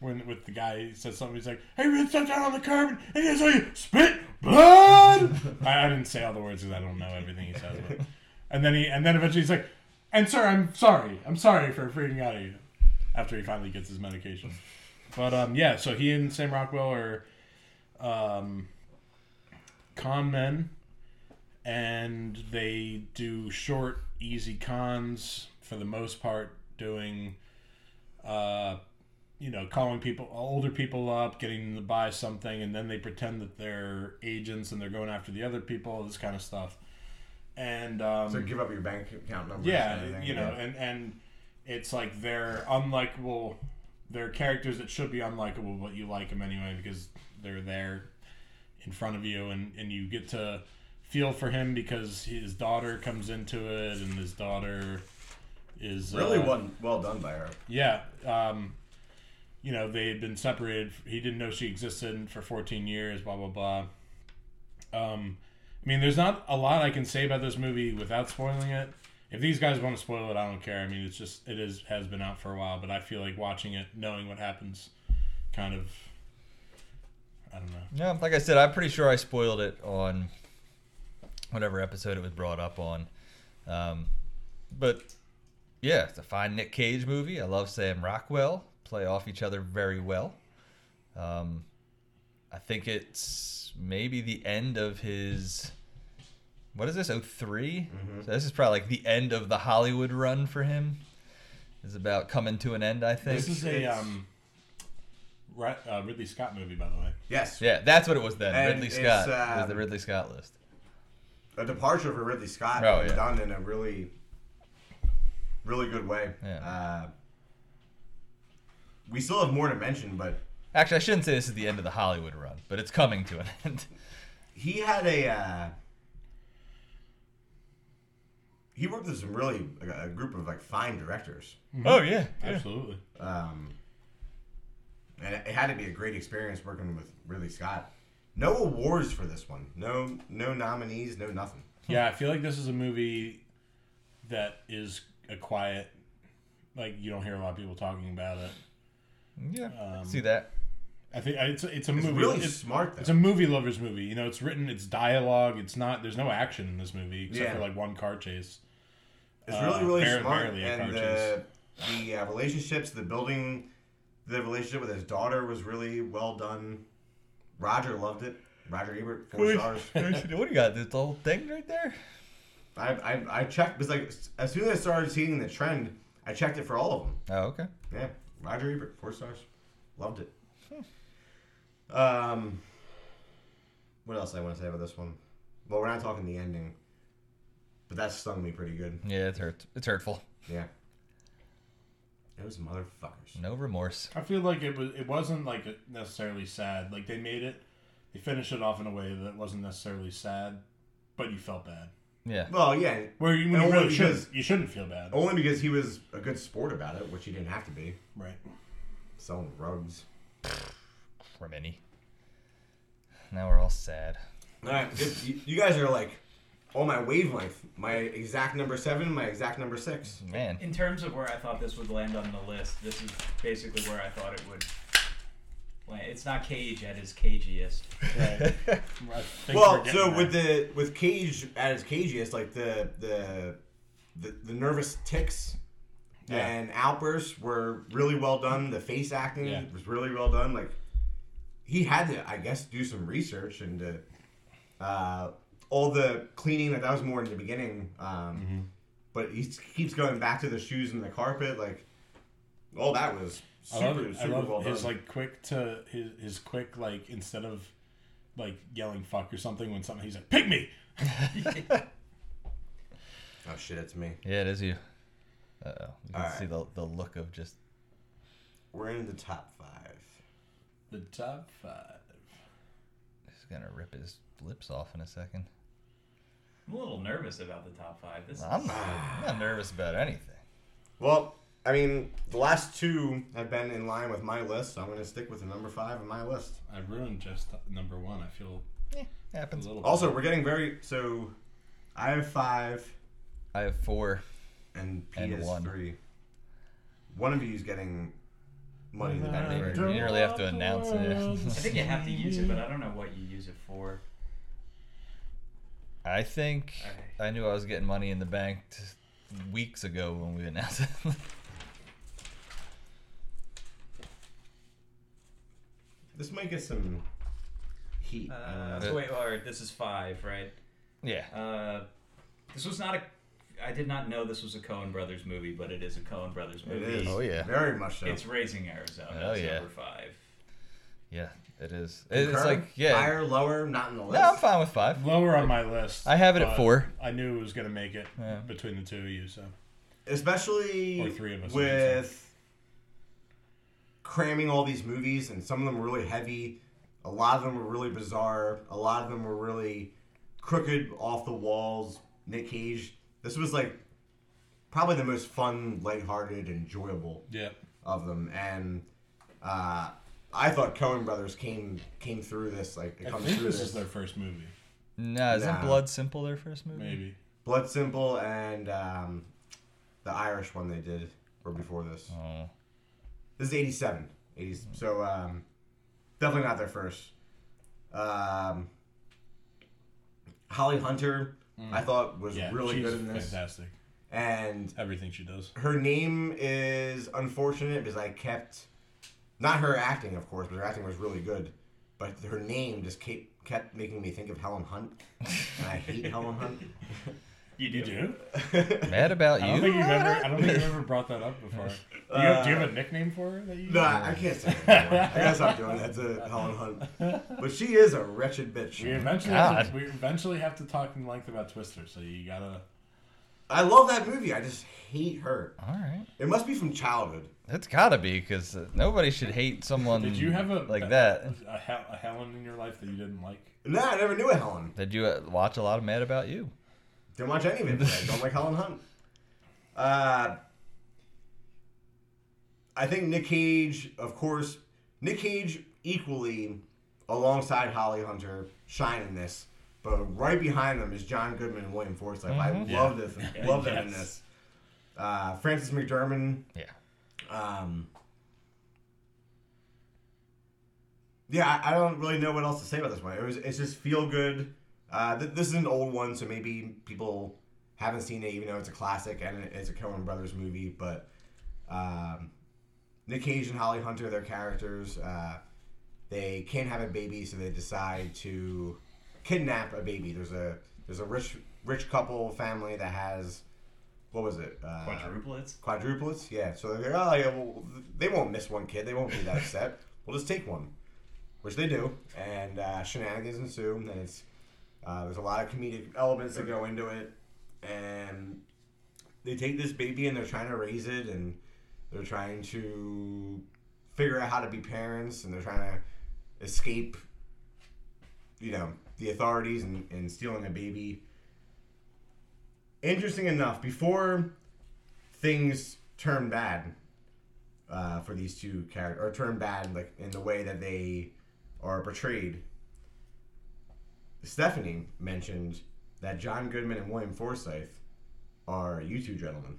Speaker 4: when with the guy he says something he's like, "Hey, man, step down on the curb and- and here's how you spit blood." I, I didn't say all the words because I don't know everything he says. But. And then he and then eventually he's like, "And sir, I'm sorry. I'm sorry for freaking out of you." After he finally gets his medication. But um, yeah, so he and Sam Rockwell are um, con men, and they do short, easy cons for the most part, doing. Uh, you know, calling people, older people up, getting them to buy something, and then they pretend that they're agents and they're going after the other people, all this kind of stuff. And um,
Speaker 3: so give up your bank account number.
Speaker 4: yeah, you know, and and it's like they're unlikable. They're characters that should be unlikable, but you like them anyway because they're there in front of you, and and you get to feel for him because his daughter comes into it, and his daughter is
Speaker 3: really
Speaker 4: uh,
Speaker 3: well, well done by her.
Speaker 4: yeah. Um, you know, they had been separated. He didn't know she existed for 14 years, blah, blah, blah. Um, I mean, there's not a lot I can say about this movie without spoiling it. If these guys want to spoil it, I don't care. I mean, it's just, it is, has been out for a while, but I feel like watching it, knowing what happens, kind of, I don't know.
Speaker 2: Yeah, like I said, I'm pretty sure I spoiled it on whatever episode it was brought up on. Um, but yeah, it's a fine Nick Cage movie. I love Sam Rockwell. Play off each other very well. Um, I think it's maybe the end of his. What is this? Oh three.
Speaker 3: Mm-hmm.
Speaker 2: So this is probably like the end of the Hollywood run for him. Is about coming to an end. I think.
Speaker 4: This is a,
Speaker 3: it's-
Speaker 4: um, Ri- uh, Ridley Scott movie, by the way.
Speaker 3: Yes,
Speaker 2: yeah, that's what it was then.
Speaker 3: And
Speaker 2: Ridley
Speaker 3: it's,
Speaker 2: Scott it was the
Speaker 3: um,
Speaker 2: Ridley Scott list.
Speaker 3: a departure for Ridley Scott
Speaker 2: Oh, yeah.
Speaker 3: done in a really, really good way.
Speaker 2: Yeah.
Speaker 3: Uh, we still have more to mention, but
Speaker 2: Actually, I shouldn't say this is the end of the Hollywood run, but it's coming to an end.
Speaker 3: he had a uh, he worked with some really like, a group of like fine directors
Speaker 2: Oh yeah,
Speaker 4: Absolutely.
Speaker 3: um, and it, it had to be a great experience working with Ridley Scott no awards for this one no no nominees no nothing
Speaker 4: Yeah, I feel like this is a movie that is a quiet, like you don't hear a lot of people talking about it.
Speaker 2: yeah. See that?
Speaker 4: I think I- it's a- it's a
Speaker 3: it's
Speaker 4: movie.
Speaker 3: really
Speaker 4: it's,
Speaker 3: smart though
Speaker 4: it's a movie lovers movie. You know, it's written, it's dialogue. It's not. There's no action in this movie except
Speaker 3: Yeah.
Speaker 4: for like one car chase.
Speaker 3: It's
Speaker 4: Uh,
Speaker 3: really, really
Speaker 4: barely-
Speaker 3: smart.
Speaker 4: barely
Speaker 3: and the,
Speaker 4: approaches.
Speaker 3: the uh, relationships, the building, the relationship with his daughter was really well done. Roger loved it. Roger Ebert, four stars.
Speaker 2: what do you got? This whole thing right there?
Speaker 3: I, I, I checked. It was like as soon as I started seeing the trend, I checked it for all of them.
Speaker 2: Oh, okay.
Speaker 3: Yeah, Roger Ebert, four stars. Loved it. Um, what else I want to say about this one? Well, we're not talking the ending, but that stung me pretty good.
Speaker 2: Yeah, it's hurt. It's hurtful.
Speaker 3: Yeah. Those motherfuckers.
Speaker 2: No remorse.
Speaker 4: I feel like it was. It wasn't like necessarily sad. Like they made it, they finished it off in a way that wasn't necessarily sad, but you felt bad.
Speaker 2: Yeah.
Speaker 3: Well, yeah,
Speaker 4: Where you,
Speaker 3: And
Speaker 4: when you
Speaker 3: only
Speaker 4: really should
Speaker 3: because-
Speaker 4: you shouldn't feel bad,
Speaker 3: only because he was a good sport about it, which he didn't have to be.
Speaker 4: right?
Speaker 3: Selling rugs.
Speaker 2: From any. Now we're all sad.
Speaker 3: All right, good. you, you guys are like on my wavelength. My exact number seven, my exact number six.
Speaker 2: Man.
Speaker 5: In terms of where I thought this would land on the list, this is basically where I thought it would land. It's not Cage at his cagiest.
Speaker 4: Right. I think we're
Speaker 3: well,
Speaker 4: getting
Speaker 3: so
Speaker 4: there.
Speaker 3: with the with Cage at his cagiest, like the the the, the nervous ticks
Speaker 4: Yeah.
Speaker 3: and outbursts were really well done. The face acting
Speaker 4: Yeah.
Speaker 3: was really well done. Like he had to, I guess, do some research and to, uh, all the cleaning that that was more in the beginning. Um,
Speaker 4: Mm-hmm.
Speaker 3: But he s- keeps going back to the shoes and the carpet. Like all that was
Speaker 4: I
Speaker 3: super
Speaker 4: love, it. I
Speaker 3: super
Speaker 4: love
Speaker 3: well
Speaker 4: his
Speaker 3: done.
Speaker 4: like quick to his his quick like instead of like yelling fuck or something when something he's like pygmy.
Speaker 3: Oh shit, it's me.
Speaker 2: Yeah, it is you. Uh oh. You can
Speaker 3: All right.
Speaker 2: see the, the look of just.
Speaker 3: We're in the top five.
Speaker 4: The top five.
Speaker 2: He's gonna rip his lips off in a second.
Speaker 5: I'm a little nervous about the top five. This
Speaker 2: I'm
Speaker 5: is
Speaker 2: not, I'm not nervous about anything.
Speaker 3: Well, I mean, the last two have been in line with my list, so I'm gonna stick with the number five on my list.
Speaker 4: I ruined just number one. I feel a
Speaker 2: Happens.
Speaker 4: little.
Speaker 3: Also, we're getting very so. I have five,
Speaker 2: I have four.
Speaker 3: and Pete
Speaker 2: And
Speaker 3: has
Speaker 2: one.
Speaker 3: three. One of you is getting money in the
Speaker 2: I mean,
Speaker 3: bank.
Speaker 2: you
Speaker 3: right?
Speaker 2: didn't really have to announce
Speaker 5: I
Speaker 2: it.
Speaker 5: think you have to use it, but I don't know what you use it for.
Speaker 2: I think
Speaker 5: Alright.
Speaker 2: I knew I was getting money in the bank t- weeks ago when we announced it.
Speaker 3: This might get some heat. I don't
Speaker 5: Uh,
Speaker 3: know.
Speaker 5: so wait, all right, this is five, right?
Speaker 2: yeah.
Speaker 5: Uh, this was not a. I did not know this was a Coen Brothers movie, but it is a Coen Brothers
Speaker 3: It
Speaker 5: movie.
Speaker 3: is.
Speaker 2: Oh, yeah.
Speaker 3: Very much so.
Speaker 5: It's Raising Arizona.
Speaker 2: Oh,
Speaker 5: it's
Speaker 2: yeah.
Speaker 5: Number five.
Speaker 2: Yeah, it is. It, it's
Speaker 3: Curb,
Speaker 2: like, yeah.
Speaker 3: Higher, lower, not in the list.
Speaker 2: No, I'm fine with five.
Speaker 4: lower on my list.
Speaker 2: I have it at
Speaker 4: but
Speaker 2: four.
Speaker 4: I knew it was gonna make it
Speaker 2: Yeah.
Speaker 4: between the two of you. So
Speaker 3: Especially
Speaker 4: Or three of us, I should
Speaker 3: with cramming all these movies, and some of them were really heavy. A lot of them were really bizarre. A lot of them were really crooked, off the walls. Nick Cage. This was like probably the most fun, lighthearted, enjoyable
Speaker 4: yeah,
Speaker 3: of them, and uh, I thought Coen Brothers came came through this like it
Speaker 4: I
Speaker 3: comes
Speaker 4: think
Speaker 3: through
Speaker 4: this is their first movie.
Speaker 2: No, isn't
Speaker 3: Nah.
Speaker 2: Blood Simple their first movie?
Speaker 4: Maybe
Speaker 3: Blood Simple and um, the Irish one they did were before this.
Speaker 2: Oh.
Speaker 3: This is 87. 80s.
Speaker 4: Hmm.
Speaker 3: So um, definitely not their first. Um, Holly Hunter, I thought was
Speaker 4: Hmm. yeah,
Speaker 3: really
Speaker 4: she's
Speaker 3: good in this.
Speaker 4: Fantastic,
Speaker 3: And
Speaker 4: everything she does.
Speaker 3: her name is unfortunate because I kept not her acting, of course, but her acting was really good. But her name just kept kept making me think of Helen Hunt, and I hate Helen Hunt.
Speaker 5: You
Speaker 4: You do?
Speaker 2: Mad about
Speaker 4: I don't
Speaker 2: you?
Speaker 4: think you've ever. I don't think you've ever brought that up before. Do you, have, do you have a nickname for her that you?
Speaker 3: Uh, No, I I can't say that anymore. I gotta stop doing that to Helen Hunt. But she is a wretched
Speaker 4: We
Speaker 3: bitch.
Speaker 4: eventually, have to,
Speaker 2: God.
Speaker 4: we eventually have to talk in length about Twister, so you gotta.
Speaker 3: I love that movie. I just hate her.
Speaker 2: All right.
Speaker 3: It must be from childhood.
Speaker 2: It's gotta be, because nobody should hate someone
Speaker 4: Did you have a
Speaker 2: like that.
Speaker 4: A, Hel- a Helen in your life that you didn't like?
Speaker 3: No, I never knew a Helen.
Speaker 2: Did you uh, watch a lot of Mad About You?
Speaker 3: Didn't watch any of it. but I don't like Helen Hunt. Uh, I think Nick Cage, of course, Nick Cage equally alongside Holly Hunter shine in this, but right behind them is John Goodman and William Forsythe. I love this, love them in
Speaker 4: Yes.
Speaker 3: this. Uh, Francis McDermott.
Speaker 2: Yeah.
Speaker 3: Um, yeah, I, I don't really know what else to say about this one. It was it's just feel good. Uh, th- this is an old one, so maybe people haven't seen it, even though it's a classic and it- it's a Coen Brothers movie. But um, Nick Cage and Holly Hunter, their characters, uh, they can't have a baby, so they decide to kidnap a baby. There's a there's a rich rich couple family that has what was it uh,
Speaker 5: Quadruplets.
Speaker 3: quadruplets. Yeah, so they're oh, yeah, well, they won't miss one kid. They won't be that upset. We'll just take one, which they do, and uh, shenanigans ensue. And it's uh, there's a lot of comedic elements that go into it, and they take this baby and they're trying to raise it, and they're trying to figure out how to be parents, and they're trying to escape, you know, the authorities and, and stealing a baby. Interesting enough, before things turn bad uh, for these two characters, or turn bad like in the way that they are portrayed. Stephanie mentioned that John Goodman and William Forsythe are you two gentlemen.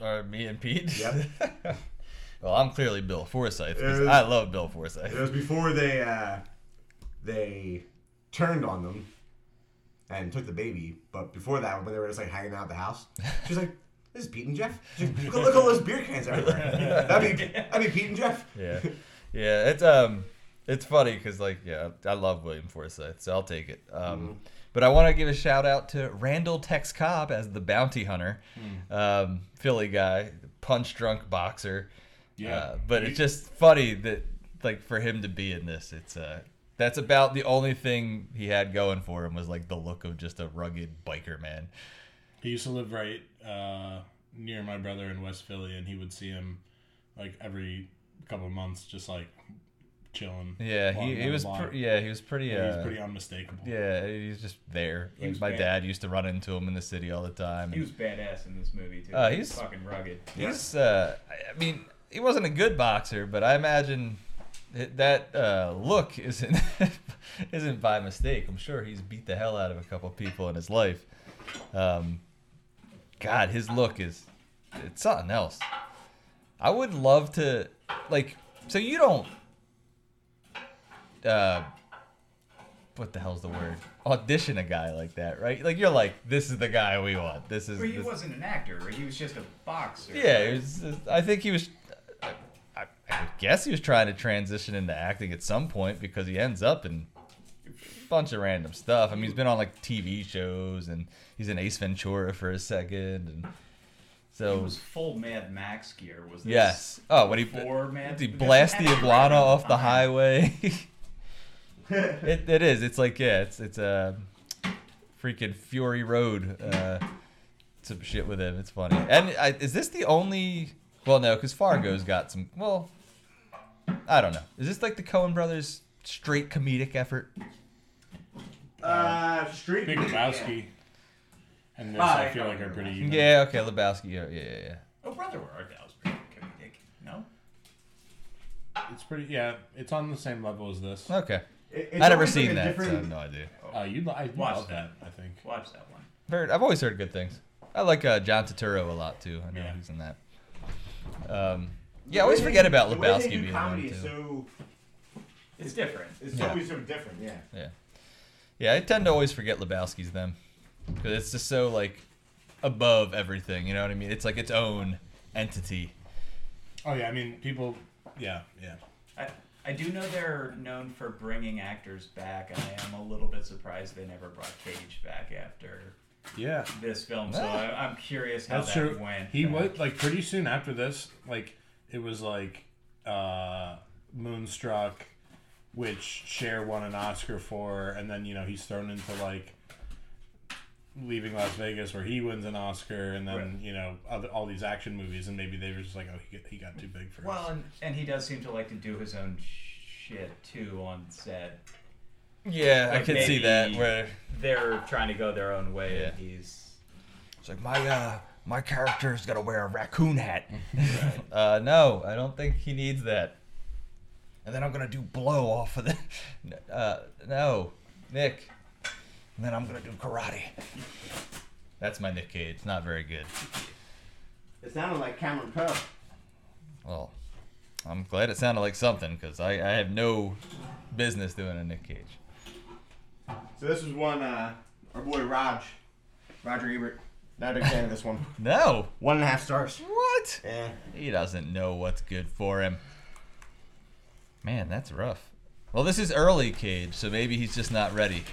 Speaker 2: Or me and Pete?
Speaker 3: Yep.
Speaker 2: well, I'm clearly Bill Forsyth. 'cause
Speaker 3: Uh,
Speaker 2: I love Bill
Speaker 3: It
Speaker 2: Forsyth.
Speaker 3: was before they uh, they turned on them and took the baby, but before that, when they were just like hanging out at the house, she's like. This is Pete and Jeff. She's like, Look, look at all those beer cans everywhere. That'd be, that'd be Pete and Jeff.
Speaker 2: Yeah. Yeah. It's um, it's funny because like yeah, I love William Forsyth, so I'll take it. Um,
Speaker 4: Mm-hmm.
Speaker 2: but I want to give a shout out to Randall Tex Cobb as the bounty hunter,
Speaker 4: Hmm.
Speaker 2: um, Philly guy, punch drunk boxer.
Speaker 4: Yeah.
Speaker 2: Uh, but it's just funny that like for him to be in this, it's uh, That's about the only thing he had going for him was like the look of just a rugged biker man.
Speaker 4: He used to live right uh, near my brother in West Philly, and he would see him like every couple of months, just like chilling.
Speaker 2: Yeah,
Speaker 4: walking
Speaker 2: he,
Speaker 4: down
Speaker 2: he
Speaker 4: the
Speaker 2: was
Speaker 4: block.
Speaker 2: pr- yeah he was pretty
Speaker 4: He
Speaker 2: uh,
Speaker 4: was pretty unmistakable.
Speaker 2: yeah he's just there. Like,
Speaker 5: was
Speaker 2: my
Speaker 5: bad.
Speaker 2: dad used to run into him in the city all the time.
Speaker 5: He was badass in this movie too.
Speaker 2: Uh,
Speaker 5: he was
Speaker 2: he's-
Speaker 5: fucking rugged.
Speaker 2: He's, uh, I- I mean, he wasn't a good boxer, but I imagine that- that uh, look isn't isn't by mistake. I'm sure he's beat the hell out of a couple people in his life. Um, God, his look is it's something else. I would love to like. So you don't. Uh, what the hell's the word? Audition a guy like that, right? Like you're like, this is the guy we want. This is.
Speaker 5: But he
Speaker 2: this-
Speaker 5: wasn't an actor. Right? He was just a boxer.
Speaker 2: yeah, it was, uh, I think he was. I, I guess he was trying to transition into acting at some point because he ends up in a bunch of random stuff. I mean, he's been on like TV shows and he's in Ace Ventura for a second, and
Speaker 5: He
Speaker 2: so
Speaker 5: was full Mad Max gear. Was this
Speaker 2: yes. Oh, what he
Speaker 5: Before Mad?
Speaker 2: he
Speaker 5: That's
Speaker 2: blast the
Speaker 5: actually
Speaker 2: iguana
Speaker 5: around
Speaker 2: off the
Speaker 5: time.
Speaker 2: highway. it, it is. It's like yeah. It's it's a freaking Fury Road. Uh, some shit with him. It's funny. And I, is this the only? Well, no, because Fargo's got some. Well, I don't know. Is this like the Coen Brothers straight comedic effort?
Speaker 3: Uh, street.
Speaker 4: Big Lebowski. And this,
Speaker 5: Ah,
Speaker 4: I
Speaker 5: I
Speaker 4: feel
Speaker 5: know
Speaker 4: like
Speaker 5: what
Speaker 4: are
Speaker 5: you're
Speaker 4: pretty.
Speaker 5: about.
Speaker 4: Even.
Speaker 2: Yeah. Okay, Lebowski. Yeah, yeah, yeah. yeah.
Speaker 5: Oh, brother, were that was pretty comedic. No.
Speaker 4: It's pretty. Yeah, it's on the same level as this.
Speaker 2: Okay.
Speaker 3: It- it's
Speaker 2: I never
Speaker 3: always like
Speaker 2: seen
Speaker 3: a
Speaker 2: that, so I have
Speaker 3: different-
Speaker 2: no idea.
Speaker 4: Uh, you li- I
Speaker 5: Watch
Speaker 4: love that.
Speaker 5: that.
Speaker 4: I think.
Speaker 5: Watch that one.
Speaker 2: Heard, I've always heard good things. I like uh, John Turturro a lot too. I know
Speaker 4: Yeah.
Speaker 2: he's in that. Um, yeah, I always forget about
Speaker 3: the way they
Speaker 2: Lebowski
Speaker 3: do
Speaker 2: being in
Speaker 3: comedy
Speaker 2: one
Speaker 3: is
Speaker 2: too.
Speaker 3: so
Speaker 5: It's different.
Speaker 3: it's
Speaker 2: Yeah.
Speaker 3: always so different. Yeah.
Speaker 2: Yeah, yeah. I tend to always forget Lebowski's them because it's just so like above everything. You know what I mean? It's like its own entity.
Speaker 4: Oh yeah, I mean people. Yeah, yeah.
Speaker 5: I, I do know they're known for bringing actors back, and I am a little bit surprised they never brought Cage back after
Speaker 4: Yeah,
Speaker 5: this film. So
Speaker 2: Ah.
Speaker 5: I, I'm curious how
Speaker 4: that's
Speaker 5: that
Speaker 4: true.
Speaker 5: went. uh,
Speaker 4: He
Speaker 5: back.
Speaker 4: was like pretty soon after this, like it was like uh Moonstruck, which Cher won an Oscar for, and then you know he's thrown into like leaving Las Vegas where he wins an Oscar, and then
Speaker 5: Right.
Speaker 4: you know other, all these action movies, and maybe they were just like, oh, he got, he got too big for
Speaker 5: Well,
Speaker 4: us.
Speaker 5: and, and he does seem to like to do his own shit too on set.
Speaker 2: Yeah, I
Speaker 5: Like,
Speaker 2: can see
Speaker 5: maybe-
Speaker 2: that. Where
Speaker 5: They're trying to go their own way, and
Speaker 2: Yeah.
Speaker 5: he's
Speaker 2: it's like my uh my character's gonna wear a raccoon hat. uh, no, I don't think he needs that. And then I'm gonna do blow off of the. Uh, no, Nick. And then I'm gonna do karate. That's my Nick Cage. Not very good.
Speaker 3: It sounded like Cameron Poe.
Speaker 2: Well, I'm glad it sounded like something because I, I have no business doing a Nick Cage.
Speaker 3: So this is one. Uh, our boy Raj, Roger Ebert. Not a big fan of this one.
Speaker 2: No.
Speaker 3: One and a half stars.
Speaker 2: What?
Speaker 3: Yeah.
Speaker 2: He doesn't know what's good for him. Man, that's rough. Well, this is early Cage, so maybe he's just not ready.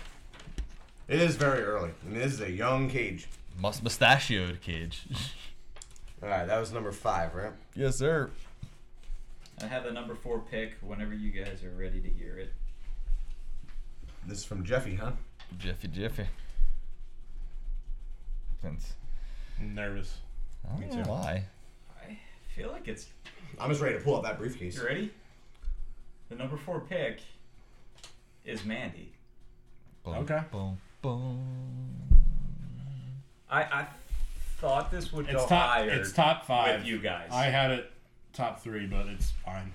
Speaker 3: It is very early. And this is a young Cage.
Speaker 2: Must mustachioed Cage.
Speaker 3: All right, that was number five, right?
Speaker 2: yes, sir.
Speaker 5: I have the number four pick whenever you guys are ready to hear it.
Speaker 3: This is from Jeffy, huh?
Speaker 2: Jiffy, Jiffy. Since
Speaker 4: nervous.
Speaker 2: I don't know why.
Speaker 5: I feel like it's.
Speaker 3: I'm just ready to pull out that briefcase.
Speaker 5: You ready? The number four pick is Mandy.
Speaker 2: Boom,
Speaker 4: Okay.
Speaker 2: Boom, boom.
Speaker 5: I, I thought this would
Speaker 4: It's
Speaker 5: go
Speaker 4: top.
Speaker 5: higher.
Speaker 4: It's top five.
Speaker 5: with you guys.
Speaker 4: I had it top three, but it's fine.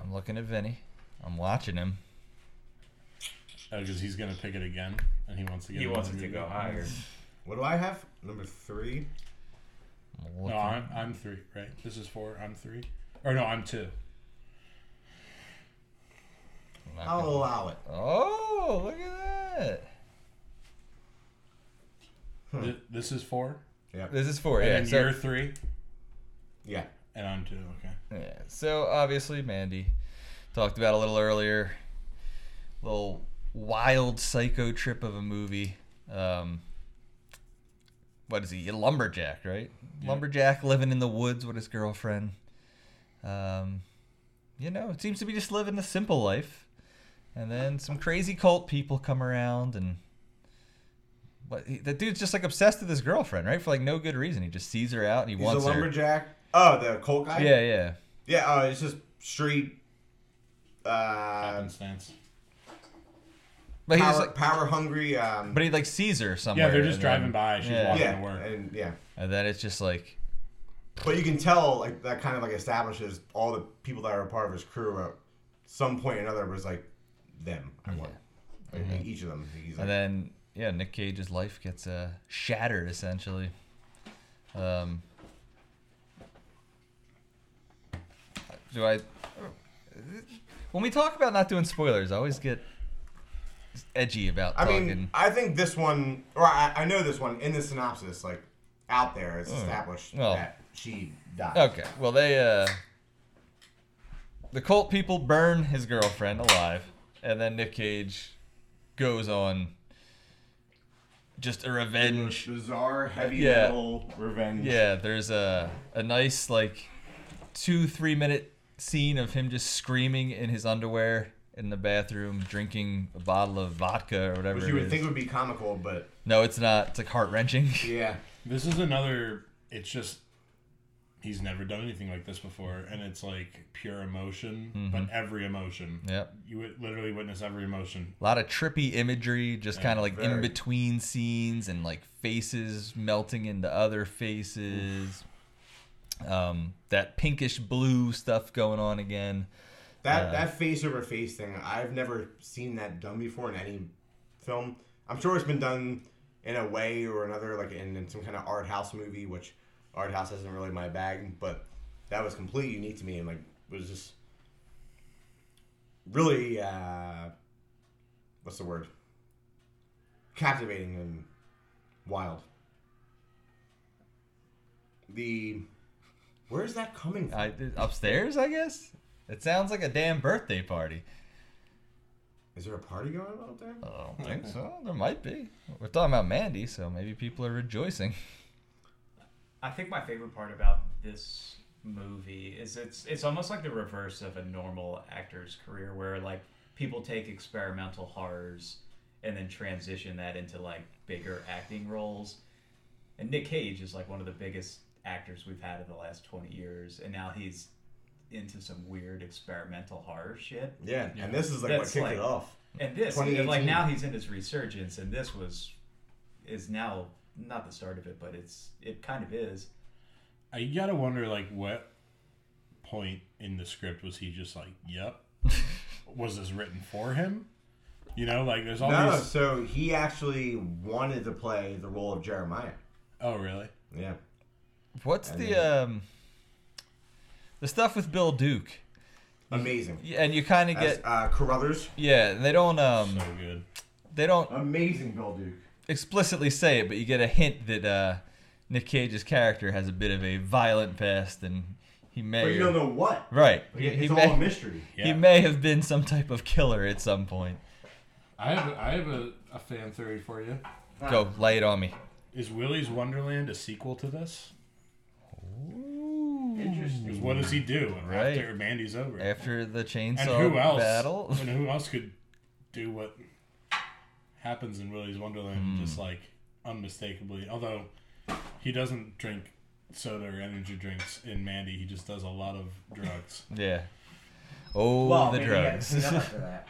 Speaker 2: I'm looking at Vinny. I'm watching him.
Speaker 4: because Oh, he's gonna pick it again, and he wants to get.
Speaker 5: He wants it
Speaker 4: another
Speaker 5: to go
Speaker 4: good-
Speaker 5: higher.
Speaker 3: What do I have? Number three.
Speaker 2: I'm
Speaker 4: No,
Speaker 2: looking.
Speaker 4: I'm, I'm three, right? This is four. I'm three. Or no, I'm two.
Speaker 2: I'm not
Speaker 3: I'll
Speaker 2: gonna-
Speaker 3: allow it.
Speaker 2: Oh, look at that.
Speaker 4: Th- this is four.
Speaker 2: This is four. Yeah.
Speaker 4: and
Speaker 2: So,
Speaker 4: you're three,
Speaker 3: Yeah.
Speaker 4: and I'm two. Okay.
Speaker 2: yeah. So obviously, Mandy talked about a little earlier. Little wild psycho trip of a movie. Um, what is he? A lumberjack, right? Lumberjack living in the woods with his girlfriend. Um, you know, it seems to be just living a simple life. And then some crazy cult people come around and what he, that dude's just like obsessed with his girlfriend, right? For like no good reason. He just sees her out and he
Speaker 3: He's a
Speaker 2: wants her.
Speaker 3: lumberjack. Oh, the colt guy.
Speaker 2: Yeah, yeah.
Speaker 3: Yeah. Oh, it's just street. Uh,
Speaker 4: happenstance.
Speaker 2: But he's
Speaker 3: power,
Speaker 2: like,
Speaker 3: power hungry. Um,
Speaker 2: but he like sees her somewhere.
Speaker 4: Yeah, they're just
Speaker 2: and
Speaker 4: driving
Speaker 2: then-
Speaker 4: by. She's
Speaker 2: yeah.
Speaker 4: walking
Speaker 3: yeah,
Speaker 4: to work.
Speaker 3: and yeah.
Speaker 2: And then it's just like,
Speaker 3: But you can tell like that kind of like establishes all the people that are a part of his crew at some point or another was like them. I want like, each of them. He's like,
Speaker 2: Mm-hmm. and then yeah, Nick Cage's life gets uh, shattered essentially. Um, do I? When we talk about not doing spoilers, I always get edgy about
Speaker 3: I
Speaker 2: talking.
Speaker 3: mean, I think this one, or I, I know this one in the synopsis, like out there, it's established
Speaker 2: Hmm. well.
Speaker 3: that she died.
Speaker 2: Okay. Well, they uh, the cult people burn his girlfriend alive, and then Nick Cage goes on just a revenge.
Speaker 7: Bizarre heavy
Speaker 2: Yeah.
Speaker 7: metal revenge.
Speaker 2: Yeah, there's a a nice like two three minute scene of him just screaming in his underwear in the bathroom, drinking a bottle of vodka or whatever.
Speaker 3: Which you
Speaker 2: it
Speaker 3: would
Speaker 2: is.
Speaker 3: think would be comical, but
Speaker 2: no, it's not. It's like heart wrenching.
Speaker 3: yeah.
Speaker 4: This is another. It's just he's never done anything like this before, and it's like pure emotion,
Speaker 2: Mm-hmm.
Speaker 4: but every emotion.
Speaker 2: Yep.
Speaker 4: You would literally witness every emotion.
Speaker 2: A lot of trippy imagery, just kind of like in
Speaker 3: very.
Speaker 2: between scenes and like faces melting into other faces. Um, that pinkish blue stuff going on again.
Speaker 3: That that face over face thing, I've never seen that done before in any film. I'm sure it's been done in a way or another, like in, in some kind of art house movie, which art house isn't really my bag, but that was completely unique to me and like was just really uh what's the word? Captivating and wild. The where's that coming from?
Speaker 2: I, upstairs, I guess. It sounds like a damn birthday party.
Speaker 3: Is there a party going on up there?
Speaker 2: I don't think so. There might be. We're talking about Mandy, so maybe people are rejoicing.
Speaker 5: I think my favorite part about this movie is it's it's almost like the reverse of a normal actor's career where like people take experimental horrors and then transition that into like bigger acting roles. And Nick Cage is like one of the biggest actors we've had in the last 20 years and now he's into some weird experimental horror shit.
Speaker 3: Yeah, and this is like what
Speaker 5: That's
Speaker 3: kicked
Speaker 5: like-
Speaker 3: it off.
Speaker 5: And this and, like
Speaker 3: 2018.
Speaker 5: now he's in his resurgence and this was is now not the start of it but it's it kind of is.
Speaker 4: I Uh, gotta wonder, like, what point in the script was he just like, "Yep"? was this written for him? You know, like there's all
Speaker 3: No,
Speaker 4: these.
Speaker 3: so he actually wanted to play the role of Jeremiah.
Speaker 4: Oh, really?
Speaker 3: Yeah.
Speaker 2: What's the um the stuff with Bill Duke?
Speaker 3: Amazing.
Speaker 2: Yeah, And you kind of
Speaker 3: As,
Speaker 2: get
Speaker 3: uh, Carruthers.
Speaker 2: yeah. They don't um
Speaker 4: So good.
Speaker 2: they don't
Speaker 7: Amazing Bill Duke.
Speaker 2: explicitly say it, but you get a hint that uh Nick Cage's character has a bit of a violent past, and he may
Speaker 7: But you don't know what.
Speaker 2: right.
Speaker 7: Like,
Speaker 2: He, he
Speaker 7: it's all a
Speaker 2: may,
Speaker 7: mystery.
Speaker 4: Yeah.
Speaker 2: he may have been some type of killer at some point.
Speaker 4: I have I have a, a fan theory for you.
Speaker 2: Go lay it on me.
Speaker 4: Is Willy's Wonderland a sequel to this?
Speaker 7: Interesting.
Speaker 4: 'Cause what does he do
Speaker 2: Right.
Speaker 4: after Mandy's over?
Speaker 2: After the
Speaker 4: and
Speaker 2: chainsaw
Speaker 4: who else?
Speaker 2: battle,
Speaker 4: And who else could do what happens in Willy's Wonderland
Speaker 2: Hmm.
Speaker 4: just like unmistakably? Although he doesn't drink soda or energy drinks in Mandy, he just does a lot of drugs.
Speaker 2: yeah. Oh,
Speaker 7: Well,
Speaker 2: the
Speaker 7: maybe he had to
Speaker 2: drugs.
Speaker 7: clean up after that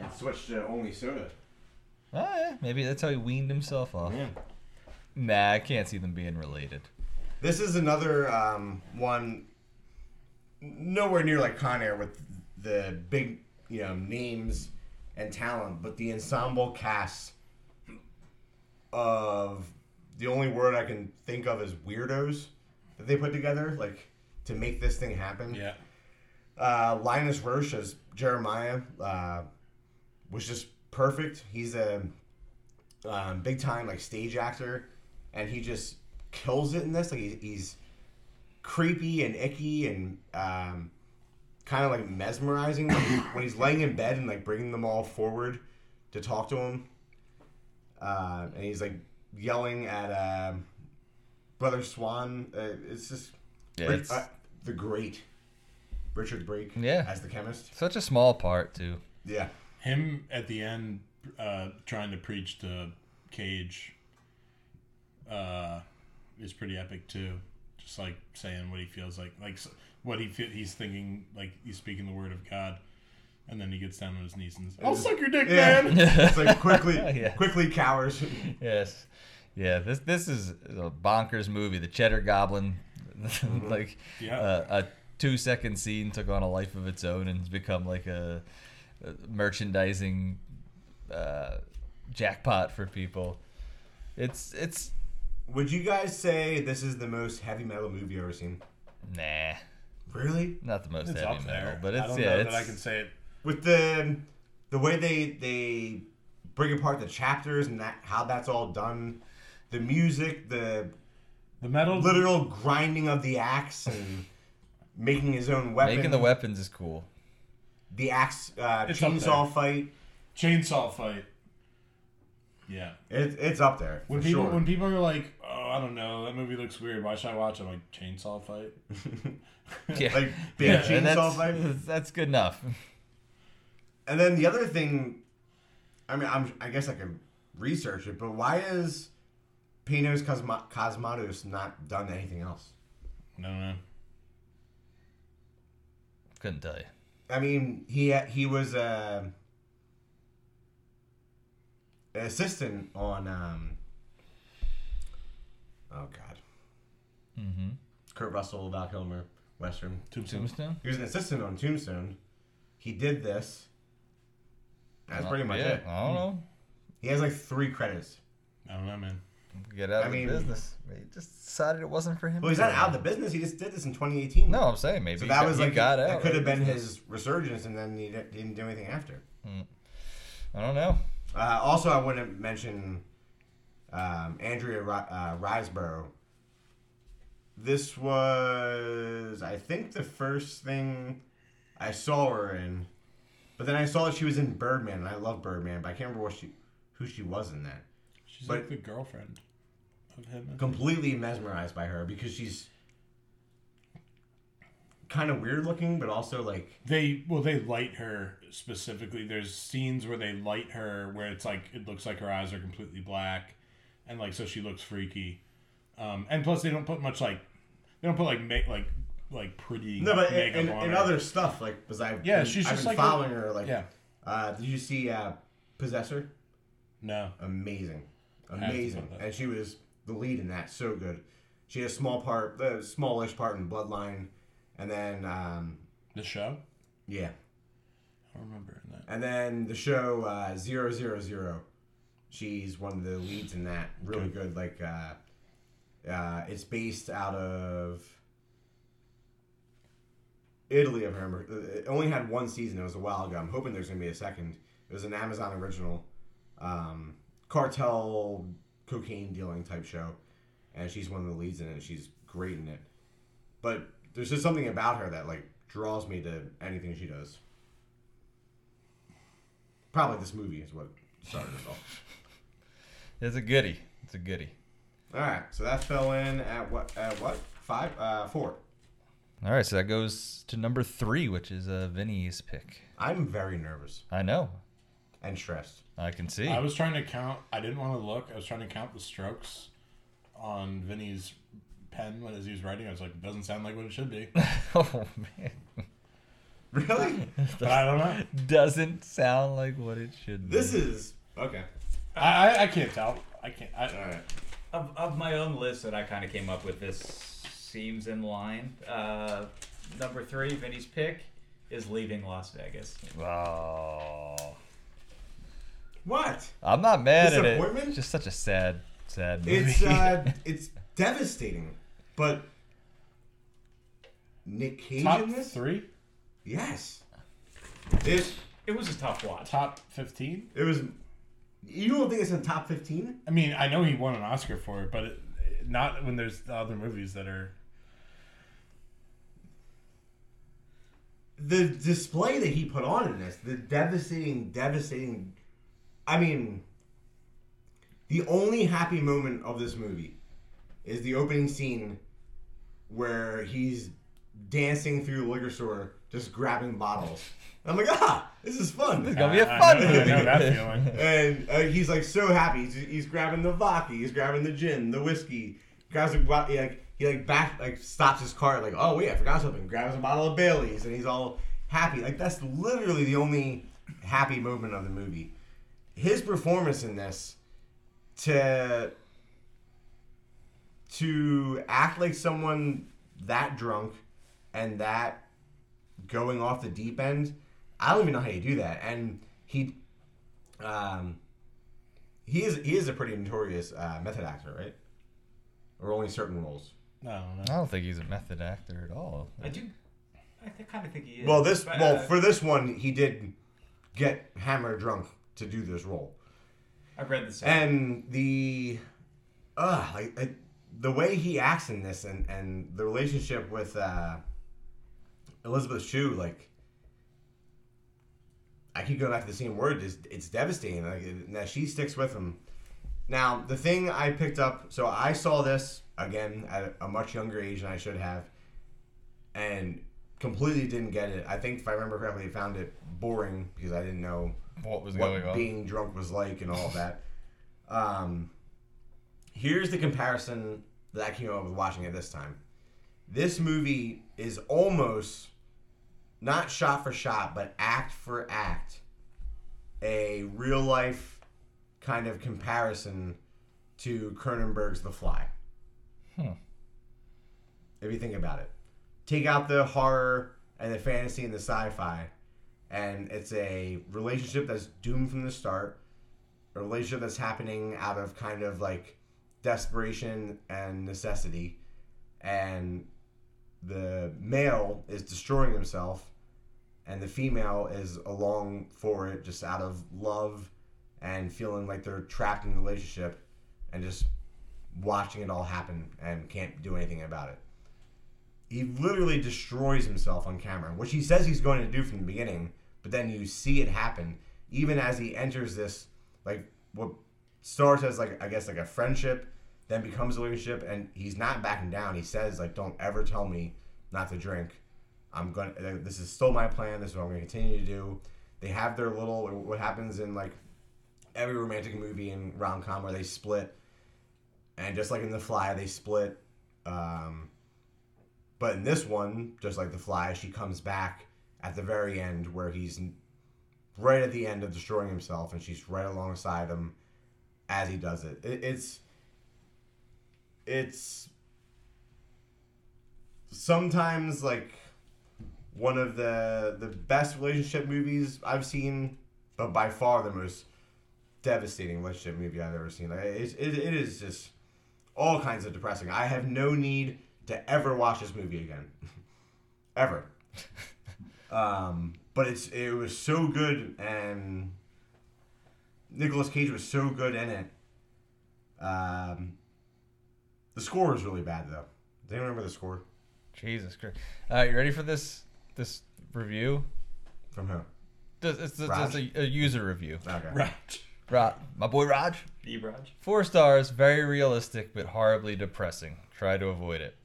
Speaker 7: and switch to only soda.
Speaker 2: Oh, yeah. Maybe that's how he weaned himself off. Nah, I can't see them being related.
Speaker 3: This is another um, one nowhere near like Con Air with the big, you know, names and talent, but the ensemble cast of the only word I can think of is weirdos that they put together, like to make this thing happen.
Speaker 4: Yeah.
Speaker 3: uh, Linus Roche as Jeremiah uh, was just perfect. He's a um, big time like stage actor, and he just kills it in this. Like he's, he's creepy and icky and um, kind of like mesmerizing when, he- when he's laying in bed and like bringing them all forward to talk to him. Uh, and he's like yelling at uh, Brother Swan. Uh, it's just
Speaker 2: Yeah,
Speaker 3: Ri-
Speaker 2: it's-
Speaker 3: uh, the great Richard Brake
Speaker 2: Yeah.
Speaker 3: as the chemist.
Speaker 2: Such a small part, too.
Speaker 3: Yeah.
Speaker 4: him at the end uh, trying to preach to Cage uh, is pretty epic too. Just like saying what he feels like, like s- what he fe- he's thinking, like he's speaking the word of God, and then he gets down on his knees and says, "I'll suck your dick,
Speaker 3: Yeah.
Speaker 4: man."
Speaker 3: It's like quickly,
Speaker 2: Yeah.
Speaker 3: quickly cowers.
Speaker 2: Yes. Yeah, this this is a bonkers movie. The Cheddar Goblin, like
Speaker 4: Mm-hmm. Yeah.
Speaker 2: uh, a two second scene took on a life of its own and has become like a, a merchandising uh, jackpot for people. It's it's
Speaker 3: Would you guys say this is the most heavy metal movie you've ever seen?
Speaker 2: nah,
Speaker 3: Really?
Speaker 2: not the most
Speaker 4: It's
Speaker 2: heavy
Speaker 4: up
Speaker 2: metal,
Speaker 4: there,
Speaker 2: but it's
Speaker 4: I don't
Speaker 2: yeah,
Speaker 4: know
Speaker 2: it's,
Speaker 4: that I can say it.
Speaker 3: With the the way they they break apart the chapters and that how that's all done, the music, the
Speaker 4: The metal,
Speaker 3: literal grinding of the axe and making his own weapon.
Speaker 2: making the weapons is cool.
Speaker 3: the axe uh,
Speaker 4: It's up
Speaker 3: chainsaw fight.
Speaker 4: chainsaw fight. Yeah.
Speaker 3: It, it's up there for
Speaker 4: When people
Speaker 3: sure.
Speaker 4: when people are like, "Oh, I don't know, that movie looks weird. Why should I watch?" it? I'm like, "Chainsaw fight."
Speaker 2: Yeah,
Speaker 3: like big
Speaker 2: yeah and
Speaker 3: chainsaw
Speaker 2: that's,
Speaker 3: fight.
Speaker 2: that's good enough.
Speaker 3: And then the other thing, I mean, I'm, I guess I could research it, but why is Pinos Cosma- Cosmatos not done anything else?
Speaker 4: No, no.
Speaker 2: Couldn't tell you.
Speaker 3: I mean, he he was uh, an assistant on. Um, oh God.
Speaker 2: Mm-hmm.
Speaker 3: Kurt Russell, Val Kilmer, Western.
Speaker 4: Tombstone.
Speaker 2: Tombstone.
Speaker 3: He was an assistant on Tombstone. He did this. That's
Speaker 2: Uh,
Speaker 3: pretty much
Speaker 2: yeah,
Speaker 3: it.
Speaker 2: I don't know.
Speaker 3: He has like three credits.
Speaker 4: I don't know, man.
Speaker 2: get out
Speaker 3: I
Speaker 2: of
Speaker 3: mean-
Speaker 2: the business. He just decided it wasn't for him.
Speaker 3: Well, he's not out of the business. He just did this in 2018.
Speaker 2: No, I'm saying maybe
Speaker 3: So
Speaker 2: he
Speaker 3: that
Speaker 2: got-
Speaker 3: was
Speaker 2: he
Speaker 3: like
Speaker 2: got out.
Speaker 3: that could have
Speaker 2: right?
Speaker 3: been his resurgence, and then he di- didn't do anything after.
Speaker 2: I don't know.
Speaker 3: Uh, also, I want to mention um, Andrea Ri- uh, Riseborough. This was, I think, the first thing I saw her in. But then I saw that she was in Birdman, and I love Birdman, but I can't remember what she, who she was in that.
Speaker 4: She's
Speaker 3: But-
Speaker 4: like the girlfriend of him.
Speaker 3: Completely mesmerized by her because she's kind of weird looking, but also like
Speaker 4: They well, they light her specifically. There's scenes where they light her where it's like it looks like her eyes are completely black, and like so she looks freaky. Um, and plus they don't put much like they don't put like make like like pretty
Speaker 3: No, but in,
Speaker 4: makeup
Speaker 3: in,
Speaker 4: on
Speaker 3: in
Speaker 4: her.
Speaker 3: other stuff, like, because I've
Speaker 4: Yeah,
Speaker 3: been,
Speaker 4: she's
Speaker 3: I've
Speaker 4: just
Speaker 3: been
Speaker 4: like a-
Speaker 3: following her. Like,
Speaker 4: yeah
Speaker 3: uh, did you see uh, Possessor?
Speaker 4: no
Speaker 3: Amazing,
Speaker 4: haven't seen
Speaker 3: amazing,
Speaker 4: that.
Speaker 3: and she was the lead in that. So good. She had a small part, a smallish part in Bloodline, and then um,
Speaker 4: the show
Speaker 3: yeah,
Speaker 4: I don't remember in that
Speaker 3: and then the show uh, Zero Zero Zero. She's one of the leads in that. Really good. Like, uh, uh, it's based out of Italy. I remember. Uh, It only had one season. It was a while ago. I'm hoping there's gonna be a second. It was an Amazon original, um, cartel cocaine dealing type show, and she's one of the leads in it. She's great in it. But there's just something about her that like draws me to anything she does. Probably this movie is what started it all.
Speaker 2: It's a goodie. It's a goodie.
Speaker 3: All right, so that fell in at what? At what? Five? Uh, four.
Speaker 2: All right, so that goes to number three, which is uh, Vinny's pick.
Speaker 3: I'm very nervous
Speaker 2: I know.
Speaker 3: and stressed.
Speaker 2: I can see.
Speaker 4: I was trying to count. I didn't want to look. I was trying to count the strokes on Vinny's pen when as he was writing. I was like, it doesn't sound like what it should be.
Speaker 2: oh man,
Speaker 3: Really?
Speaker 4: But I don't know.
Speaker 2: doesn't sound like what it should be.
Speaker 3: this is okay.
Speaker 4: I, I, I can't tell. I can't. I,
Speaker 3: All right.
Speaker 5: Of, of my own list that I kind of came up with, this seems in line. Uh, number three, Vinny's pick, is leaving Las Vegas.
Speaker 2: Oh,
Speaker 3: What?
Speaker 2: I'm not mad at it.
Speaker 3: Disappointment?
Speaker 2: It's Just such a sad, sad movie.
Speaker 3: It's uh, it's devastating. But Nick Cage
Speaker 4: top
Speaker 3: in this?
Speaker 4: three,
Speaker 3: Yes. It
Speaker 5: It was a tough watch.
Speaker 4: top fifteen.
Speaker 3: it was. You don't think it's in top fifteen?
Speaker 4: I mean, I know he won an Oscar for it, but it, not when there's the other movies that are.
Speaker 3: The display that he put on in this, the devastating, devastating. I mean, the only happy moment of this movie is the opening scene where he's dancing through the liquor store, just grabbing bottles. And I'm like, ah, this is fun.
Speaker 2: It's gonna be a
Speaker 4: I- I
Speaker 2: fun
Speaker 4: know- I
Speaker 2: movie.
Speaker 4: know that feeling.
Speaker 3: And uh, he's like so happy. He's, he's grabbing the vodka, he's grabbing the gin, the whiskey. Grabs a bo- he like he like back like stops his car like oh wait I forgot something. Grabs a bottle of Bailey's and he's all happy. Like that's literally the only happy moment of the movie. His performance in this to to act like someone that drunk and that going off the deep end. I don't even know how you do that. And he, um, he is he is a pretty notorious uh, method actor, right? Or only certain roles.
Speaker 4: I don't know.
Speaker 2: I don't think he's a method actor at all.
Speaker 5: I do. I th- kind of think he is.
Speaker 3: Well, this
Speaker 5: but,
Speaker 3: well
Speaker 5: uh,
Speaker 3: for this one he did get hammered drunk to do this role,
Speaker 5: I read this.
Speaker 3: and the, uh, like I, the way he acts in this, and and the relationship with uh, Elizabeth Shue, like. I keep going back to the same word. Is it's devastating. Like and that she sticks with him. Now the thing I picked up. So I saw this again at a much younger age than I should have, and completely didn't get it. I think if I remember correctly, I found it boring because I didn't know
Speaker 2: What was
Speaker 3: what
Speaker 2: going on?
Speaker 3: being drunk was like and all that. Um, here's the comparison that I came up with watching it this time. This movie is almost not shot for shot, but act for act, a real life kind of comparison to Cronenberg's The Fly.
Speaker 2: Hmm.
Speaker 3: If you think about it, take out the horror and the fantasy and the sci-fi, and it's a relationship that's doomed from the start, a relationship that's happening out of kind of like desperation and necessity, and the male is destroying himself, and the female is along for it just out of love and feeling like they're trapped in the relationship and just watching it all happen and can't do anything about it he literally destroys himself on camera, which he says he's going to do from the beginning, but then you see it happen even as he enters this like what starts as like I guess like a friendship, then becomes a relationship and he's not backing down. He says like don't ever tell me not to drink. I'm going to this is still my plan. This is what I'm going to continue to do. They have their little what happens in like every romantic movie and rom-com where they split and just like in The Fly they split um but in this one, just like The Fly, she comes back at the very end where he's n- right at the end of destroying himself, and she's right alongside him as he does it. it it's it's sometimes like one of the the best relationship movies I've seen, but by far the most devastating relationship movie I've ever seen. Like it, it, it is just all kinds of depressing. I have no need to ever watch this movie again, ever. um, but it's it was so good, and Nicolas Cage was so good in it. Um, the score was really bad though. Does anyone remember the score
Speaker 2: Jesus Christ! All right, you ready for this this review?
Speaker 3: from who?
Speaker 2: This, it's it's-
Speaker 3: Raj.
Speaker 2: it's a, a user review.
Speaker 3: Okay.
Speaker 4: Right.
Speaker 2: Rod, my boy Raj.
Speaker 5: E. Raj.
Speaker 2: Four stars, very realistic but horribly depressing. Try to avoid it.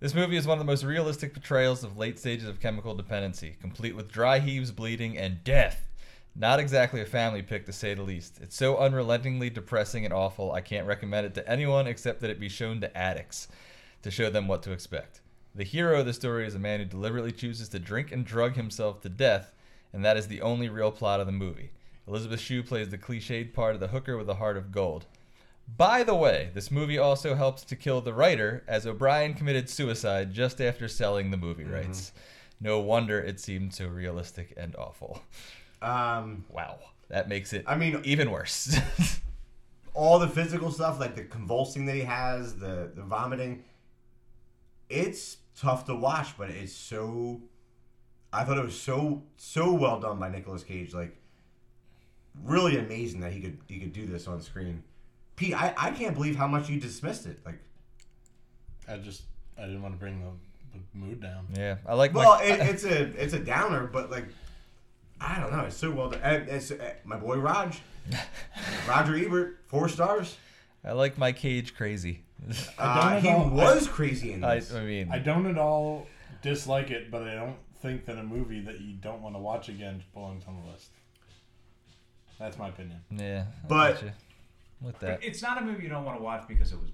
Speaker 2: This movie is one of the most realistic portrayals of late stages of chemical dependency, complete with dry heaves, bleeding, and death. Not exactly a family pick, to say the least. It's so unrelentingly depressing and awful, I can't recommend it to anyone except that it be shown to addicts to show them what to expect. The hero of the story is a man who deliberately chooses to drink and drug himself to death, and that is the only real plot of the movie. Elizabeth Shue plays the cliched part of the hooker with a heart of gold. By the way, this movie also helps to kill the writer, as O'Brien committed suicide just after selling the movie rights. No wonder it seemed so realistic and awful.
Speaker 3: Um,
Speaker 2: Wow. That makes it
Speaker 3: I mean,
Speaker 2: even worse.
Speaker 3: all the physical stuff, like the convulsing that he has, the the vomiting. It's tough to watch, but it's so. I thought it was so so well done by Nicolas Cage. Like, really amazing that he could he could do this on screen. Pete, I, I can't believe how much you dismissed it. Like,
Speaker 4: I just I didn't want to bring the, the mood down.
Speaker 2: yeah, I like my-
Speaker 3: well, it, it's a it's a downer, but like, I don't know. It's so well done. And It's, uh, my boy Raj, Roger Ebert, four stars.
Speaker 2: I like my cage crazy.
Speaker 3: Uh,
Speaker 4: don't
Speaker 3: he
Speaker 4: know.
Speaker 3: was crazy in
Speaker 2: I,
Speaker 3: this.
Speaker 2: I mean,
Speaker 4: I don't at all dislike it, but I don't think that a movie that you don't want to watch again belongs on the list. That's my opinion.
Speaker 2: Yeah. I
Speaker 3: But-
Speaker 2: got you. with that,
Speaker 5: It's not a movie you don't want to watch because it was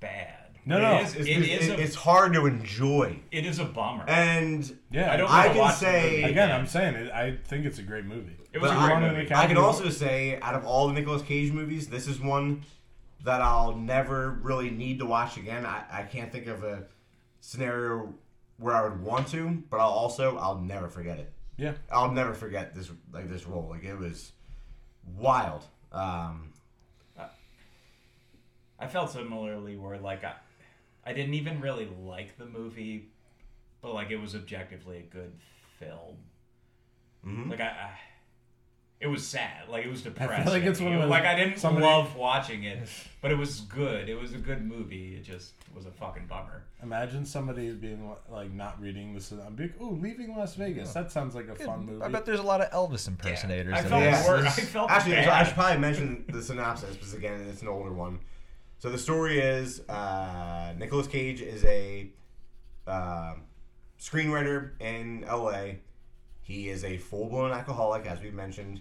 Speaker 5: bad.
Speaker 4: No,
Speaker 3: It
Speaker 4: no,
Speaker 3: is- it's,
Speaker 5: It
Speaker 3: it's-
Speaker 5: is a-
Speaker 3: it's hard to enjoy.
Speaker 5: It is a bummer.
Speaker 3: And
Speaker 4: yeah.
Speaker 5: I don't
Speaker 3: I
Speaker 5: want to
Speaker 3: can
Speaker 5: watch
Speaker 3: say-
Speaker 5: the movie
Speaker 4: Again, I'm saying it. I think it's a great movie.
Speaker 5: It was
Speaker 3: But
Speaker 5: a
Speaker 3: I-
Speaker 5: great
Speaker 4: Wrong in
Speaker 5: movie.
Speaker 4: the
Speaker 3: I can
Speaker 4: Academy-
Speaker 3: also say, out of all the Nicolas Cage movies, this is one that I'll never really need to watch again. I, I can't think of a scenario where I would want to, but I'll also I'll never forget it.
Speaker 4: Yeah.
Speaker 3: I'll never forget this like this role. Like it was wild. Um,
Speaker 5: I felt similarly where like I, I didn't even really like the movie, but like it was objectively a good film. Like I, I, it was sad. Like it was depressing.
Speaker 4: Mm-hmm. like it's one of
Speaker 5: It-
Speaker 4: those-
Speaker 5: like I didn't
Speaker 4: somebody-
Speaker 5: love watching it, but it was good. It was a good movie. It just was a fucking bummer.
Speaker 4: Imagine somebody being like not reading this. I'm like, ooh, leaving Las Vegas.
Speaker 3: Oh.
Speaker 4: That sounds like a fun movie.
Speaker 2: I bet there's a lot of Elvis impersonators.
Speaker 5: I
Speaker 2: in
Speaker 5: felt
Speaker 2: this.
Speaker 3: Yeah.
Speaker 5: worse. I felt
Speaker 3: actually,
Speaker 5: bad.
Speaker 3: so I should probably mention the synopsis because again, it's an older one. So the story is uh, Nicolas Cage is a uh, screenwriter in LA. He is a full blown alcoholic, as we mentioned.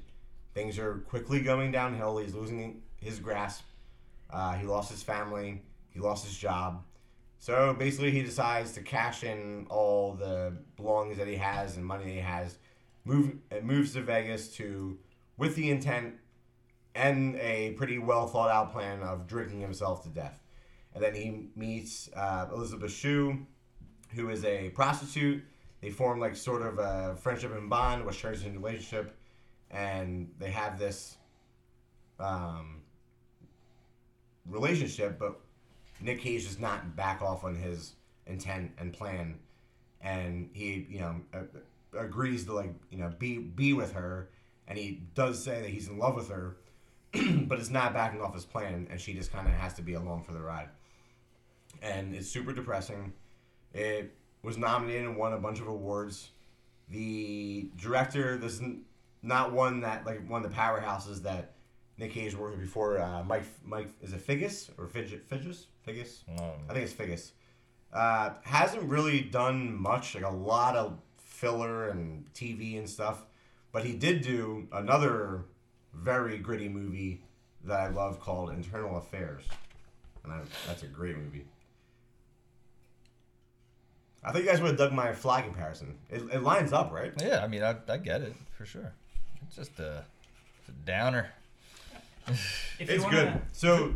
Speaker 3: Things are quickly going downhill. He's losing his grasp. Uh, he lost his family. He lost his job. So basically, he decides to cash in all the belongings that he has and money that he has, move uh, moves to Vegas to, with the intent and a pretty well thought out plan of drinking himself to death. And then he meets uh, Elizabeth Shue, who is a prostitute. They form like sort of a friendship and bond, which turns into a relationship, and they have this um, relationship. But Nick Cage does not back off on his intent and plan, and he you know a- agrees to like you know be be with her, and he does say that he's in love with her, but it's not backing off his plan, and she just kind of has to be along for the ride, and it's super depressing. It was nominated and won a bunch of awards. The director, this is n- not one that like one of the powerhouses that Nick Cage worked with before. Uh, Mike, Mike is it Figgis or Fidget Fidges? Figgis? I think it's Figgis. Uh, hasn't really done much, like a lot of filler and TV and stuff. But he did do another very gritty movie that I love called Internal Affairs, and I, that's a great movie. I think you guys would have dug my fly comparison. It, it lines up, right?
Speaker 2: Yeah, I mean, I, I get it for sure. It's just a, it's a downer.
Speaker 5: If you
Speaker 3: It's
Speaker 5: wanna-
Speaker 3: good. So,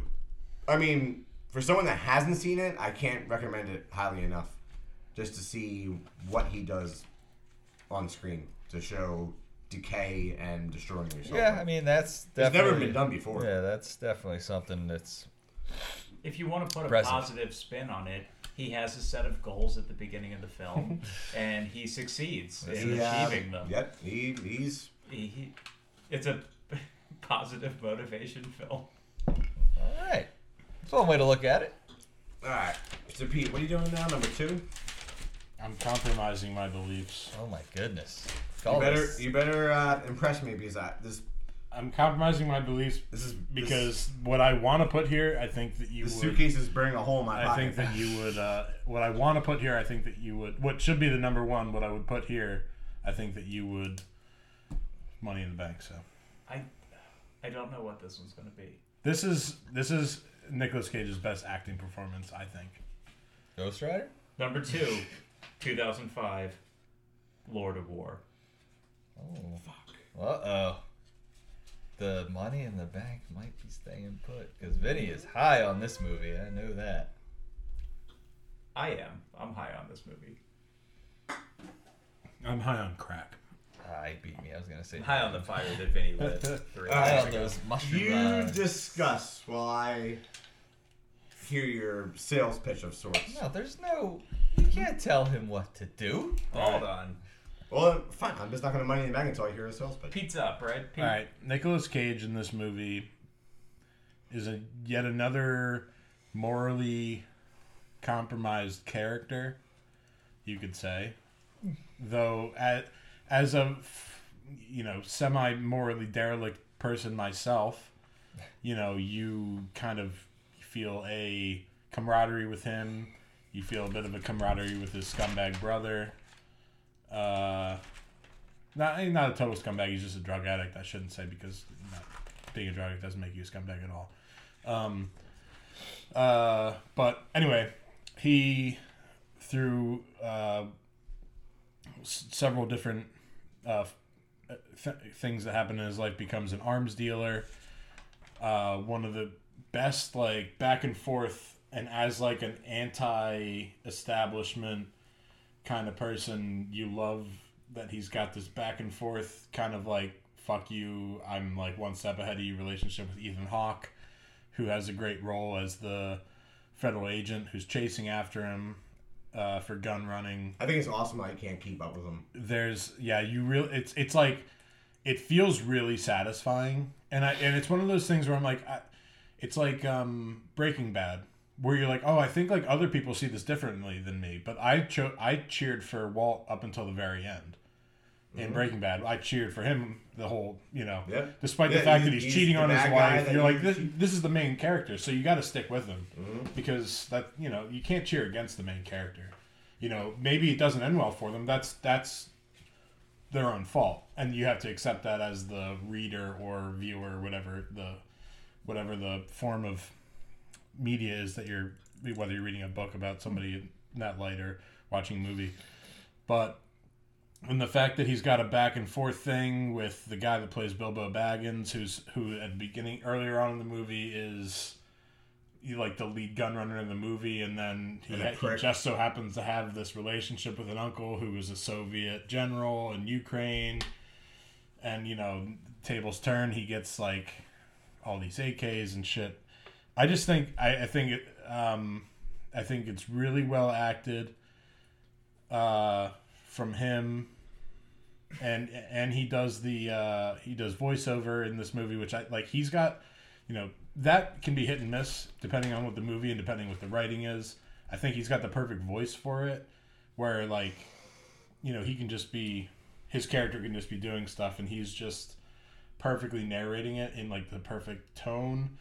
Speaker 3: I mean, for someone that hasn't seen it, I can't recommend it highly enough. Just to see what he does on screen to show decay and destroying
Speaker 5: Oh,
Speaker 3: yourself.
Speaker 2: Yeah, I mean, that's
Speaker 3: it's
Speaker 2: definitely.
Speaker 3: never been done before.
Speaker 2: Yeah, that's definitely something that's.
Speaker 5: if you want to put a
Speaker 2: Impressive.
Speaker 5: positive spin on it, he has a set of goals at the beginning of the film, and he succeeds in
Speaker 3: Yeah.
Speaker 5: achieving them.
Speaker 3: Yep. He, he's
Speaker 5: He, he, it's a positive motivation film.
Speaker 2: All right. It's one way to look at it.
Speaker 3: all right. So Pete, what are you doing now? Number two.
Speaker 4: I'm compromising my beliefs.
Speaker 2: Oh my goodness.
Speaker 3: You
Speaker 2: Call
Speaker 3: better
Speaker 2: Oh, this-
Speaker 3: you better uh, impress me because I, this
Speaker 4: I'm compromising my beliefs
Speaker 3: this is this,
Speaker 4: because what I want to put here, I think that you
Speaker 3: the
Speaker 4: would.
Speaker 3: suitcase is burning a hole in my
Speaker 4: I
Speaker 3: pocket.
Speaker 4: think that you would. Uh, what I want to put here, I think that you would. What should be the number one, what I would put here, I think that you would. Money in the Bank. So
Speaker 5: I, I don't know what this one's going to be.
Speaker 4: this is this is Nicolas Cage's best acting performance, I think.
Speaker 2: Ghost Rider?
Speaker 5: Number two, 2005, Lord of War.
Speaker 2: Oh. Fuck. Uh oh. The money in the bank might be staying put because Vinny is high on this movie. I know that.
Speaker 5: I am. I'm high on this movie.
Speaker 4: I'm high on crack.
Speaker 2: Ah, he beat me. I was going to say.
Speaker 5: I'm high on the fire that Vinny lit three
Speaker 2: High
Speaker 5: years
Speaker 2: on
Speaker 5: ago.
Speaker 2: those mushroom
Speaker 3: You
Speaker 2: eyes.
Speaker 3: discuss while I hear your sales pitch of sorts.
Speaker 2: No, there's no. You can't tell him what to do.
Speaker 5: Hold on.
Speaker 3: Well, fine. I'm just not going to money in the bank until I hear a sales pitch.
Speaker 5: Pete's up, right? Pete?
Speaker 4: All right, Nicolas Cage in this movie is a yet another morally compromised character, you could say. Though at, as a you know semi morally derelict person myself, you know you kind of feel a camaraderie with him. You feel a bit of a camaraderie with his scumbag brother. Uh, not he's not a total scumbag. He's just a drug addict. I shouldn't say because not being a drug addict doesn't make you a scumbag at all. Um, uh, but anyway, he through uh, s- several different uh, f- uh, th- things that happen in his life becomes an arms dealer. Uh, one of the best like back and forth and as like an anti-establishment kind of person you love that he's got this back and forth kind of like fuck you i'm like one step ahead of you relationship with ethan hawke who has a great role as the federal agent who's chasing after him uh, for gun running
Speaker 3: I think it's awesome how you can't keep up with them.
Speaker 4: there's yeah you really it's it's like it feels really satisfying and i and it's one of those things where i'm like I, it's like um breaking bad where you're like oh i think like other people see this differently than me but i cho- i cheered for walt up until the very end in breaking bad i cheered for him the whole you know
Speaker 3: Mm-hmm. Yeah.
Speaker 4: despite the
Speaker 3: Yeah,
Speaker 4: fact
Speaker 3: he-
Speaker 4: that he's,
Speaker 3: he's
Speaker 4: cheating
Speaker 3: the
Speaker 4: on his
Speaker 3: bad guy
Speaker 4: wife
Speaker 3: that
Speaker 4: you're like
Speaker 3: you- Mm-hmm.
Speaker 4: this, this is the main character so you got to stick with him because that you know you can't cheer against the main character you know maybe it doesn't end well for them that's that's their own fault and you have to accept that as the reader or viewer whatever the whatever the form of media is that you're whether you're reading a book about somebody in that light or watching a movie but and the fact that he's got a back and forth thing with the guy that plays Bilbo Baggins, who's who at the beginning earlier on in the movie is you like the lead gun runner in the movie, and then he,
Speaker 3: And a
Speaker 4: he
Speaker 3: prick.
Speaker 4: just so happens to have this relationship with an uncle who was a Soviet general in Ukraine, and you know tables turn, he gets like all these AKs and shit. I just think I, I think it, um, I think it's really well acted uh, from him, and and he does the uh, he does voiceover in this movie, which I like. He's got, you know, that can be hit and miss depending on what the movie and depending what the writing is. I think he's got the perfect voice for it, where like, you know, he can just be his character can just be doing stuff, and he's just perfectly narrating it in like the perfect tone.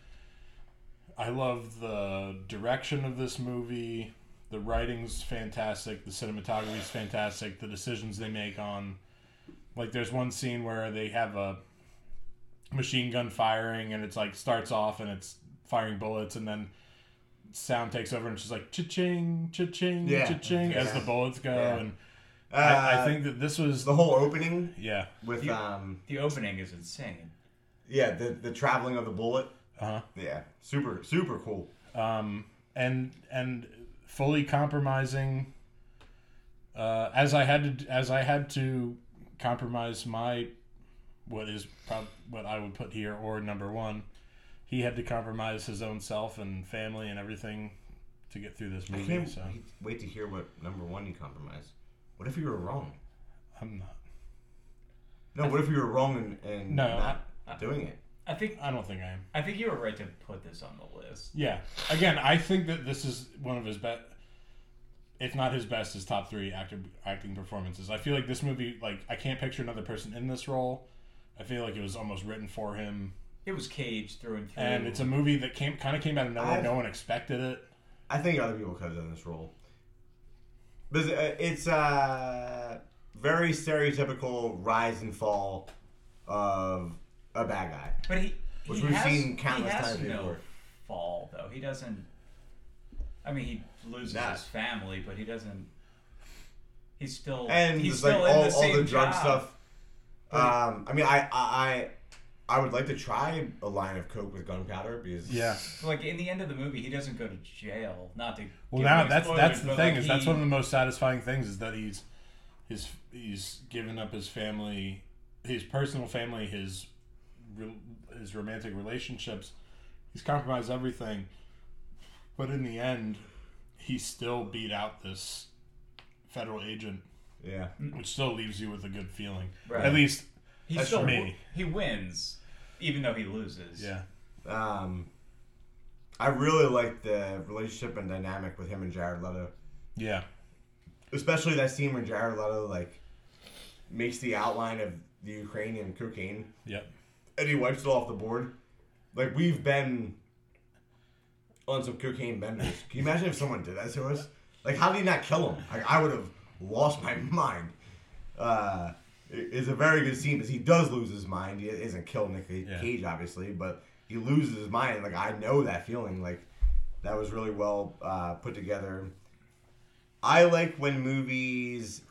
Speaker 4: I love the direction of this movie. The writing's fantastic. The cinematography's fantastic. The decisions they make on, like, there's one scene where they have a machine gun firing, and it's like starts off and it's firing bullets, and then sound takes over, and she's like cha-ching, cha-ching,
Speaker 3: Yeah.
Speaker 4: cha-ching as
Speaker 3: Yeah.
Speaker 4: the bullets go,
Speaker 3: Yeah.
Speaker 4: and
Speaker 3: Uh,
Speaker 4: I, I think that this was
Speaker 3: the whole opening
Speaker 4: yeah,
Speaker 3: with
Speaker 5: You-
Speaker 3: um
Speaker 5: The opening is insane.
Speaker 3: yeah the the traveling of the bullet.
Speaker 4: Uh-huh.
Speaker 3: Yeah, super super cool.
Speaker 4: and and fully compromising uh, as I had to as I had to compromise my what is prob- what I would put here or number one. He had to compromise his own self and family and everything to get through this
Speaker 3: I
Speaker 4: movie.
Speaker 3: can't
Speaker 4: so
Speaker 3: wait- wait to hear what number one you compromise. What if you were wrong?
Speaker 4: I'm not.
Speaker 3: No, what if you were wrong and, and
Speaker 4: No,
Speaker 3: not
Speaker 5: I- I-
Speaker 3: doing it?
Speaker 5: I think
Speaker 4: I don't think I am.
Speaker 5: I think you were right to put this on the list.
Speaker 4: Yeah. Again, I think that this is one of his best, if not his best, his top three actor acting performances. I feel like this movie, like I can't picture another person in this role. I feel like it was almost written for him,
Speaker 5: It was Cage through and through.
Speaker 4: and it's a movie that came kind of came out of nowhere.
Speaker 3: I've-
Speaker 4: no one expected it.
Speaker 3: I think other people could have done this role. But it's, uh, it's uh, very stereotypical rise and fall of a bad guy.
Speaker 5: but he,
Speaker 3: Which
Speaker 5: he
Speaker 3: we've
Speaker 5: has,
Speaker 3: seen countless
Speaker 5: he has
Speaker 3: times
Speaker 5: no
Speaker 3: before.
Speaker 5: fall though. He doesn't. I mean, he loses
Speaker 3: Nah.
Speaker 5: his family, but he doesn't. He's still
Speaker 3: And
Speaker 5: he's
Speaker 3: just
Speaker 5: still
Speaker 3: like
Speaker 5: in
Speaker 3: all,
Speaker 5: the
Speaker 3: all
Speaker 5: same
Speaker 3: the drug
Speaker 5: job.
Speaker 3: stuff. Um, I mean, I, I I I would like to try a line of coke with gunpowder because
Speaker 5: Like in the end of the movie, he doesn't go to jail. Not to.
Speaker 4: Well,
Speaker 5: give
Speaker 4: now
Speaker 5: away
Speaker 4: that's
Speaker 5: spoilers,
Speaker 4: that's the
Speaker 5: but,
Speaker 4: thing
Speaker 5: like,
Speaker 4: is that's
Speaker 5: he-
Speaker 4: one of the most satisfying things is that he's his he's given up his family, his personal family, his re- his romantic relationships. He's compromised everything, but in the end, he still beat out this federal agent,
Speaker 3: yeah.
Speaker 4: which still leaves you with a good feeling.
Speaker 5: Right.
Speaker 4: At least,
Speaker 5: He
Speaker 4: That's
Speaker 5: still
Speaker 4: for me.
Speaker 5: w- He wins, even though he loses.
Speaker 4: yeah.
Speaker 3: Um, I really like the relationship and dynamic with him and Jared Leto.
Speaker 4: Yeah,
Speaker 3: especially that scene where Jared Leto like makes the outline of the Ukrainian cocaine
Speaker 4: yep.
Speaker 3: and he wipes it off the board. Like we've been on some cocaine benders. Can you imagine if someone did that to us? Like, how did he not kill him? Like, I would have lost my mind. Uh, it- it's a very good scene because he does lose his mind. He isn't kill Nick
Speaker 4: Yeah.
Speaker 3: Cage, obviously, but he loses his mind. Like, I know that feeling. Like, that was really well uh, put together. I like when movies,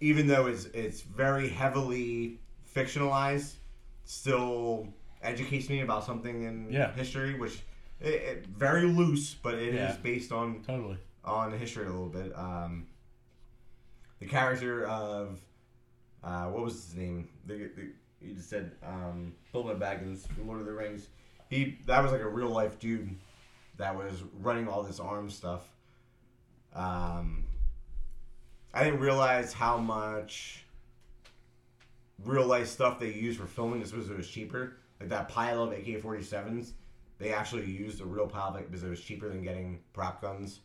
Speaker 3: even though it's it's very heavily fictionalized, still educates me about something in
Speaker 4: Yeah.
Speaker 3: history, which it, it, very loose, but it is
Speaker 4: Yeah.
Speaker 3: based on
Speaker 4: Totally.
Speaker 3: on history a little bit. Um, the character of uh, what was his name? The, the, you just said um, Bilbo Baggins, from Lord of the Rings. He that was like a real life dude that was running all this arms stuff. Um, I didn't realize how much real life stuff they used for filming this because it was cheaper. Like that pile of AK 47s, they actually used a real pile of it because it was cheaper than getting prop guns.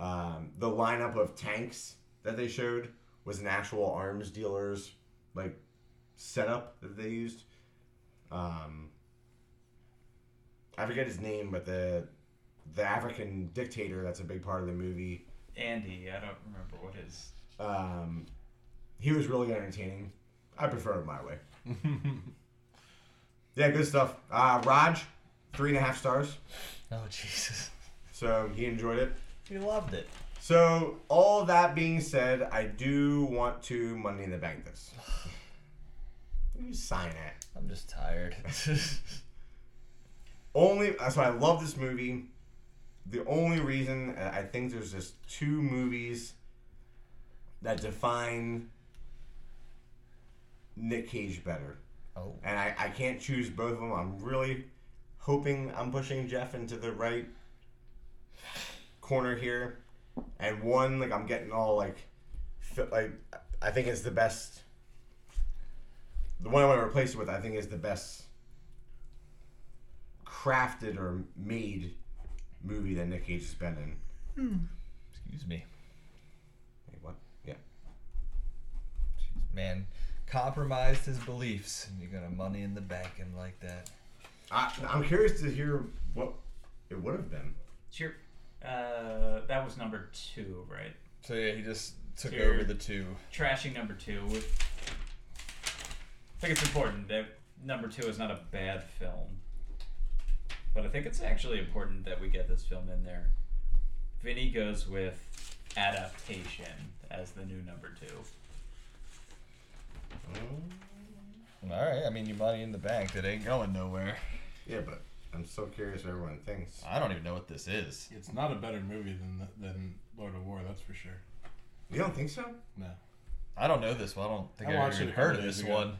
Speaker 3: Um, the lineup of tanks that they showed was an actual arms dealer's like setup that they used. Um, I forget his name, but the the African dictator that's a big part of the movie.
Speaker 5: Andy, I don't remember what his.
Speaker 3: Um, he was really entertaining. I prefer it my way. yeah, good stuff. Uh, Raj, three and a half stars.
Speaker 2: Oh Jesus!
Speaker 3: So he enjoyed it.
Speaker 2: He loved it.
Speaker 3: So all that being said, I do want to Money in the Bank this. What do you sign it?
Speaker 2: I'm just tired.
Speaker 3: only so I love this movie. The only reason uh, I I think there's just two movies that define Nick Cage better,
Speaker 2: oh,
Speaker 3: and I, I can't choose both of them. I'm really hoping I'm pushing Jeff into the right corner here, and one like I'm getting all like fi- like I think it's the best. The one I want to replace it with, I think, is the best crafted or made movie that Nick Cage has been in.
Speaker 2: excuse me,
Speaker 3: Wait, what? Yeah.
Speaker 2: man. Compromised his beliefs, and you're gonna money in the bank him like that.
Speaker 3: I, I'm curious to hear what it would have been.
Speaker 5: It's your. Uh, that was number two, right?
Speaker 2: So yeah, he just took
Speaker 5: Here.
Speaker 2: over the two.
Speaker 5: Trashing number two. With, I think it's important that number two is not a bad film, but I think it's actually important that we get this film in there. Vinny goes with adaptation as the new number two.
Speaker 2: All right, I mean you money in the bank that ain't going nowhere.
Speaker 3: Yeah, but I'm so curious what everyone thinks.
Speaker 2: I don't even know what this is.
Speaker 4: It's not a better movie than than Lord of War. That's for sure.
Speaker 3: You don't think so?
Speaker 4: No.
Speaker 2: I don't know this one. I don't think
Speaker 4: I
Speaker 2: I have
Speaker 4: watched
Speaker 2: even
Speaker 4: it a
Speaker 2: heard
Speaker 4: couple
Speaker 2: of
Speaker 4: days
Speaker 2: this
Speaker 4: ago.
Speaker 2: one.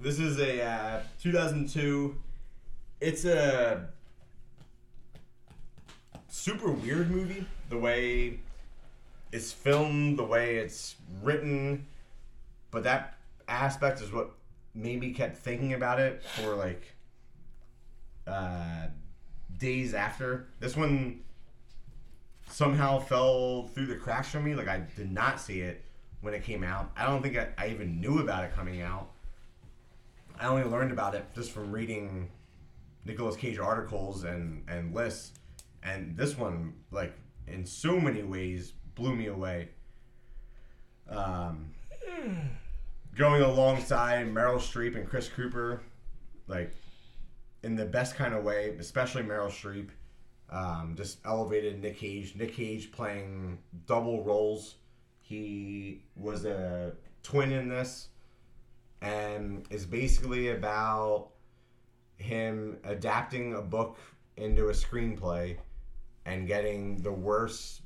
Speaker 3: This is a uh, 2002. It's a super weird movie. The way it's filmed, the way it's written, but that aspect is what made me kept thinking about it for like uh, days after. This one somehow fell through the cracks for me. Like I did not see it when it came out. I don't think I, I even knew about it coming out. I only learned about it just from reading Nicolas Cage articles and and lists, and this one like in so many ways blew me away. Um, going alongside Meryl Streep and Chris Cooper, like in the best kind of way, especially Meryl Streep, um, just elevated Nick Cage. Nick Cage playing double roles. He was a twin in this and is basically about him adapting a book into a screenplay and getting the worst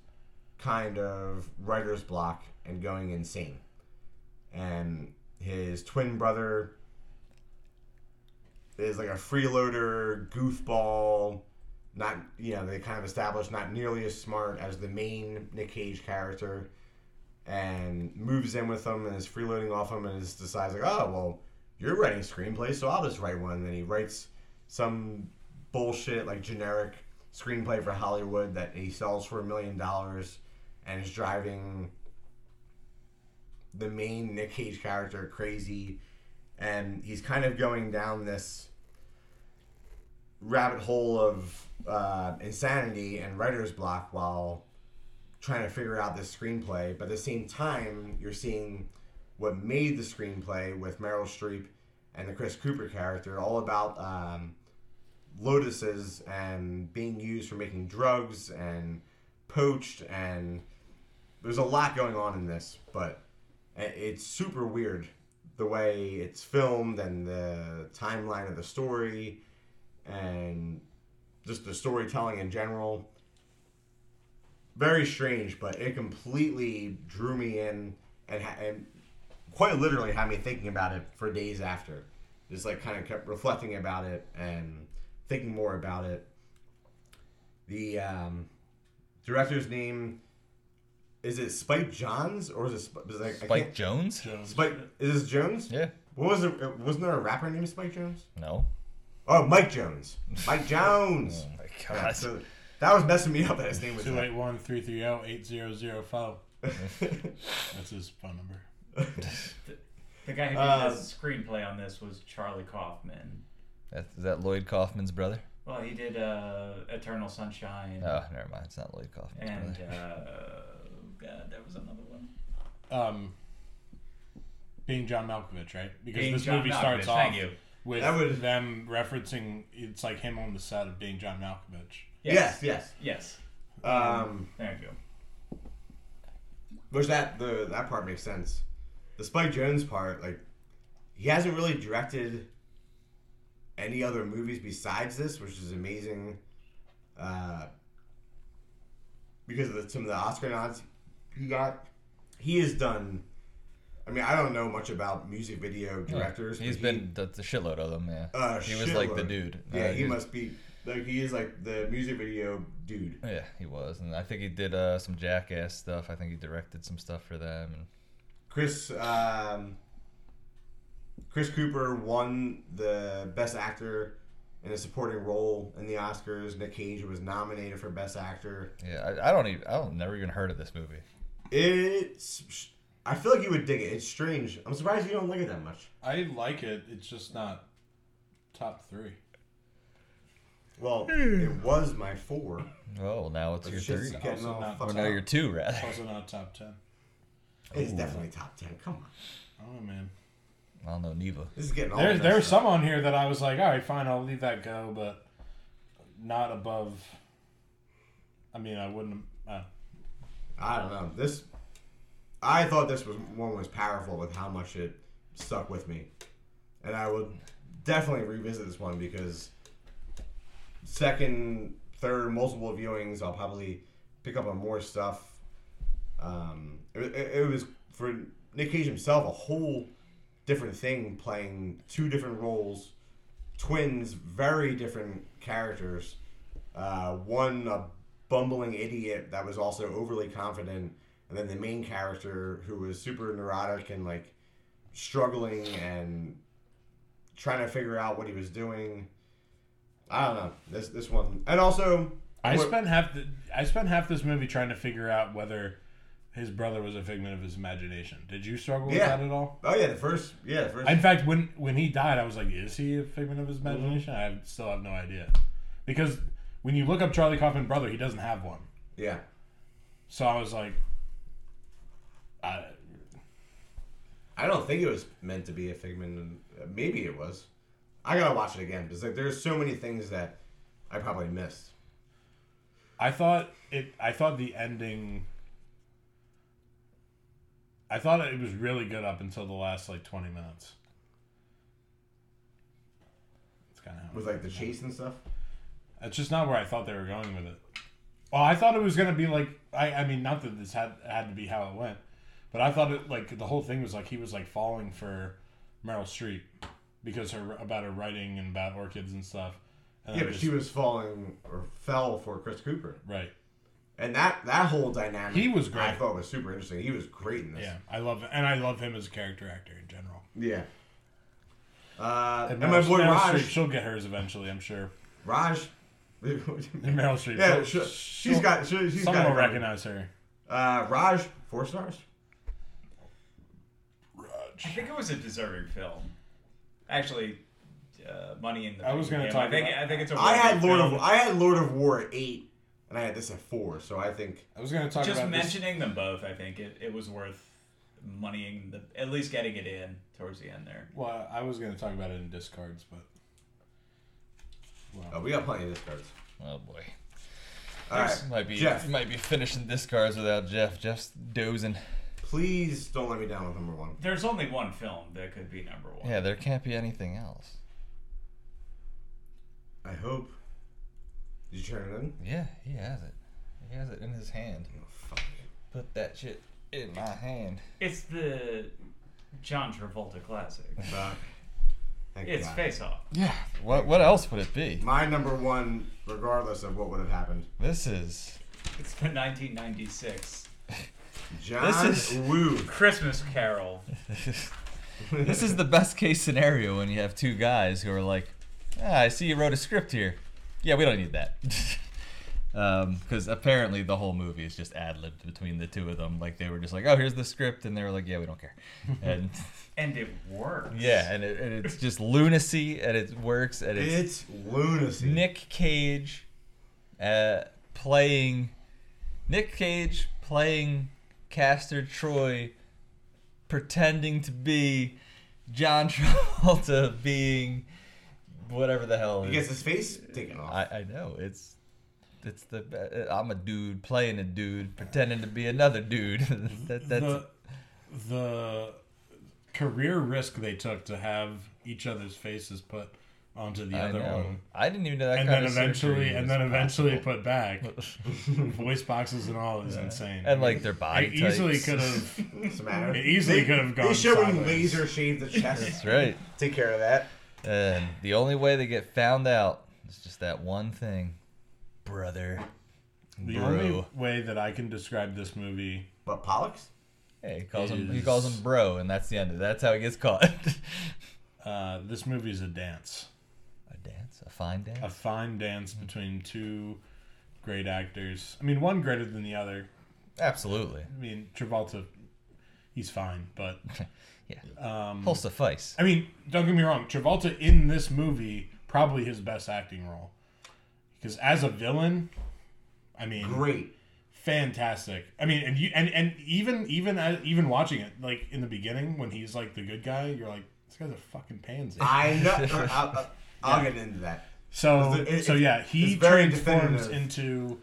Speaker 3: kind of writer's block and going insane. And his twin brother is like a freeloader, goofball, not, you know, they kind of established not nearly as smart as the main Nick Cage character and moves in with him and is freeloading off him and just decides like, oh well, you're writing screenplays, so I'll just write one. And then he writes some bullshit like generic screenplay for Hollywood that he sells for a million dollars and is driving the main Nick Cage character crazy. And he's kind of going down this rabbit hole of uh, insanity and writer's block while trying to figure out this screenplay. But at the same time, you're seeing what made the screenplay with Meryl Streep and the Chris Cooper character, all about um, lotuses and being used for making drugs and poached and there's a lot going on in this, but i- it's super weird the way it's filmed and the timeline of the story and just the storytelling in general. Very strange, but it completely drew me in and, ha- and quite literally had me thinking about it for days after. Just like kind of kept reflecting about it and thinking more about it. The um, director's name is it Spike Johns or is it Sp- is it, I
Speaker 2: Spike
Speaker 3: can't-
Speaker 2: Jones?
Speaker 3: Spike is this Jones?
Speaker 2: Yeah.
Speaker 3: What was it? Wasn't there a rapper named Spike Jones?
Speaker 2: No.
Speaker 3: Oh, Mike Jones. Mike Jones.
Speaker 2: Oh my
Speaker 3: Yeah,
Speaker 2: god.
Speaker 3: so that was messing me up that his name was.
Speaker 4: Two eight one three three zero eight zero zero five. That's his phone number.
Speaker 5: The guy who did
Speaker 3: Uh,
Speaker 5: the screenplay on this was Charlie Kaufman.
Speaker 2: That, is that Lloyd Kaufman's brother?
Speaker 5: Well, he did uh, Eternal Sunshine.
Speaker 2: Oh, never mind. It's not Lloyd Kaufman's
Speaker 5: And
Speaker 2: brother.
Speaker 5: uh, God, there was another one.
Speaker 4: Um, being John Malkovich, right? Because
Speaker 5: Being
Speaker 4: this
Speaker 5: John
Speaker 4: movie
Speaker 5: Malkovich,
Speaker 4: starts off
Speaker 5: thank you.
Speaker 4: with
Speaker 3: That would-
Speaker 4: them referencing it's like him on the set of Being John Malkovich.
Speaker 3: Yes, yes.
Speaker 5: Yes.
Speaker 3: Um,
Speaker 5: There you go.
Speaker 3: which that the that part makes sense. The Spike Jones part, like, he hasn't really directed any other movies besides this, which is amazing. Uh, because of the, some of the Oscar nods he got, he has done. I mean, I don't know much about music video directors.
Speaker 2: He's
Speaker 3: but he-
Speaker 2: been the, the shitload of them, yeah.
Speaker 3: Uh,
Speaker 2: he was like the
Speaker 3: shitload.
Speaker 2: dude.
Speaker 3: Yeah,
Speaker 2: Uh,
Speaker 3: he
Speaker 2: was-
Speaker 3: must be like he is like the music video dude.
Speaker 2: Yeah, he was, and I think he did uh, some jackass stuff. I think he directed some stuff for them. And
Speaker 3: Chris um, Chris Cooper won the best actor in a supporting role in the Oscars. Nick Cage was nominated for best actor.
Speaker 2: yeah, I, I don't even, I don't never even heard of this movie.
Speaker 3: It's I feel like you would dig it. It's strange. I'm surprised you don't like it that much.
Speaker 4: I like it. It's just not top three.
Speaker 3: Well,
Speaker 4: Hmm.
Speaker 3: it was my four.
Speaker 2: Oh, well, now it's
Speaker 3: but
Speaker 2: your three.
Speaker 3: shit's getting
Speaker 4: Also
Speaker 3: all
Speaker 4: not-
Speaker 3: fucked
Speaker 2: Now
Speaker 3: up.
Speaker 2: you're two, rather.
Speaker 4: Also not top ten.
Speaker 3: It's definitely top ten. Come on,
Speaker 4: Oh man,
Speaker 2: I don't know Neva.
Speaker 3: this is getting all
Speaker 4: there's
Speaker 3: messed up.
Speaker 4: there's some on here that I was like, all right, fine, I'll leave that go, but not above. I mean, I wouldn't. Uh,
Speaker 3: I don't know. This I thought this was one was powerful with how much it stuck with me. And I would definitely revisit this one because second, third, multiple viewings, I'll probably pick up on more stuff. Um, it, it, it was for Nick Cage himself a whole different thing, playing two different roles, twins, very different characters. Uh, one a bumbling idiot that was also overly confident, and then the main character who was super neurotic and like struggling and trying to figure out what he was doing. I don't know this this one, and also
Speaker 4: I
Speaker 3: what-
Speaker 4: spent half the I spent half this movie trying to figure out whether his brother was a figment of his imagination. Did you struggle with
Speaker 3: Yeah.
Speaker 4: that at all?
Speaker 3: Oh yeah, the first yeah the first.
Speaker 4: In fact, when when he died, I was like, is he a figment of his
Speaker 3: Mm-hmm.
Speaker 4: imagination? I have- still have no idea, because when you look up Charlie Kaufman brother, he doesn't have one.
Speaker 3: yeah.
Speaker 4: So I was like, I,
Speaker 3: I don't think it was meant to be a figment. of- Maybe it was. I gotta watch it again because like there's so many things that I probably missed.
Speaker 4: I thought it. I thought the ending. I thought it was really good up until the last like twenty minutes. That's kind of how.
Speaker 3: with like the chase and stuff.
Speaker 4: That's just not where I thought they were going with it. Well, I thought it was gonna be like I, I mean, not that this had had to be how it went, but I thought it like the whole thing was like he was like falling for Meryl Streep because her about her writing and about orchids and stuff. And
Speaker 3: Yeah,
Speaker 4: I
Speaker 3: but
Speaker 4: just-
Speaker 3: she was falling or fell for Chris Cooper,
Speaker 4: right.
Speaker 3: and that that whole dynamic
Speaker 4: He was great.
Speaker 3: I thought was super interesting. He was great in this.
Speaker 4: Yeah, I love and I love him as a character actor in general.
Speaker 3: Yeah. Uh, and,
Speaker 4: And,
Speaker 3: my
Speaker 4: Meryl,
Speaker 3: boy
Speaker 4: Meryl
Speaker 3: Raj.
Speaker 4: Streep, she'll get hers eventually, I'm sure.
Speaker 3: Raj.
Speaker 4: And Meryl Streep.
Speaker 3: yeah, she,
Speaker 4: she'll-
Speaker 3: she's
Speaker 4: she'll-
Speaker 3: got. She, has
Speaker 4: someone
Speaker 3: got.
Speaker 4: will
Speaker 3: it covered.
Speaker 4: recognize her.
Speaker 3: Uh, Raj, four stars.
Speaker 5: I think it was a deserving film. Actually, uh, Money in the
Speaker 4: I was gonna
Speaker 5: Bank.
Speaker 4: talk
Speaker 5: I think
Speaker 4: about-
Speaker 5: I think it's a
Speaker 3: I
Speaker 5: really
Speaker 3: had
Speaker 5: good
Speaker 3: Lord of
Speaker 5: film.
Speaker 3: I had Lord of War at eight, and I had this at four. So I think
Speaker 4: I was going to talk
Speaker 5: Just
Speaker 4: about this.
Speaker 5: mentioning them both, I think it, it was worth moneying the at least getting it in towards the end there.
Speaker 4: Well, I was going to talk about it in discards, but
Speaker 3: oh, we got plenty of discards.
Speaker 2: Oh boy.
Speaker 3: All right,
Speaker 2: Might be
Speaker 3: Jeff.
Speaker 2: might be finishing discards without Jeff. Jeff's dozing.
Speaker 3: Please don't let me down with number one.
Speaker 5: There's only one film that could be number one.
Speaker 2: Yeah, there can't be anything else.
Speaker 3: I hope. Did you turn it in?
Speaker 2: Yeah, he has it. He has it in his hand.
Speaker 3: Oh, fuck.
Speaker 2: Put that shit in my hand.
Speaker 5: It's the John Travolta classic.
Speaker 3: Fuck. Uh, Thank
Speaker 5: It's
Speaker 3: God.
Speaker 5: Face Off.
Speaker 2: Yeah. What what else would it be?
Speaker 3: My number one, regardless of what would have happened.
Speaker 2: This is
Speaker 5: It's the 1996
Speaker 3: John
Speaker 2: This is-
Speaker 3: Woo.
Speaker 5: Christmas Carol.
Speaker 2: this is the best case scenario when you have two guys who are like, ah, I see you wrote a script here. Yeah, we don't need that. Because apparently the whole movie is just ad libbed between the two of them. Like they were just like, oh, here's the script, and they were like, yeah, we don't care. And
Speaker 5: And it works.
Speaker 2: yeah, and, it, and it's just lunacy, and it works, and it's
Speaker 3: It's lunacy.
Speaker 2: Nick Cage uh, playing Nick Cage playing Caster Troy pretending to be John Travolta being whatever the hell
Speaker 3: He
Speaker 2: it
Speaker 3: gets
Speaker 2: is.
Speaker 3: his face taken off.
Speaker 2: I, I know it's it's the be- I'm a dude playing a dude pretending to be another dude that, that's
Speaker 4: the the career risk they took to have each other's faces put onto the
Speaker 2: I,
Speaker 4: other
Speaker 2: know.
Speaker 4: one.
Speaker 2: I didn't even know that
Speaker 4: And
Speaker 2: kind
Speaker 4: then
Speaker 2: of
Speaker 4: eventually,
Speaker 2: surgery
Speaker 4: and
Speaker 2: was
Speaker 4: then eventually
Speaker 2: possible.
Speaker 4: put back voice boxes and all is insane.
Speaker 2: and like their body
Speaker 4: it easily
Speaker 2: types.
Speaker 4: could have.
Speaker 3: What's the matter?
Speaker 4: It easily
Speaker 3: They-
Speaker 4: could have
Speaker 3: They
Speaker 4: gone
Speaker 3: should have
Speaker 4: sideways.
Speaker 3: laser shaved the chest.
Speaker 2: that's right
Speaker 3: Take care of that.
Speaker 2: And the only way they get found out is just that one thing, brother.
Speaker 4: The
Speaker 2: Bro.
Speaker 4: only way that I can describe this movie
Speaker 3: But Pollux?
Speaker 2: Hey, he calls him he
Speaker 4: Is-
Speaker 2: calls him bro, and that's the end of it. That's how he gets caught. a
Speaker 4: Uh, this movie is a dance,
Speaker 2: dance, a fine
Speaker 4: a
Speaker 2: dance.
Speaker 4: fine dance
Speaker 2: Mm-hmm.
Speaker 4: between two great actors. I mean, one greater than the other.
Speaker 2: Absolutely,
Speaker 4: I mean, Travolta, he's fine, but
Speaker 2: yeah. Um, will suffice.
Speaker 4: I mean, don't get me wrong. Travolta in this movie probably his best acting role because as a villain, I mean,
Speaker 3: Great.
Speaker 4: fantastic. I mean, and you and and even even uh, even watching it like in the beginning when he's like the good guy, you're like, this guy's a fucking pansy.
Speaker 3: I know. I'll, I'll, I'll get into that.
Speaker 4: So
Speaker 3: It's- it-
Speaker 4: so
Speaker 3: it's-
Speaker 4: yeah, he
Speaker 3: it's very
Speaker 4: transforms
Speaker 3: definitive.
Speaker 4: into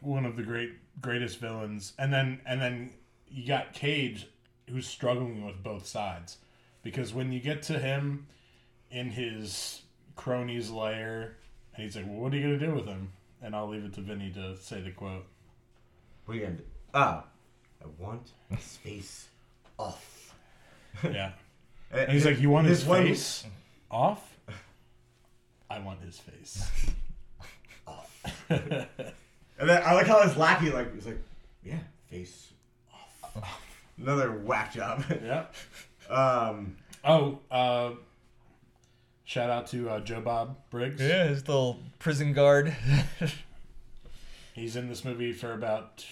Speaker 4: one of the great greatest villains, and then and then you got Cage, who's struggling with both sides, because when you get to him in his cronies' lair, and he's like, "Well, what are you gonna do with him?" And I'll leave it to Vinny to say the quote.
Speaker 3: What are you going to do? Oh, I want his face off.
Speaker 4: Yeah, and he's like, "You want his face off? I want his face."
Speaker 3: and then I like how his lackey, like, he's like, yeah, face off. Another whack job.
Speaker 4: Yeah.
Speaker 3: um,
Speaker 4: Oh, uh, shout out to uh, Joe Bob Briggs.
Speaker 2: Yeah, his little prison guard.
Speaker 4: He's in this movie for about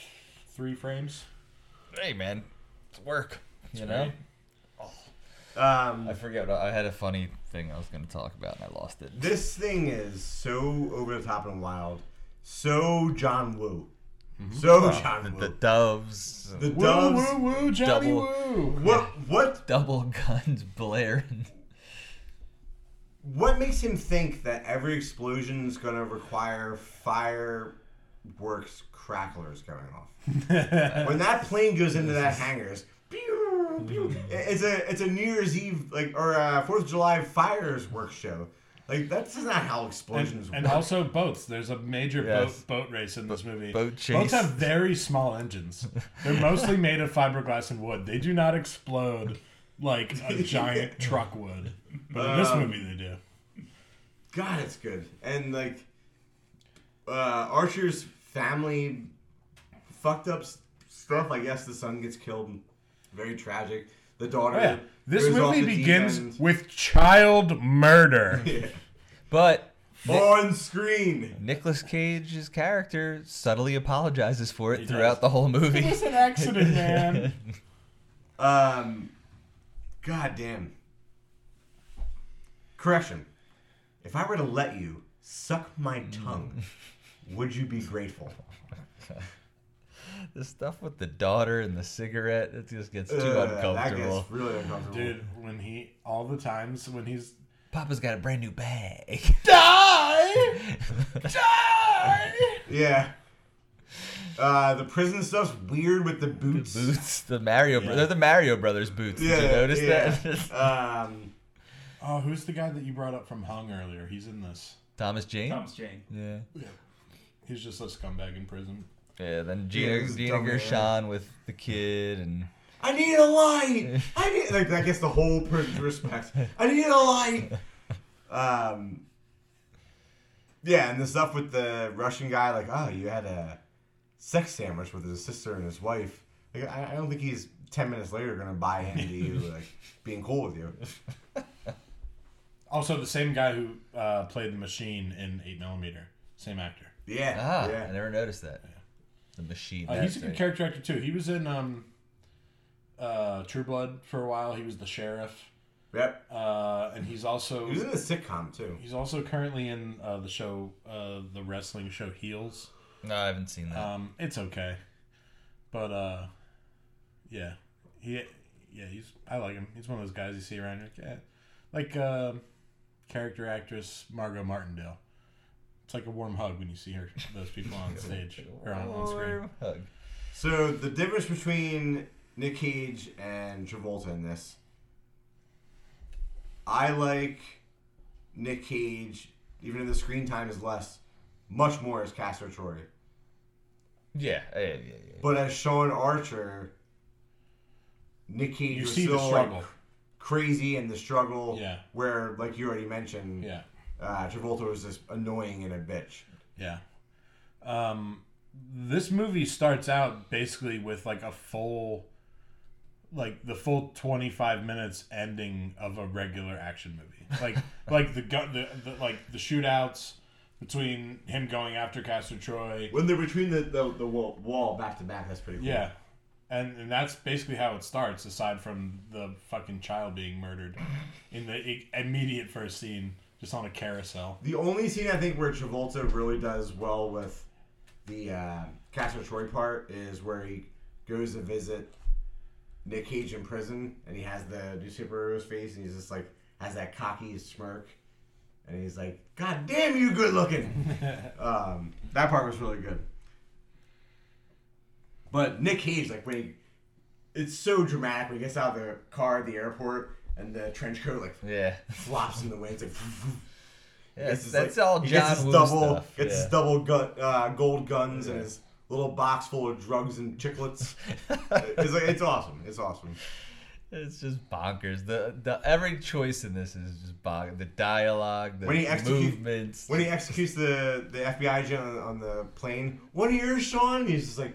Speaker 4: three frames.
Speaker 2: hey, man, it's work. You know.
Speaker 4: right.
Speaker 2: I
Speaker 3: um,
Speaker 2: forget. What, I had a funny thing I was going to talk about, and I lost it.
Speaker 3: this thing is so over the top and wild. So John Woo. So John
Speaker 2: The
Speaker 3: Woo.
Speaker 2: doves,
Speaker 3: The,
Speaker 4: Woo
Speaker 3: doves.
Speaker 4: woo woo, Johnny
Speaker 2: double-
Speaker 4: woo.
Speaker 3: What what
Speaker 2: double guns blaring.
Speaker 3: What makes him think that every explosion is going to require fireworks cracklers going off? when that plane goes into that hangars, pew, pew, it's a it's a New Year's Eve like or a Fourth of July fireworks show. Like that's not how explosions
Speaker 4: And
Speaker 3: work.
Speaker 4: also boats. There's a major
Speaker 2: Yes.
Speaker 4: boat boat race in this movie.
Speaker 2: boat chase.
Speaker 4: Boats have very small engines. They're mostly made of fiberglass and wood. They do not explode like a giant truck would. But in this movie, they do.
Speaker 3: God, it's good. And like uh, Archer's family fucked up s- stuff. I guess the son gets killed. Very tragic. The daughter.
Speaker 4: Oh, yeah. This
Speaker 3: goes off
Speaker 4: movie
Speaker 3: the deep
Speaker 4: begins
Speaker 3: end.
Speaker 4: with child murder.
Speaker 2: But
Speaker 3: on screen.
Speaker 2: Nicolas Cage's character subtly apologizes for it
Speaker 4: He
Speaker 2: throughout
Speaker 4: does.
Speaker 2: the whole movie.
Speaker 4: it was an accident, man.
Speaker 3: Um, God damn. Correction. If I were to let you suck my tongue, would you be grateful?
Speaker 2: The stuff with the daughter and the cigarette, it just gets too
Speaker 3: Ugh, Uh, that
Speaker 2: uncomfortable.
Speaker 3: gets really uncomfortable.
Speaker 4: Dude, when he all the times when he's
Speaker 2: Papa's got a brand new bag.
Speaker 4: die,
Speaker 3: Yeah. Uh, the prison stuff's weird with the boots.
Speaker 2: boots, the Mario, bro- they're the Mario Brothers boots.
Speaker 3: Yeah,
Speaker 2: Did you notice
Speaker 3: yeah.
Speaker 2: that?
Speaker 3: Um,
Speaker 4: Oh, who's the guy that you brought up from Hung earlier? He's in this.
Speaker 2: Thomas Jane.
Speaker 5: Thomas Jane.
Speaker 2: Yeah.
Speaker 4: He's just a scumbag in prison.
Speaker 2: Yeah. Then Gina,
Speaker 3: he's a
Speaker 2: Gina
Speaker 3: dumb man.
Speaker 2: Gershon with the kid, and
Speaker 3: I need a light. I need like that gets the whole person's respect. I need a light. Um, yeah, and the stuff with the Russian guy, like, oh, you had a sex sandwich with his sister and his wife. Like, I, I don't think he's ten minutes later gonna buy into you like being cool with you.
Speaker 4: Also, the same guy who uh, played the machine in 8mm. Same actor.
Speaker 3: Yeah,
Speaker 2: ah, I
Speaker 3: yeah.
Speaker 2: never noticed that. The machine.
Speaker 4: Uh, he's a
Speaker 2: that's
Speaker 4: good
Speaker 2: right.
Speaker 4: character actor, too. He was in um, uh, True Blood for a while. He was the sheriff.
Speaker 3: Yep.
Speaker 4: Uh, and he's also
Speaker 3: He was in the sitcom too.
Speaker 4: he's also currently in uh, the show, uh, the wrestling show Heels.
Speaker 2: No, I haven't seen that.
Speaker 4: Um, it's okay, but uh, yeah, he yeah he's I like him. He's one of those guys you see around you're like, eh. like uh, character actress Margot Martindale. It's like a warm hug when you see her those people on stage or on, on screen.
Speaker 2: Warm hug.
Speaker 3: So the difference between Nick Cage and Travolta in this, I like Nick Cage, even if the screen time is less, much more as Castor Troy.
Speaker 2: Yeah, yeah, yeah, yeah.
Speaker 3: But as Sean Archer, Nick Cage
Speaker 4: You
Speaker 3: was
Speaker 4: see the
Speaker 3: still like,
Speaker 4: struggle.
Speaker 3: crazy and the struggle.
Speaker 4: Yeah.
Speaker 3: Where, like you already mentioned,
Speaker 4: Yeah,
Speaker 3: uh, Travolta was just annoying and a bitch.
Speaker 4: yeah. Um, this movie starts out basically with like a full, like the full twenty five minutes ending of a regular action movie. Like like the gun, the, the like the shootouts between him going after Castor Troy.
Speaker 3: When they're between the, the, the wall, wall back to back, that's pretty cool.
Speaker 4: Yeah, and and that's basically how it starts. Aside from the fucking child being murdered in the i- immediate first scene, just on a carousel.
Speaker 3: The only scene I think where Travolta really does well with the uh, Castle Troy part is where he goes to visit Nick Cage in prison, and he has the new superhero's face, and he's just like has that cocky smirk, and he's like, "God damn you, good looking." um, that part was really good. But Nick Cage, like when he, it's so dramatic when he gets out of the car at the airport and the trench coat like
Speaker 2: Yeah,
Speaker 3: flops in the wind, it's like.
Speaker 2: yeah
Speaker 3: It's
Speaker 2: that's, that's
Speaker 3: just like-
Speaker 2: all
Speaker 3: he
Speaker 2: John
Speaker 3: gets his
Speaker 2: Woo
Speaker 3: double,
Speaker 2: stuff.
Speaker 3: Gets his
Speaker 2: yeah.
Speaker 3: double gun, uh, gold guns and his little box full of drugs and chiclets. it's, like, it's awesome. It's awesome.
Speaker 2: It's just bonkers. The, the every choice in this is just bonkers. The dialogue, the
Speaker 3: When he execute-
Speaker 2: movements.
Speaker 3: When he executes the, the FBI agent on, on the plane, one ear, Sean. He's just like,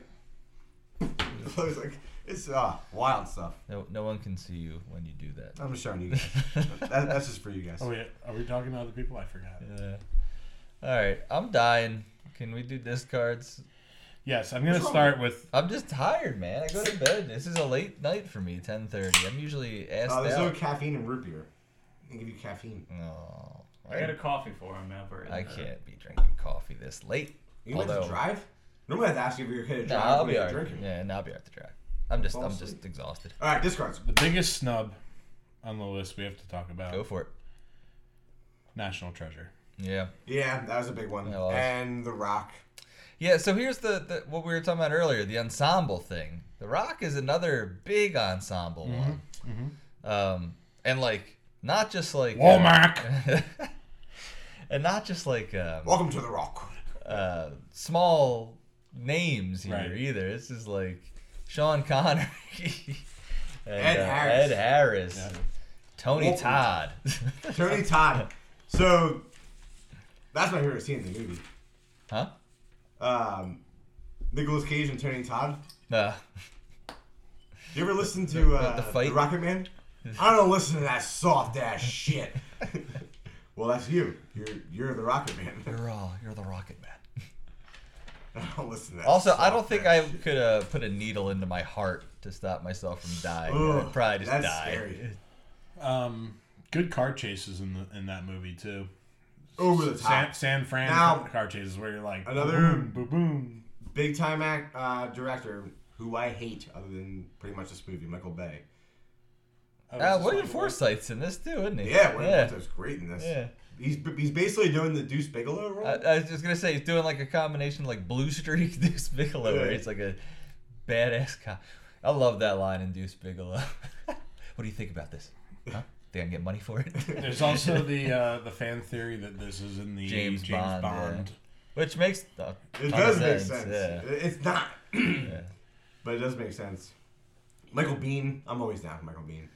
Speaker 3: it's like it's uh, wild stuff.
Speaker 2: no, no one can see you when you do that.
Speaker 3: I'm just showing you guys. that, that's just for you guys.
Speaker 4: Oh wait, are we talking to other people? I forgot.
Speaker 2: Yeah. Uh, All right, I'm dying. Can we do discards?
Speaker 4: Yes, I'm gonna start with
Speaker 2: I'm just tired, man. I go to bed. This is a late night for me. 10:30. I'm usually assed
Speaker 3: Uh, there's no
Speaker 2: out.
Speaker 3: caffeine in root beer. They give you caffeine.
Speaker 2: No,
Speaker 5: I got a coffee for him ever.
Speaker 2: I can't be drinking coffee this late.
Speaker 3: You went to
Speaker 2: Although,
Speaker 3: drive? Normally I have to ask you if you're going to
Speaker 2: Nah,
Speaker 3: drive.
Speaker 2: I'll
Speaker 3: when
Speaker 2: be
Speaker 3: you're
Speaker 2: alright.
Speaker 3: drinking.
Speaker 2: Yeah, and I'll be alright to drive. I'm just,
Speaker 3: Fall
Speaker 2: I'm
Speaker 3: asleep.
Speaker 2: just exhausted.
Speaker 3: All right, discards.
Speaker 4: the biggest snub on the list we have to talk about.
Speaker 2: Go for it.
Speaker 4: National Treasure.
Speaker 2: Yeah.
Speaker 3: Yeah, that was a big one.
Speaker 2: Yeah, well, that's-
Speaker 3: and The Rock.
Speaker 2: Yeah, so here's the, the what we were talking about earlier, the ensemble thing. The Rock is another big ensemble one, um, and like not just like uh,
Speaker 4: Womack.
Speaker 2: and not just like um,
Speaker 3: Welcome to The Rock.
Speaker 2: uh, small names here
Speaker 4: Right.
Speaker 2: either. This is like Sean Connery, and,
Speaker 3: Ed
Speaker 2: uh,
Speaker 3: Harris.
Speaker 2: Ed Harris,
Speaker 4: Yeah.
Speaker 2: Tony
Speaker 3: Walton.
Speaker 2: Todd.
Speaker 3: Tony Todd. So that's my favorite scene in the movie.
Speaker 2: huh?
Speaker 3: Um, Nicholas Cage and Tony Todd.
Speaker 2: Uh,
Speaker 3: You ever listen to uh,
Speaker 2: the
Speaker 3: the,
Speaker 2: fight?
Speaker 3: Rocket Man? I don't listen to that soft ass shit. well, that's you. You're you're the Rocket Man.
Speaker 2: you're all you're the Rocket Man.
Speaker 3: I don't listen to that.
Speaker 2: Also, I
Speaker 3: soft
Speaker 2: don't think I
Speaker 3: ass shit.
Speaker 2: could uh, put a needle into my heart to stop myself from dying.
Speaker 3: Ugh,
Speaker 2: I'd probably just Uh,
Speaker 3: that's
Speaker 2: die.
Speaker 3: scary.
Speaker 4: Um, good car chases in the in that movie too.
Speaker 3: Over the
Speaker 4: San,
Speaker 3: top.
Speaker 4: San Fran
Speaker 3: Now-
Speaker 4: car chases where you're like
Speaker 3: Another-
Speaker 4: boom boom. boom.
Speaker 3: Big time act uh, director who I hate, other than pretty much this movie, Michael Bay.
Speaker 2: Uh,
Speaker 4: Oh, is this
Speaker 2: William
Speaker 4: like-
Speaker 2: Forsythe's in this too, isn't he?
Speaker 3: Yeah, William
Speaker 2: yeah.
Speaker 3: Forsythe's great in this.
Speaker 2: yeah. Uh,
Speaker 3: He's he's basically doing the Deuce Bigelow role.
Speaker 2: I, I was just gonna say he's doing like a combination like Blue Streak Deuce Bigelow, where
Speaker 3: Yeah.
Speaker 2: it's like a badass cop. I love that line in Deuce Bigelow. what do you think about this? Huh? Think I can get money for it?
Speaker 4: There's also the uh, the fan theory that this is in the
Speaker 2: James
Speaker 4: James,
Speaker 2: Bond,
Speaker 4: Bond.
Speaker 2: Which makes a
Speaker 3: it
Speaker 2: ton of
Speaker 3: does make sense.
Speaker 2: Yeah.
Speaker 3: It- It's not, but it does make sense. Michael Bean, I'm always down for Michael Bean.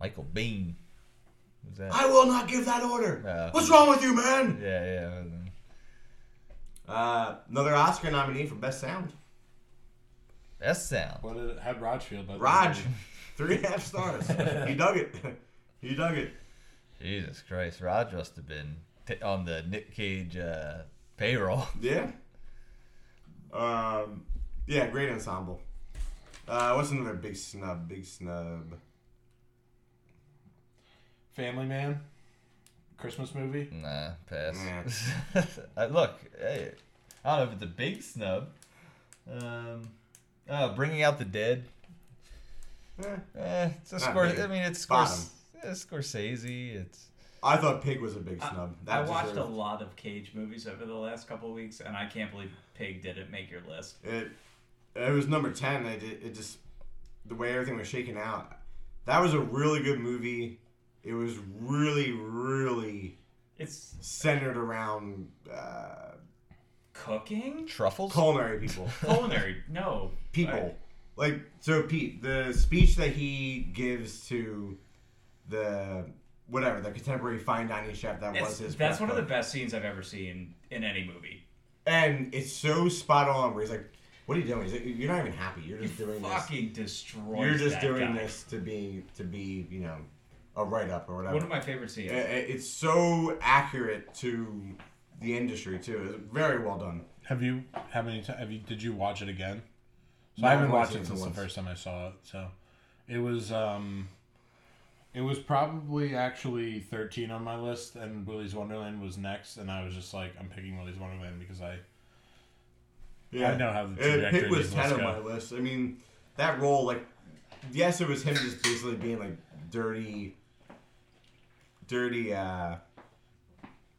Speaker 2: Michael Bean. Who's that?
Speaker 3: I will not give that order.
Speaker 2: Yeah.
Speaker 3: What's wrong with you, man?
Speaker 2: yeah, yeah. um,
Speaker 3: Uh, another Oscar nominee for best sound.
Speaker 2: That sound.
Speaker 4: What did it, had Raj feel about that
Speaker 3: Raj,
Speaker 4: movie?
Speaker 3: three and a half stars. he dug it. He dug it.
Speaker 2: Jesus Christ, Rod must have been t- on the Nick Cage uh, payroll.
Speaker 3: Yeah. Um, yeah, great ensemble. Uh, what's another big snub? Big snub.
Speaker 4: Family Man, Christmas movie.
Speaker 2: Nah, pass. Uh, Look, hey, I don't know if it's a big snub. Um, uh, bringing out the dead.
Speaker 3: Eh,
Speaker 2: Eh, it's a
Speaker 3: Not
Speaker 2: Scor-
Speaker 3: big.
Speaker 2: I mean, it's
Speaker 3: Bottom.
Speaker 2: Scors- it's Scorsese. It's
Speaker 3: I thought Pig was a big
Speaker 5: I-
Speaker 3: snub.
Speaker 5: I
Speaker 3: That
Speaker 5: watched a
Speaker 3: deserved-
Speaker 5: lot of Cage movies over the last couple of weeks, and I can't believe Pig didn't make your list.
Speaker 3: It, it was number ten. It, it it just the way everything was shaken out. That was a really good movie. It was really, really
Speaker 5: It's
Speaker 3: centered around uh,
Speaker 5: cooking?
Speaker 2: truffles.
Speaker 3: culinary people.
Speaker 5: Culinary. No.
Speaker 3: people.
Speaker 5: Alright.
Speaker 3: Like so, Pete. The speech that he gives to the whatever the contemporary fine dining chef that was
Speaker 5: It's,
Speaker 3: his.
Speaker 5: that's
Speaker 3: press
Speaker 5: one of the
Speaker 3: book.
Speaker 5: best scenes I've ever seen in any movie.
Speaker 3: And it's so spot on. Where he's like, "What are you doing?" He's like, "You're not even happy. You're just doing this.
Speaker 5: Fucking destroys
Speaker 3: You're just
Speaker 5: that
Speaker 3: doing
Speaker 5: guy.
Speaker 3: this to be to be you know a write up or whatever."
Speaker 5: One of my favorite scenes.
Speaker 3: I- I- it's so accurate to the industry too. It's very well done.
Speaker 4: Have you? How many times have you? Did you watch it again? So
Speaker 3: No,
Speaker 4: I
Speaker 3: I've
Speaker 4: haven't
Speaker 3: only
Speaker 4: watched
Speaker 3: seen
Speaker 4: it
Speaker 3: it
Speaker 4: since the
Speaker 3: once.
Speaker 4: first time I saw it. So it was. um It was probably actually thirteen on my list, and Willy's Wonderland was next, and I was just like, I'm picking Willy's Wonderland because I. I know how the
Speaker 3: Uh,
Speaker 4: trajectory
Speaker 3: Pitt was
Speaker 4: of these
Speaker 3: ten
Speaker 4: lists
Speaker 3: on
Speaker 4: go.
Speaker 3: my list. I mean, that role, like, yes, it was him just basically being like dirty, dirty, uh,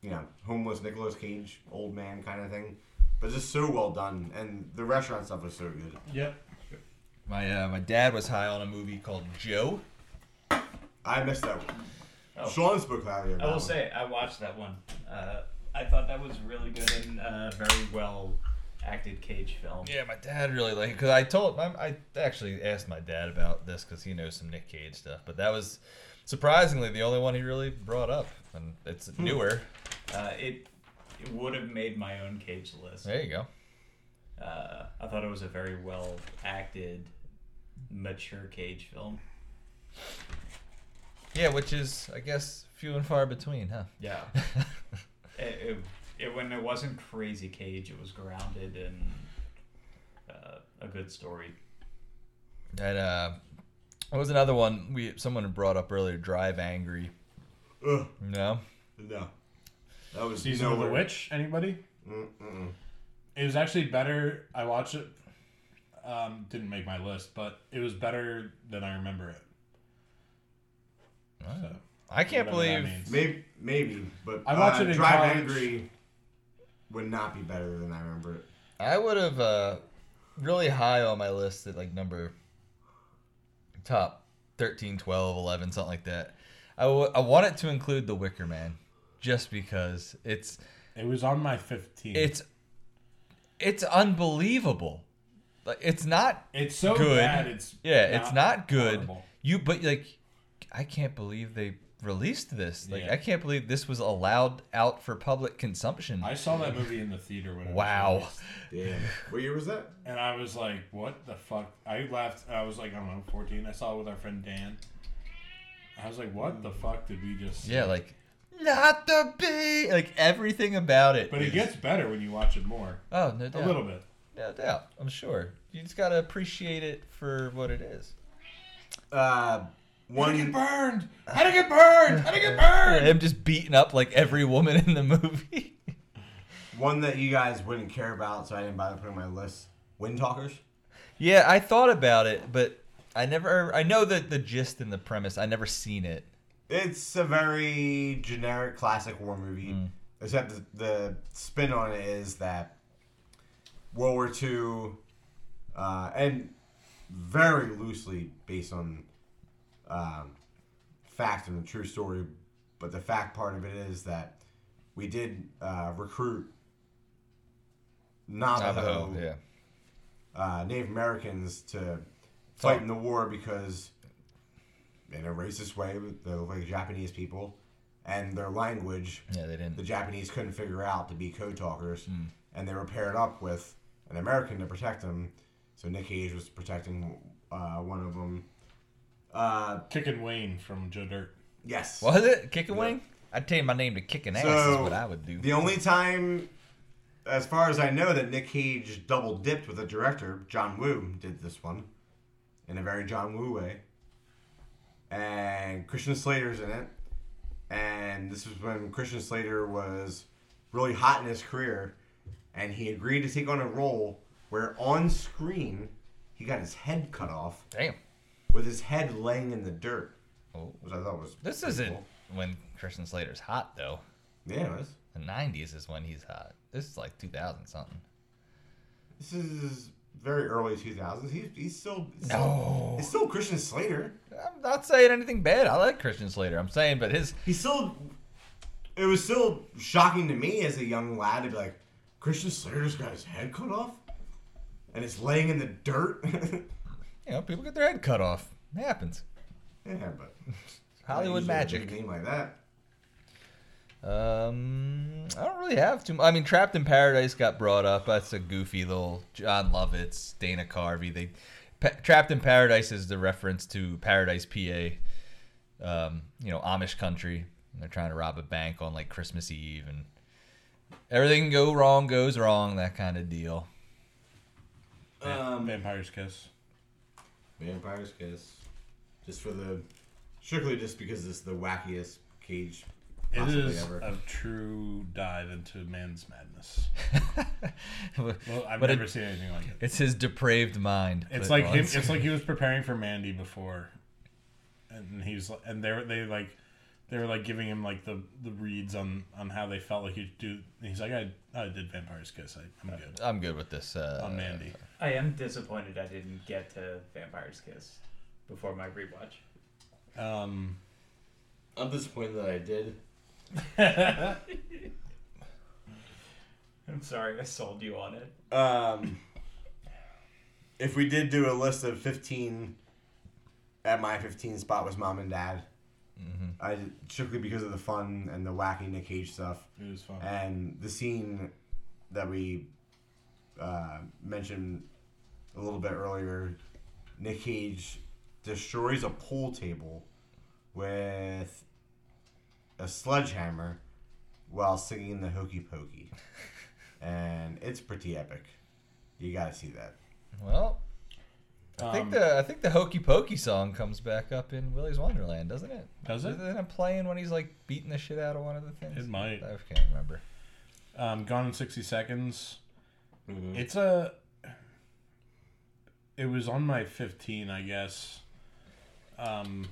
Speaker 3: you know, homeless Nicolas Cage, old man kind of thing, but just so well done, and the restaurant stuff was so good.
Speaker 4: Yep.
Speaker 2: My uh, my dad was high on a movie called Joe.
Speaker 3: I missed that. One.
Speaker 5: Oh.
Speaker 3: Sean spoke highly of that
Speaker 5: I will
Speaker 3: one.
Speaker 5: say, I watched that one. Uh, I thought that was really good and uh, very well acted Cage film.
Speaker 2: Yeah, my dad really liked because I told my, I actually asked my dad about this because he knows some Nick Cage stuff, but that was surprisingly the only one he really brought up, and it's newer.
Speaker 5: Uh, it it would have made my own Cage list.
Speaker 2: There you go.
Speaker 5: Uh, I thought it was a very well acted, mature Cage film.
Speaker 2: Yeah, which is I guess few and far between, huh?
Speaker 5: Yeah. it, it, it, when it wasn't crazy Cage, it was grounded and uh, a good story.
Speaker 2: And uh, what was another one we someone had brought up earlier? Drive Angry.
Speaker 3: Ugh,
Speaker 2: No,
Speaker 3: no, that was
Speaker 4: Season of the
Speaker 3: nowhere.
Speaker 4: Witch. Anybody? It was actually better. I watched it. Um, didn't make my list, but it was better than I remember it. So,
Speaker 2: I can't
Speaker 4: whatever that
Speaker 2: believe.
Speaker 4: means.
Speaker 3: Maybe, maybe, but
Speaker 4: I watched
Speaker 3: uh,
Speaker 4: it in
Speaker 3: Drive
Speaker 4: college.
Speaker 3: Angry would not be better than I remember it.
Speaker 2: I would have uh, really high on my list at like number top 13, 12, 11, something like that. I, w- I want it to include The Wicker Man just because it's
Speaker 4: It was on my 15.
Speaker 2: it's it's unbelievable. Like it's not
Speaker 4: it's so
Speaker 2: good.
Speaker 4: bad. It's
Speaker 2: yeah, it's not good.
Speaker 4: horrible.
Speaker 2: You but like I can't believe they released this. Like
Speaker 4: Yeah.
Speaker 2: I can't believe this was allowed out for public consumption.
Speaker 4: I saw that movie in the theater when it was
Speaker 2: wow.
Speaker 4: released,
Speaker 3: Damn. what year was that?
Speaker 4: and I was like, "What the fuck?" I laughed. I was like, "I don't know, 14." I saw it with our friend Dan. I was like, "What the fuck did we just?" see?"
Speaker 2: Yeah, like not the bee. Like everything about it.
Speaker 4: But it
Speaker 2: is-
Speaker 4: gets better when you watch it more.
Speaker 2: Oh, no doubt.
Speaker 4: A little bit.
Speaker 2: No doubt. I'm sure. You just got to appreciate it for what it is.
Speaker 3: Uh,
Speaker 4: How'd I
Speaker 3: one.
Speaker 4: get burned? How'd I get burned? How'd I get burned?
Speaker 2: Him just beating up like every woman in the movie.
Speaker 3: One that you guys wouldn't care about, so I didn't bother putting it on my list. Wind Talkers.
Speaker 2: yeah, I thought about it, but I never. I know the the gist and the premise. I never seen it.
Speaker 3: It's a very generic classic war movie, except the, the spin on it is that World War II, uh, and very loosely based on um, fact and the true story, but the fact part of it is that we did uh, recruit Navajo,
Speaker 2: Navajo, yeah.
Speaker 3: uh, Native Americans to fight in the war because in a racist way with the like Japanese people and their language
Speaker 2: Yeah, they didn't.
Speaker 3: the Japanese couldn't figure out to be code talkers and they were paired up with an American to protect them so Nick Cage was protecting uh, one of them uh,
Speaker 4: Kicking Wayne from Joe Dirt.
Speaker 3: yes
Speaker 2: Was it kicking wing? I'd change my name to kicking ass. is what I would do.
Speaker 3: The only time, as far as I know, that Nick Cage double dipped with a director, John Woo, did this one in a very John Woo way. And Christian Slater's in it. And this was when Christian Slater was really hot in his career. And he agreed to take on a role where on screen he got his head cut off
Speaker 2: Damn.
Speaker 3: with his head laying in the dirt.
Speaker 2: Oh.
Speaker 3: Which I thought was.
Speaker 2: This
Speaker 3: pretty
Speaker 2: isn't
Speaker 3: cool.
Speaker 2: when Christian Slater's hot though.
Speaker 3: Yeah, it was.
Speaker 2: The '90s is when he's hot. This is like 2000 something.
Speaker 3: This is very early 2000s. He's, he's still. It's
Speaker 2: No.
Speaker 3: Still, it's still Christian Slater.
Speaker 2: I'm not saying anything bad. I like Christian Slater. I'm saying, but his
Speaker 3: He's still. It was still shocking to me as a young lad to be like, Christian Slater's got his head cut off? And it's laying in the dirt?
Speaker 2: you know people get their head cut off. It happens.
Speaker 3: yeah, but.
Speaker 2: Hollywood
Speaker 3: Usually A
Speaker 2: magic.
Speaker 3: big name like that.
Speaker 2: Um, I don't really have too. mu- I mean, Trapped in Paradise got brought up. That's a goofy little John Lovitz, Dana Carvey. They pa- Trapped in Paradise is the reference to Paradise, PA. Um, you know, Amish country. And they're trying to rob a bank on like Christmas Eve, and everything go wrong goes wrong. That kind of deal.
Speaker 3: Um,
Speaker 4: Vampire's Kiss.
Speaker 3: Vampire's Kiss. Just for the. Strictly just because it's the wackiest cage
Speaker 4: It
Speaker 3: possibly
Speaker 4: is
Speaker 3: ever.
Speaker 4: a true dive into man's madness. Well, I've
Speaker 2: But it-
Speaker 4: never seen anything like it.
Speaker 2: It's his depraved mind.
Speaker 4: It's
Speaker 2: put
Speaker 4: like
Speaker 2: on
Speaker 4: him,
Speaker 2: screen.
Speaker 4: it's like he was preparing for Mandy before, and he's li- and they were they like they were like giving him like the the reads on on how they felt like he'd do. And he's like, I I did Vampire's Kiss. I, I'm good
Speaker 2: I'm good with this. Uh,
Speaker 4: on Mandy.
Speaker 8: I am disappointed I didn't get to Vampire's Kiss before my rewatch.
Speaker 4: Um,
Speaker 3: I'm disappointed that I did.
Speaker 8: I'm sorry I sold you on it.
Speaker 3: um, if we did do a list of 15 at my 15 spot was mom and dad
Speaker 4: Mm-hmm.
Speaker 3: I strictly because of the fun and the wacky Nick Cage stuff
Speaker 4: it was fun.
Speaker 3: and the scene that we uh, mentioned a little bit earlier Nick Cage destroys a pool table with a sledgehammer while singing the Hokey Pokey. and it's pretty epic. You gotta see that.
Speaker 2: Well, I think
Speaker 4: Um,
Speaker 2: the I think the Hokey Pokey song comes back up in Willy's Wonderland, doesn't it?
Speaker 4: Does it?
Speaker 2: Isn't it playing when he's like beating the shit out of one of the things?
Speaker 4: It might.
Speaker 2: I can't remember.
Speaker 4: um, Gone in 60 Seconds. It's a. It was on my 15, I guess. Um,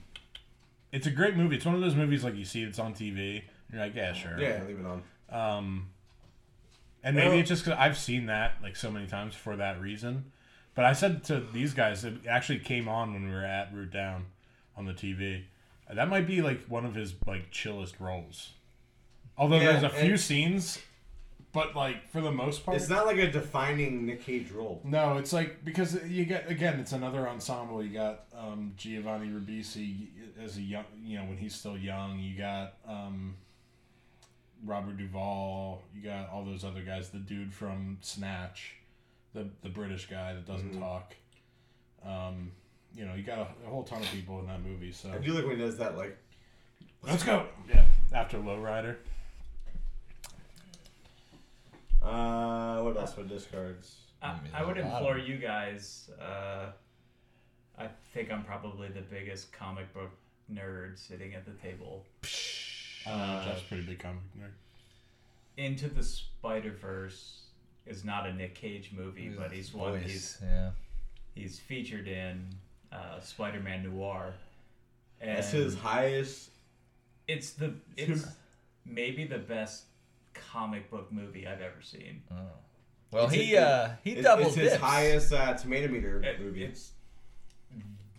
Speaker 4: it's a great movie. It's one of those movies like you see it's on TV. And you're like, yeah, sure.
Speaker 3: leave it on.
Speaker 4: Um, and maybe
Speaker 3: Well-
Speaker 4: it's just because I've seen that like so many times for that reason. But I said to these guys, it actually came on when we were at Root Down on the TV. And That might be like one of his like chillest roles. Although
Speaker 3: Yeah,
Speaker 4: there's a few
Speaker 3: and-
Speaker 4: scenes, but like for the most part,
Speaker 3: It's not like a defining Nick Cage role.
Speaker 4: no, it's like because you get again, it's another ensemble. You got um, Giovanni Ribisi as a young, you know, when he's still young. You got um, Robert Duvall. You got all those other guys. The dude from Snatch, the the British guy that doesn't talk. Um, you know, you got a, a whole ton of people in that movie. So
Speaker 3: I do like when he does that, like,
Speaker 4: let's go. Yeah, after Lowrider,
Speaker 3: uh, what else for discards?
Speaker 8: I,
Speaker 2: mean,
Speaker 8: I would
Speaker 2: a lot of
Speaker 8: implore
Speaker 2: them.
Speaker 8: you guys. Uh, I think I'm probably the biggest comic book
Speaker 5: nerd sitting at the table.
Speaker 4: Uh, Jeff's a pretty big comic nerd.
Speaker 5: Into the Spider Verse is not a Nick Cage movie, but he's one he's
Speaker 2: Yeah.
Speaker 5: he's featured in uh, Spider Man Noir. And
Speaker 3: That's his highest.
Speaker 5: It's the it's maybe the best comic book movie I've ever seen.
Speaker 3: Uh-huh.
Speaker 2: Well,
Speaker 3: It's
Speaker 2: he
Speaker 3: his-
Speaker 2: uh he
Speaker 3: It's,
Speaker 2: doubled
Speaker 3: it's his
Speaker 2: dips.
Speaker 3: highest uh, tomato meter
Speaker 5: It-
Speaker 3: movie.
Speaker 5: it's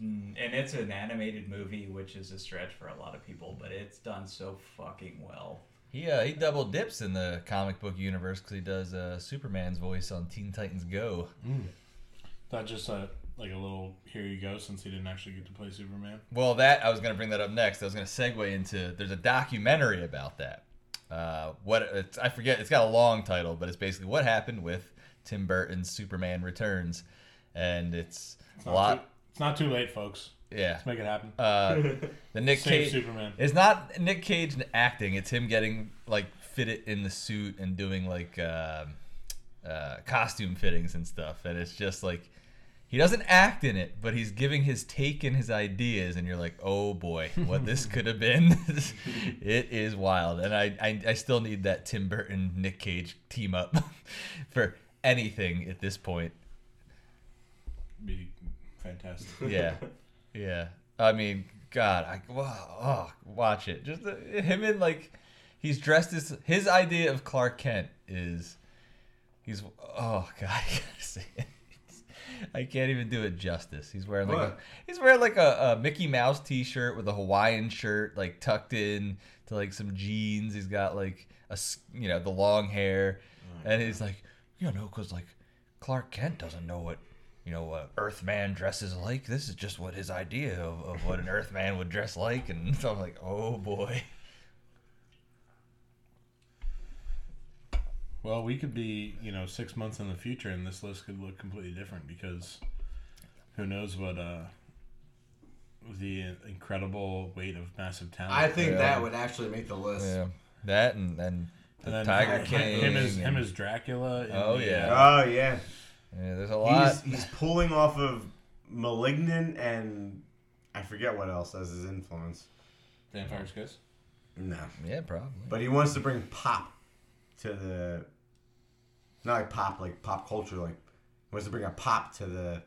Speaker 8: Mm,
Speaker 5: and it's an animated movie, which is a stretch for a lot of people, but it's done so fucking well.
Speaker 2: He uh, he double dips in the comic book universe because he does uh, Superman's voice on Teen Titans Go.
Speaker 4: Not just a like a little here you go since he didn't actually get to play Superman.
Speaker 2: Well, that I was going to bring that up next. I was going to segue into there's a documentary about that. Uh, what it's, I forget. It's got a long title, but it's basically what happened with Tim Burton's Superman Returns, and it's,
Speaker 4: It's
Speaker 2: a
Speaker 4: not
Speaker 2: lot.
Speaker 4: Too, it's not too late, folks.
Speaker 2: Yeah,
Speaker 4: Let's make it happen.
Speaker 2: uh, the Nick
Speaker 4: Save
Speaker 2: Cage.
Speaker 4: Superman.
Speaker 2: It's not Nick Cage acting. It's him getting like fitted in the suit and doing like um uh, costume fittings and stuff. And it's just like he doesn't act in it, but he's giving his take and his ideas. And you're like, oh boy, what this could have been. it is wild. And I, I I still need that Tim Burton Nick Cage team up for anything at this point.
Speaker 4: Be fantastic.
Speaker 2: Yeah, yeah. I mean, God, I wow, oh, watch it. Just uh, him in like he's dressed as his idea of Clark Kent is he's oh God, I gotta say it. I can't even do it justice. He's wearing like a,
Speaker 3: What?
Speaker 2: he's wearing like a, a Mickey Mouse T-shirt with a Hawaiian shirt like tucked in to like some jeans. He's got like a s- you know the long hair, and he's like you know because like Clark Kent doesn't know what you know what Earthman dresses like. This is just what his idea of, of what an Earthman would dress like, and so I'm like oh boy.
Speaker 4: Well, we could be, you know, six months in the future, and this list could look completely different because who knows what uh, the incredible weight of massive talent.
Speaker 3: I think
Speaker 2: Yeah.
Speaker 3: that would actually make the list.
Speaker 2: Yeah, that and and the
Speaker 4: And then
Speaker 2: Tiger
Speaker 4: him-
Speaker 2: King.
Speaker 4: Him as him
Speaker 2: and-
Speaker 4: as Dracula. in
Speaker 2: Oh,
Speaker 4: the, uh,
Speaker 2: yeah.
Speaker 3: Oh yeah,
Speaker 2: yeah, there's a lot.
Speaker 3: he's he's pulling off of Malignant and I forget what else as his influence.
Speaker 4: Vampire's Kiss.
Speaker 3: No,
Speaker 2: Yeah, probably.
Speaker 3: but he wants to bring pop to the not like pop like pop culture like he wants to bring a pop to the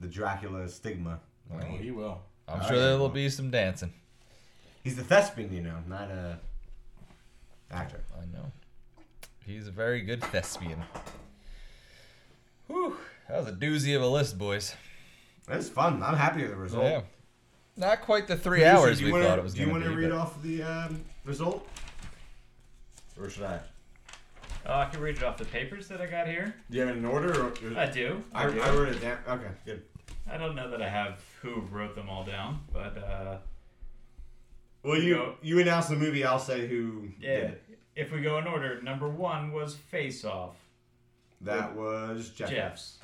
Speaker 3: the Dracula stigma.
Speaker 4: Oh, he will.
Speaker 2: I'm
Speaker 3: Oh,
Speaker 2: sure
Speaker 3: yeah.
Speaker 2: there'll be some dancing.
Speaker 3: He's a thespian, you know, not a actor.
Speaker 2: I know. He's a very good thespian. Whew. That was a doozy of a list, boys.
Speaker 3: It's fun. I'm happy with the result.
Speaker 2: Yeah. Not quite the three
Speaker 3: Producer,
Speaker 2: hours
Speaker 3: do
Speaker 2: we
Speaker 3: you wanna,
Speaker 2: thought it was
Speaker 3: Do you
Speaker 2: going to
Speaker 3: want
Speaker 2: be.
Speaker 3: to read
Speaker 2: but-
Speaker 3: off the um, result, or should I?
Speaker 8: Oh, I can read it off the papers that I got here.
Speaker 3: Do you have it in order? Or,
Speaker 8: I do.
Speaker 3: I,
Speaker 8: I, do.
Speaker 3: I wrote it down. Okay, good.
Speaker 8: I don't know that I have who wrote them all down, but uh,
Speaker 3: Well, you you announce the movie. I'll say who.
Speaker 8: yeah.
Speaker 3: Did it.
Speaker 8: If we go in order, number one was Face Off,
Speaker 3: That was Jeff.
Speaker 8: Jeff's.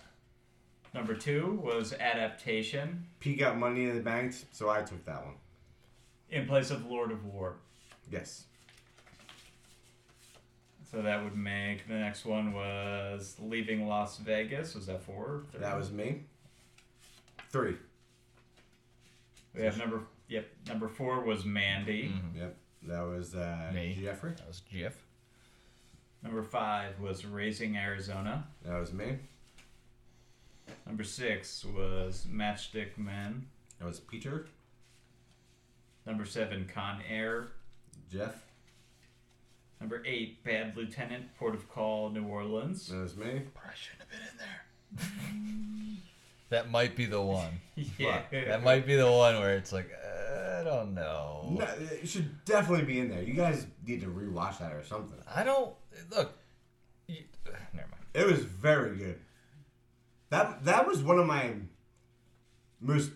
Speaker 8: Number two was Adaptation,
Speaker 3: Pete got Money in the Bank, so I took that one.
Speaker 8: in place of Lord of War.
Speaker 3: Yes.
Speaker 8: So that would make the next one was Leaving Las Vegas. Was that four? Three?
Speaker 3: That was me. Three.
Speaker 8: We have number. Yep, number four was Mandy.
Speaker 3: Yep. That was uh,
Speaker 2: Me.
Speaker 3: Jeffrey.
Speaker 2: That was Jeff.
Speaker 8: Number five was Raising Arizona.
Speaker 3: That was me.
Speaker 8: Number six was Matchstick Men.
Speaker 3: That was Peter.
Speaker 8: Number seven, Con Air.
Speaker 3: Jeff.
Speaker 8: Number eight, Bad Lieutenant, Port of Call, New Orleans.
Speaker 3: That was me.
Speaker 2: I shouldn't have been in there. that might be the one.
Speaker 8: yeah.
Speaker 2: That might be the one where it's like, I don't know.
Speaker 3: No, it should definitely be in there. You guys need to rewatch that or something.
Speaker 2: I don't. Look. You, never mind.
Speaker 3: It was very good. That that was one of my most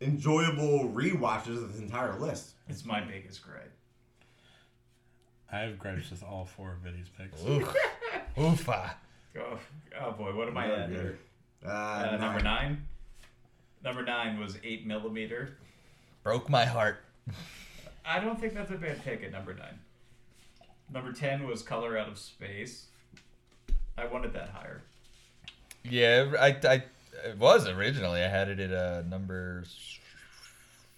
Speaker 3: enjoyable rewatches of this entire list.
Speaker 8: It's my biggest gripe.
Speaker 4: I have gripes with all four of Vinny's picks.
Speaker 2: Oof. ah, Oofa.
Speaker 8: Oh, oh boy, what am I
Speaker 3: Very
Speaker 8: at
Speaker 3: good.
Speaker 8: here?
Speaker 3: Uh,
Speaker 8: Uh, Number nine. Number nine was 8 millimeter.
Speaker 2: Broke my heart.
Speaker 8: I don't think that's a bad pick at number nine. Number 10 was Color Out of Space. I wanted that higher.
Speaker 2: Yeah, I, I, it was originally. I had it at uh, number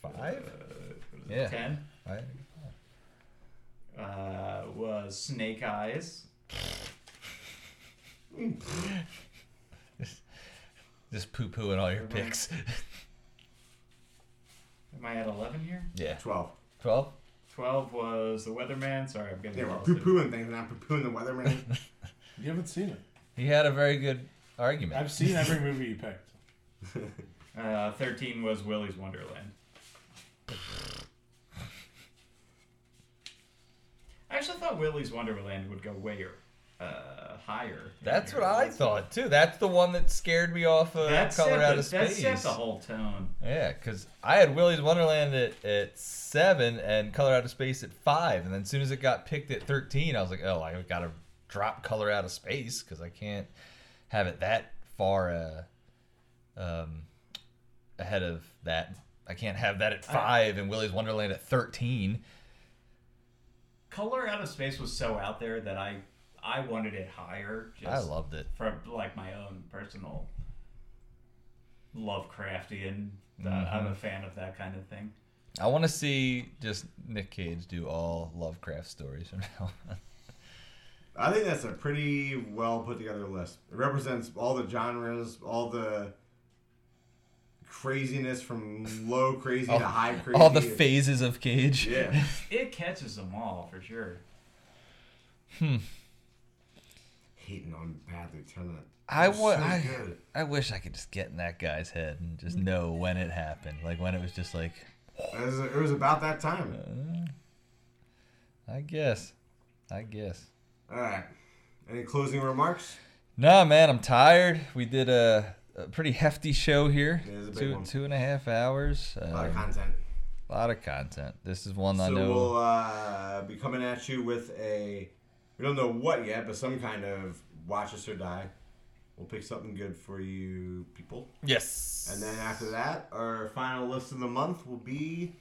Speaker 2: Five?
Speaker 5: What is it,
Speaker 2: Yeah.
Speaker 5: Ten
Speaker 2: I,
Speaker 5: uh, was Snake Eyes.
Speaker 2: just poo pooing all your picks.
Speaker 5: Am I at eleven here?
Speaker 2: yeah.
Speaker 3: 12.
Speaker 2: 12?
Speaker 5: Twelve was the Weatherman. Sorry, I'm
Speaker 3: They
Speaker 5: getting
Speaker 3: were
Speaker 5: lost.
Speaker 3: poo
Speaker 5: in-
Speaker 3: pooing things, and I'm poo pooing the weatherman.
Speaker 4: You haven't seen it.
Speaker 2: He had a very good argument.
Speaker 4: I've seen every movie you picked.
Speaker 5: Uh, Thirteen was Willy's Wonderland. I actually thought Willy's Wonderland would go way uh, higher. in
Speaker 2: That's
Speaker 5: here.
Speaker 2: what I thought too. That's the one that scared me off of
Speaker 5: That set,
Speaker 2: Colorado
Speaker 5: the, that
Speaker 2: Space. Yeah,
Speaker 5: set
Speaker 2: 'cause
Speaker 5: the whole tone.
Speaker 2: Yeah, because I had Willy's Wonderland at, at seven and Colorado Space at five, and then as soon as it got picked at thirteen, I was like, oh, I gotta drop Colorado Space because I can't have it that far uh, um, ahead of that. I can't have that at five and Willy's Wonderland at thirteen.
Speaker 5: Color Out of Space was so out there that I I wanted it higher. Just
Speaker 2: I loved it.
Speaker 5: for like my own personal Lovecraftian. uh, I'm
Speaker 2: Mm-hmm.
Speaker 5: a fan of that kind of thing.
Speaker 2: I want to see just Nick Cage do all Lovecraft stories from now on.
Speaker 3: I think that's a pretty well put together list. It represents all the genres, all the craziness from low crazy to high crazy.
Speaker 2: all the phases of Cage.
Speaker 3: Yeah.
Speaker 5: It catches them all for sure.
Speaker 3: Hating on Bad Lieutenant.
Speaker 2: I
Speaker 3: It was
Speaker 2: wa-
Speaker 3: so
Speaker 2: I-
Speaker 3: good. Mm.
Speaker 2: I wish I could just get in that guy's head and just know when it happened. Like when it was just like,
Speaker 3: It was, it was about that time.
Speaker 2: I guess, I guess.
Speaker 3: All right. Any closing remarks?
Speaker 2: Nah, man, I'm tired. We did a, a pretty hefty show here.
Speaker 3: Yeah, it was a big
Speaker 2: two
Speaker 3: one.
Speaker 2: two and a half hours.
Speaker 3: A lot of content.
Speaker 2: a lot of content. This is one I
Speaker 3: So
Speaker 2: know.
Speaker 3: we'll uh, be coming at you with a. We don't know what yet, but some kind of watch us or die. We'll pick something good for you people.
Speaker 2: yes.
Speaker 3: And then after that, our final list of the month will be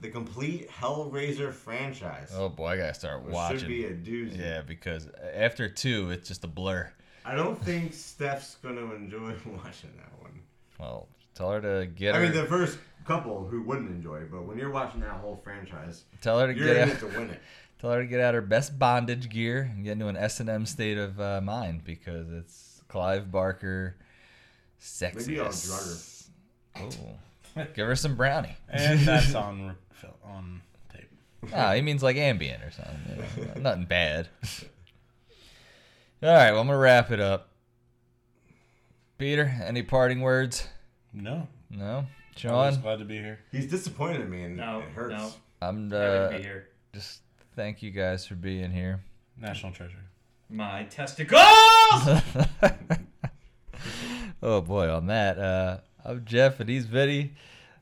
Speaker 3: the complete Hellraiser franchise.
Speaker 2: Oh boy, I gotta start
Speaker 3: which
Speaker 2: watching.
Speaker 3: should be a doozy.
Speaker 2: yeah, because after two, it's just a blur.
Speaker 3: I don't think Steph's gonna enjoy watching that one.
Speaker 2: Well, tell her to get.
Speaker 3: I
Speaker 2: her,
Speaker 3: mean, the first couple who wouldn't enjoy it, but when you're watching that whole franchise,
Speaker 2: tell her to
Speaker 3: you're
Speaker 2: get.
Speaker 3: in
Speaker 2: Out,
Speaker 3: it to win it.
Speaker 2: Tell her to get out her best bondage gear and get into an S and M state of uh, mind because it's Clive Barker, sexy.
Speaker 3: Maybe I'll drug her.
Speaker 2: Oh, give her some brownie.
Speaker 4: And that's on re- fil- on tape.
Speaker 2: Ah, he means like ambient or something. you know, nothing bad. All right, well I'm gonna wrap it up. Peter, any parting words?
Speaker 4: No,
Speaker 2: No.
Speaker 4: I was
Speaker 2: Sean,
Speaker 4: glad to be here.
Speaker 3: He's disappointed in me, and
Speaker 5: No,
Speaker 3: it hurts.
Speaker 5: no,
Speaker 2: I'm
Speaker 5: happy
Speaker 2: uh,
Speaker 5: to be here.
Speaker 2: just thank you guys for being here.
Speaker 4: National Treasure.
Speaker 5: My testicles.
Speaker 2: Oh boy, on that. Uh, I'm Jeff, and he's Betty.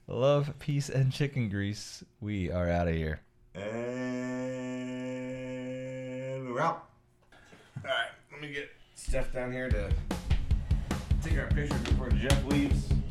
Speaker 2: Love, peace, and chicken grease. We are out of here.
Speaker 3: And we're out. All right, let me get Steph down here to take our picture before Jeff leaves.